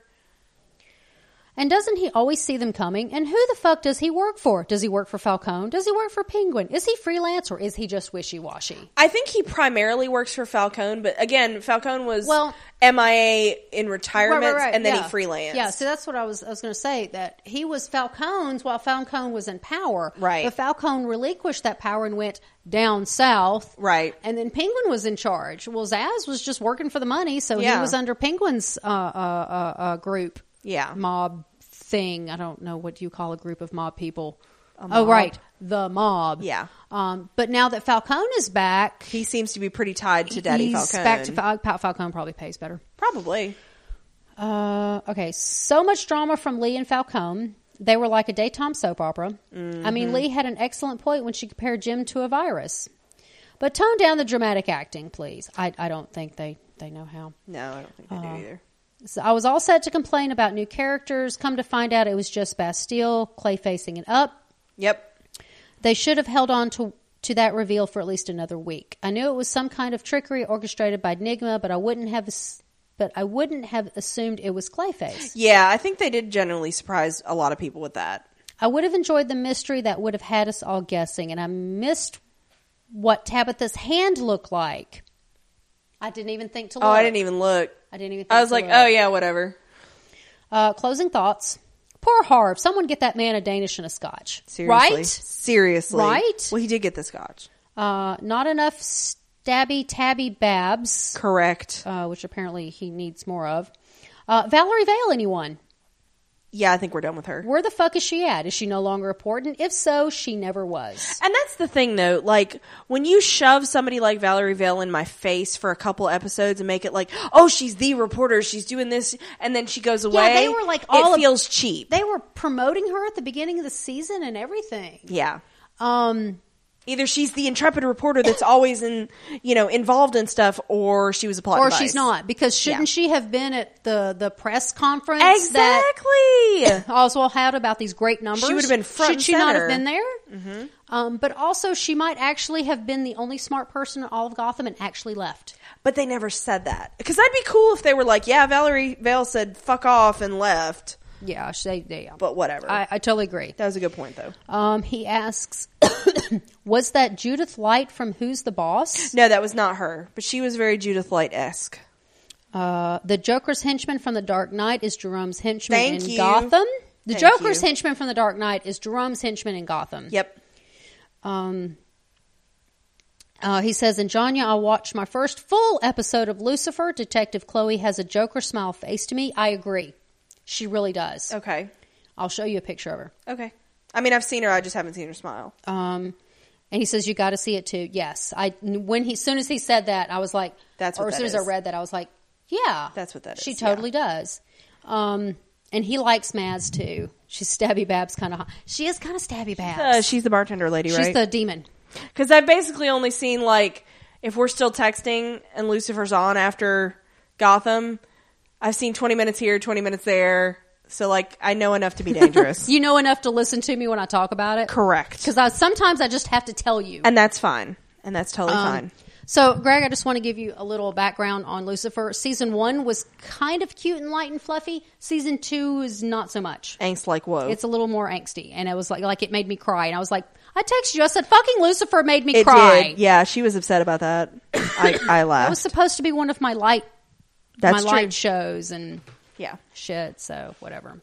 S2: And doesn't he always see them coming? And who the fuck does he work for? Does he work for Falcone? Does he work for Penguin? Is he freelance or is he just wishy washy?
S1: I think he primarily works for Falcone, but again, Falcone was
S2: Well-
S1: MIA in retirement and then
S2: yeah.
S1: he freelanced.
S2: Yeah, so that's what I was I was going to say that he was Falcone's while Falcone was in power.
S1: Right.
S2: But Falcone relinquished that power and went down south.
S1: Right.
S2: And then Penguin was in charge. Well, Zaz was just working for the money, so he
S1: Yeah.
S2: was under Penguin's uh, uh, uh, uh, group.
S1: Yeah.
S2: Mob thing. I don't know what you call a group of mob people. Oh, right, the mob.
S1: Yeah.
S2: Um, but now that Falcone is back,
S1: He seems to be pretty tied to Daddy
S2: he's
S1: Falcone.
S2: back to Fal- Fal- Falcone. Probably pays better.
S1: Probably.
S2: Uh, okay, so much drama from Lee and Falcone. They were like a daytime soap opera. I mean, Lee had an excellent point when she compared Jim to a virus. But tone down the dramatic acting, please. I, I don't think they, they know how.
S1: No, I don't think they do either.
S2: So I was all set to complain about new characters. Come to find out, it was just Bastille, Clay facing it up.
S1: Yep.
S2: They should have held on to to that reveal for at least another week. I knew it was some kind of trickery orchestrated by Enigma, but I wouldn't have, ass- but I wouldn't have assumed it was Clayface.
S1: Yeah, I think they did generally surprise a lot of people with that.
S2: I would have enjoyed the mystery that would have had us all guessing, and I missed what Tabitha's hand looked like. I didn't even think to look.
S1: Oh, I didn't even look.
S2: I didn't even. Think
S1: I was
S2: to
S1: like,
S2: look.
S1: oh, yeah, whatever.
S2: Uh, closing thoughts. Poor Harv. Someone get that man a Danish and a Scotch.
S1: Seriously.
S2: Right.
S1: Seriously.
S2: Right?
S1: Well, he did get the scotch.
S2: Uh, not enough stabby tabby babs,
S1: Correct.
S2: uh, which apparently he needs more of. Uh, Valerie Vale, anyone?
S1: Yeah, I think we're done with her.
S2: Where the fuck is she at? Is she no longer important? If so, she never was.
S1: And that's the thing, though. Like, when you shove somebody like Valerie Vale in my face for a couple episodes and make it like, oh, she's the reporter, she's doing this, and then she goes away.
S2: they were, like, all
S1: It
S2: of-
S1: feels cheap.
S2: They were promoting her at the beginning of the season and everything.
S1: yeah.
S2: Um,
S1: Either she's the intrepid reporter that's always in, you know, involved in stuff, or she was a plot
S2: or
S1: device.
S2: she's not because shouldn't
S1: Yeah.
S2: she have been at the the press conference that
S1: Exactly.
S2: Oswald had about these great numbers?
S1: would have been front
S2: Should
S1: and
S2: she not have
S1: center.
S2: been there? Um, but also, she might actually have been the only smart person in all of Gotham and actually left.
S1: but they never said that. Because that'd be cool if they were like, yeah, Valerie Vale said fuck off and left,
S2: Yeah, she, they, yeah.
S1: but whatever.
S2: I, I totally agree.
S1: that was a good point, though.
S2: Um, he asks, "Was that Judith Light from Who's the Boss?
S1: No, that was not her, but she was very Judith Light esque.
S2: Uh, the Joker's henchman from The Dark Knight is Jerome's henchman
S1: Thank
S2: in
S1: you.
S2: Gotham. The
S1: Thank
S2: Joker's
S1: you.
S2: henchman from The Dark Knight is Jerome's henchman in Gotham.
S1: Yep.
S2: Um, uh, he says, in Janya, I watched my first full episode of Lucifer. Detective Chloe has a Joker smile face to me. I agree. She really does.
S1: Okay.
S2: I'll show you a picture of her.
S1: Okay. I mean, I've seen her. I just haven't seen her smile.
S2: Um, and he says, you got to see it too. Yes. I, when he, soon as he said that, I was like,
S1: That's
S2: or
S1: what
S2: as
S1: that
S2: soon as I
S1: is.
S2: read that, I was like, yeah,
S1: That's what that
S2: She
S1: is,
S2: totally does. Um, and he likes Maz too. She's Stabby Babs kind of. She is kind of Stabby Babs.
S1: Uh, she's the bartender lady,
S2: She's
S1: right?
S2: the demon.
S1: Because I've basically only seen like if we're still texting and Lucifer's on after Gotham, I've seen twenty minutes here, twenty minutes there. So like I know enough to be dangerous.
S2: You know enough to listen to me when I talk about it.
S1: Correct.
S2: Because I sometimes I just have to tell you.
S1: And that's fine. And that's totally
S2: Um,
S1: fine.
S2: So, Greg, I just want to give you a little background on Lucifer. Season one was kind of cute and light and fluffy. Season two is not so much.
S1: Angst like whoa.
S2: It's a little more angsty, and it was like like it made me cry. And I was like, I texted you. I said, "Fucking Lucifer made me
S1: It
S2: cry."
S1: did. Yeah, she was upset about that. I, I
S2: That
S1: laughed.
S2: was supposed to be one of my light
S1: That's
S2: my
S1: true.
S2: light shows and
S1: yeah.
S2: shit. So whatever.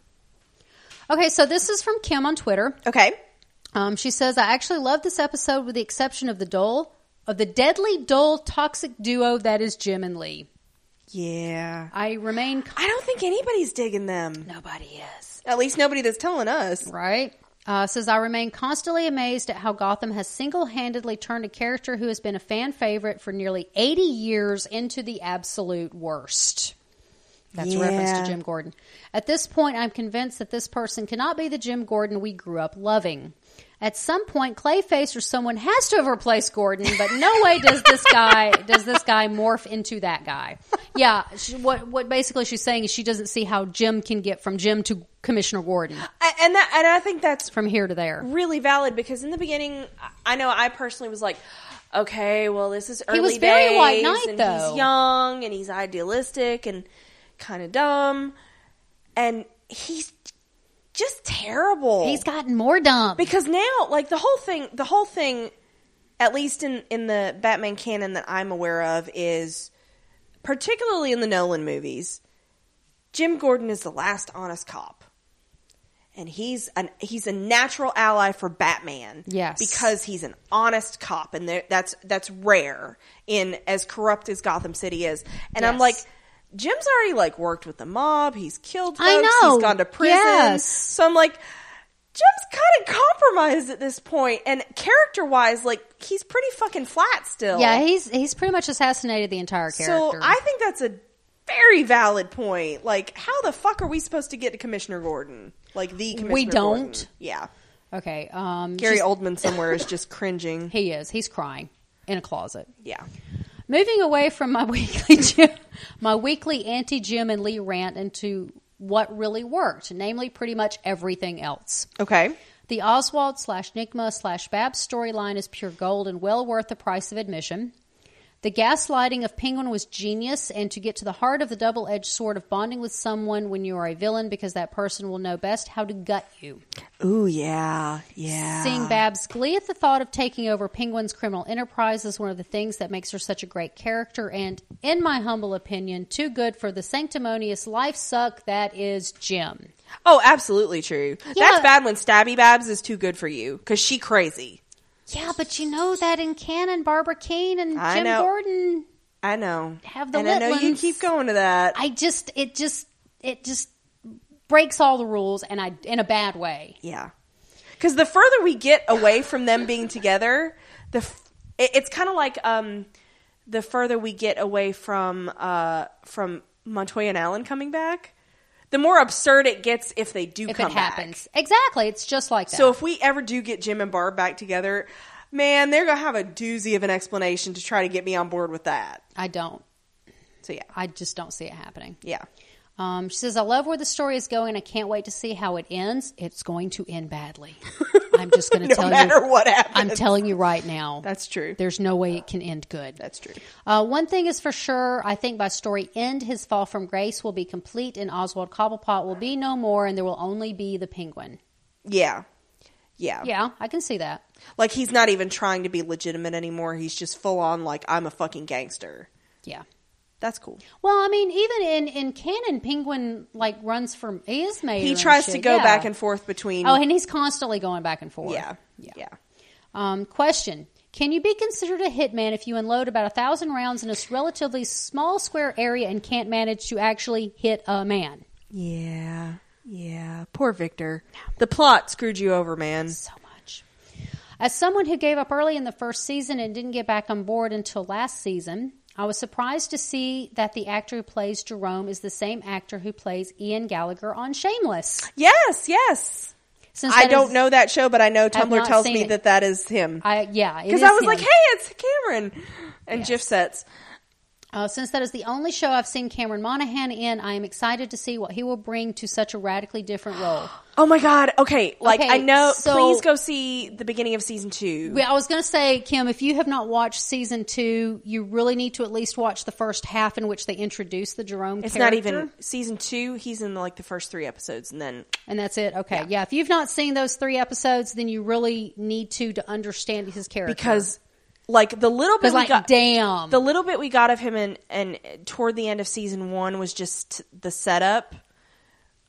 S2: Okay, so this is from Kim on Twitter.
S1: Okay.
S2: Um, she says, "I actually love this episode, with the exception of the dull of the deadly dull toxic duo that is Jim and Lee.
S1: Yeah.
S2: I remain
S1: I don't think anybody's digging them.
S2: Nobody is.
S1: At least nobody that's telling us.
S2: Right? Uh, says, I remain constantly amazed at how Gotham has single handedly turned a character who has been a fan favorite for nearly 80 years into the absolute worst. That's a reference
S1: Yeah.
S2: to Jim Gordon. At this point, I'm convinced that this person cannot be the Jim Gordon we grew up loving. At some point, Clayface or someone has to have replaced Gordon, but no way does this guy does this guy morph into that guy. Yeah, she, what what basically she's saying is she doesn't see how Jim can get from Jim to Commissioner Gordon
S1: I, and that, and I think that's
S2: from here to there.
S1: really valid because in the beginning, I- I know I personally was like, okay, well, this is early
S2: was very
S1: days,
S2: White Knight,
S1: and
S2: though.
S1: he's young and he's idealistic and kind of dumb, and he's just terrible.
S2: He's gotten more dumb.
S1: because now like the whole thing the whole thing at least in in the batman canon that i'm aware of is particularly in the nolan movies jim gordon is the last honest cop and he's an he's a natural ally for batman
S2: Yes.
S1: because he's an honest cop and there, that's that's rare in as corrupt as gotham city is and i'm
S2: Yes.
S1: like Jim's already like worked with the mob. He's killed folks.
S2: I know.
S1: He's gone to prison.
S2: Yes.
S1: So I'm like, Jim's kind of compromised at this point, and character wise, like he's pretty fucking flat still.
S2: yeah, he's he's pretty much assassinated the entire
S1: so
S2: character.
S1: I think that's a very valid point. Like, how the fuck are we supposed to get to Commissioner Gordon? Like the Commissioner
S2: don't.
S1: Gordon. Yeah,
S2: okay, um,
S1: Gary
S2: she's-
S1: Oldman somewhere is just cringing.
S2: he is. He's crying in a closet.
S1: Yeah,
S2: Moving away from my weekly Jim, my weekly anti Jim and Lee rant into what really worked, namely pretty much everything else.
S1: okay.
S2: The Oswald slash Nigma slash Babs storyline is pure gold and well worth the price of admission. The gaslighting of Penguin was genius, and to get to the heart of the double edged sword of bonding with someone when you are a villain because that person will know best how to gut you.
S1: Ooh yeah, yeah.
S2: Seeing Babs' glee at the thought of taking over Penguin's criminal enterprise is one of the things that makes her such a great character, and, in my humble opinion, too good for the sanctimonious life suck that is Jim.
S1: Oh, absolutely true.
S2: Yeah.
S1: That's bad when Stabby Babs is too good for you because she crazy.
S2: Yeah, but you know that in canon, Barbara Keene and
S1: I
S2: Jim
S1: know.
S2: Gordon.
S1: I know.
S2: Have the
S1: and I know you
S2: Whitlans.
S1: keep going to that.
S2: I just, it just, it just breaks all the rules, and I in a bad way.
S1: Yeah. Because the further we get away from them being together, the f- it, it's kind of like um, the further we get away from uh, from Montoya and Allen coming back, the more absurd it gets if they do
S2: If
S1: come
S2: it
S1: back.
S2: happens, exactly, it's just like that.
S1: So if we ever do get Jim and Barb back together, man, they're gonna have a doozy of an explanation to try to get me on board with that.
S2: I don't,
S1: So yeah,
S2: I just don't see it happening.
S1: yeah,
S2: Um, she says, I love where the story is going. I can't wait to see how it ends. It's going to end badly. I'm just going to
S1: No
S2: tell
S1: matter
S2: you.
S1: what happens.
S2: I'm telling you right now.
S1: That's true.
S2: There's no way it can end good.
S1: that's true.
S2: Uh, one thing is for sure. I think by story end, his fall from grace will be complete and Oswald Cobblepot will be no more and there will only be the penguin.
S1: Yeah, yeah,
S2: Yeah, I can see that.
S1: Like he's not even trying to be legitimate anymore. He's just full on like I'm a fucking gangster.
S2: Yeah.
S1: That's cool.
S2: Well, I mean, even in, in canon, Penguin like runs from he is mayor.
S1: He
S2: and
S1: tries to
S2: shit,
S1: go
S2: yeah.
S1: back and forth between
S2: Oh, and he's constantly going back and forth.
S1: yeah,
S2: yeah.
S1: yeah.
S2: Um, question: Can you be considered a hitman if you unload about a thousand rounds in a relatively small square area and can't manage to actually hit a man?
S1: Yeah. Yeah. Poor Victor. The plot screwed you over, man.
S2: So much. As someone who gave up early in the first season and didn't get back on board until last season, I was surprised to see that the actor who plays Jerome is the same actor who plays Ian Gallagher on Shameless.
S1: Yes, yes.
S2: Since
S1: I
S2: that
S1: don't
S2: is-
S1: know that show, but I know Tumblr
S2: not
S1: tells
S2: seen
S1: me
S2: it.
S1: that that is him.
S2: I, yeah,
S1: Because I was like, hey, it's Cameron. And GIF sets.
S2: Uh, since that is the only show I've seen Cameron Monaghan in, I am excited to see what he will bring to such a radically different role.
S1: Oh my God. Okay. Like,
S2: Okay,
S1: I know.
S2: so-
S1: please go see the beginning of season two.
S2: Well, I was going to say, Kim, if you have not watched season two, you really need to at least watch the first half in which they introduce the Jerome.
S1: it's not
S2: character.
S1: even season two. He's in like the first three episodes and then.
S2: and that's it. Okay, yeah. If you've not seen those three episodes, then you really need to to understand his character
S1: Because, like, the little bit
S2: Because,
S1: we
S2: like,
S1: got.
S2: damn,
S1: the little bit we got of him and and toward the end of season one was just the setup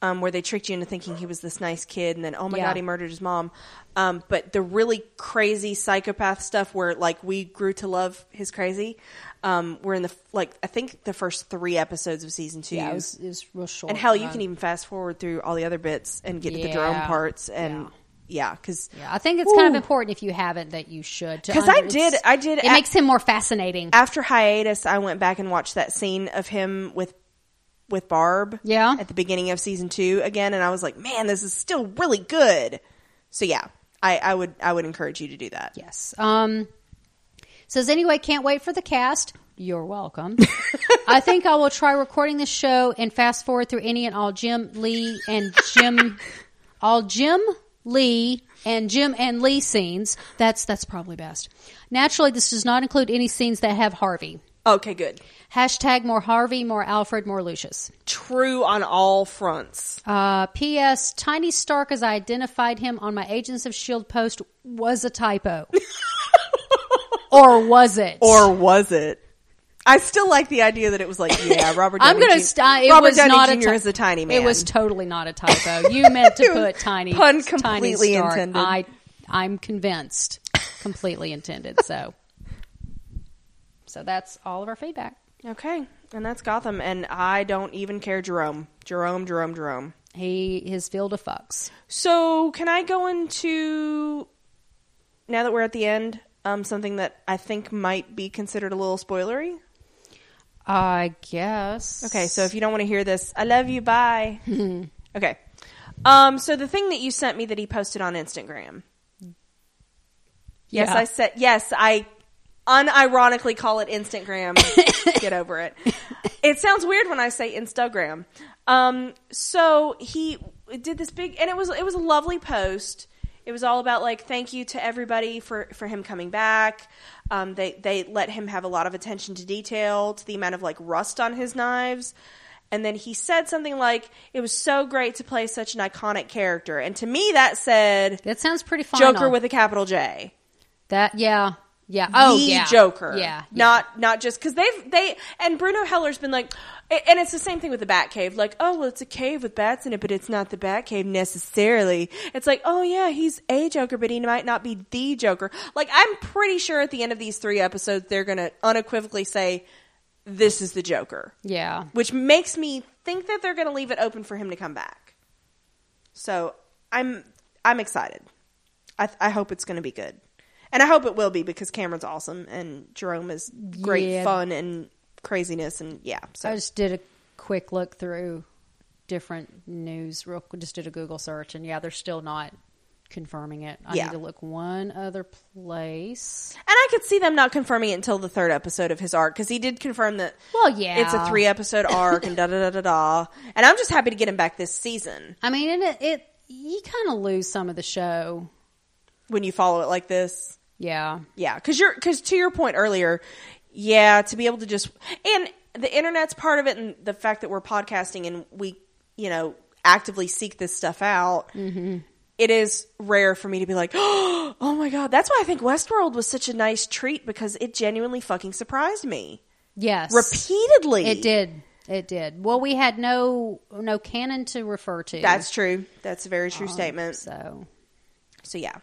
S1: um, where they tricked you into thinking he was this nice kid and then oh my
S2: Yeah.
S1: god he murdered his mom um, but the really crazy psychopath stuff where like we grew to love his crazy um, we're in the like i think the first three episodes of season two
S2: yeah, it was, it was real short.
S1: and hell you
S2: Uh,
S1: can even fast forward through all the other bits and get to the
S2: Yeah.
S1: drone parts and yeah because
S2: Yeah, I think it's kind of
S1: Ooh.
S2: important if you haven't that you should. to
S1: 'Cause I
S2: under-
S1: did-
S2: it's-
S1: I did
S2: It
S1: at-
S2: makes him more fascinating.
S1: after hiatus, I went back and watched that scene of him with with Barb.
S2: Yeah.
S1: At the beginning of season two again, and I was like, man, this is still really good. So yeah, I, I would I would encourage you to do that.
S2: Yes. Um, says anyway, can't wait for the cast. You're welcome. I think I will try recording this show and fast forward through any and all Jim Lee and Jim, all Jim Lee and Jim and Lee scenes. That's that's probably best. Naturally, this does not include any scenes that have Harvey.
S1: Okay, good.
S2: Hashtag more Harvey, more Alfred, more Lucius.
S1: True on all fronts.
S2: Uh, P.S. Tiny Stark, as I identified him on my Agents of S.H.I.E.L.D. E post, was a typo. or was it?
S1: Or was it? I still like the idea that it was like, yeah, Robert. Downey
S2: I'm going to
S1: Jr.
S2: stop. It
S1: Robert
S2: was
S1: Downey
S2: not
S1: Jr.
S2: a ty-
S1: is a tiny man.
S2: It was totally not a typo. You meant to
S1: It was
S2: put tiny
S1: pun
S2: tiny
S1: completely
S2: Stark.
S1: intended.
S2: I I'm convinced, completely intended. So, so that's all of our feedback.
S1: okay, and that's Gotham. And I don't even care, Jerome, Jerome, Jerome, Jerome.
S2: He his field of fucks.
S1: So, can I go into now that we're at the end? Um, something that I think might be considered a little spoilery.
S2: I guess.
S1: Okay, so if you don't want to hear this, I love you. Bye. okay. Um, so the thing that you sent me that he posted on Instagram. Yes,
S2: Yeah.
S1: I said yes. I unironically call it Instagram. Get over it. It sounds weird when I say Instagram. Um, so he did this big, and it was it was a lovely post. It was all about like thank you to everybody for for him coming back. Um, they they let him have a lot of attention to detail to the amount of like rust on his knives. And then he said something like, "It was so great to play such an iconic character." And to me, that said,
S2: that sounds pretty final.
S1: Joker with a capital J
S2: that. Yeah. Yeah. Oh,
S1: the
S2: yeah.
S1: Joker.
S2: Yeah.
S1: Not not just because they've they and Bruno Heller's been like, and it's the same thing with the Batcave. Like, oh well, it's a cave with bats in it, but it's not the Batcave necessarily. It's like, oh yeah, he's a Joker, but he might not be the Joker. Like, I'm pretty sure at the end of these three episodes, they're gonna unequivocally say, this is the Joker,
S2: Yeah.
S1: which makes me think that they're gonna leave it open for him to come back. So I'm I'm excited. I, I hope it's going to be good, and I hope it will be because Cameron's awesome and Jerome is great
S2: Yeah.
S1: fun and craziness and yeah. So
S2: I just did a quick look through different news. Real, just did a Google search, and yeah, they're still not confirming it. I
S1: Yeah.
S2: need to look one other place.
S1: and I could see them not confirming it until the third episode of his arc because he did confirm that.
S2: Well, yeah,
S1: It's a three episode arc and da da da da da. And I'm just happy to get him back this season
S2: I mean, and it, it you kind of lose some of the show.
S1: when you follow it like this.
S2: Yeah,
S1: Yeah, because you're because to your point earlier, yeah, to be able to just and the internet's part of it, and the fact that we're podcasting and we you know actively seek this stuff out.
S2: Mm-hmm.
S1: it is rare for me to be like, oh my god, that's why I think Westworld was such a nice treat because it genuinely fucking surprised me
S2: yes,
S1: repeatedly.
S2: It did. It did. Well, we had no no canon to refer to.
S1: That's true. That's a very true statement.
S2: so.
S1: So yeah,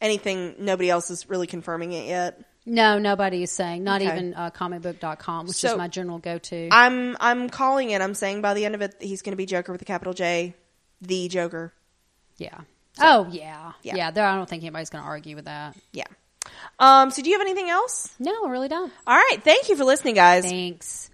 S1: anything nobody else is really confirming it yet.
S2: No, nobody is saying. Not
S1: Okay.
S2: even uh, comicbook.com, which is
S1: So-
S2: my general go-to.
S1: I'm I'm calling it. I'm saying by the end of it, he's going to be Joker with a capital J, the Joker.
S2: yeah. Oh, yeah.
S1: Yeah.
S2: Yeah, there, I don't think anybody's going to argue with that.
S1: Yeah. Um, so do you have anything else?
S2: No, I really don't.
S1: All right. Thank you for listening, guys.
S2: Thanks.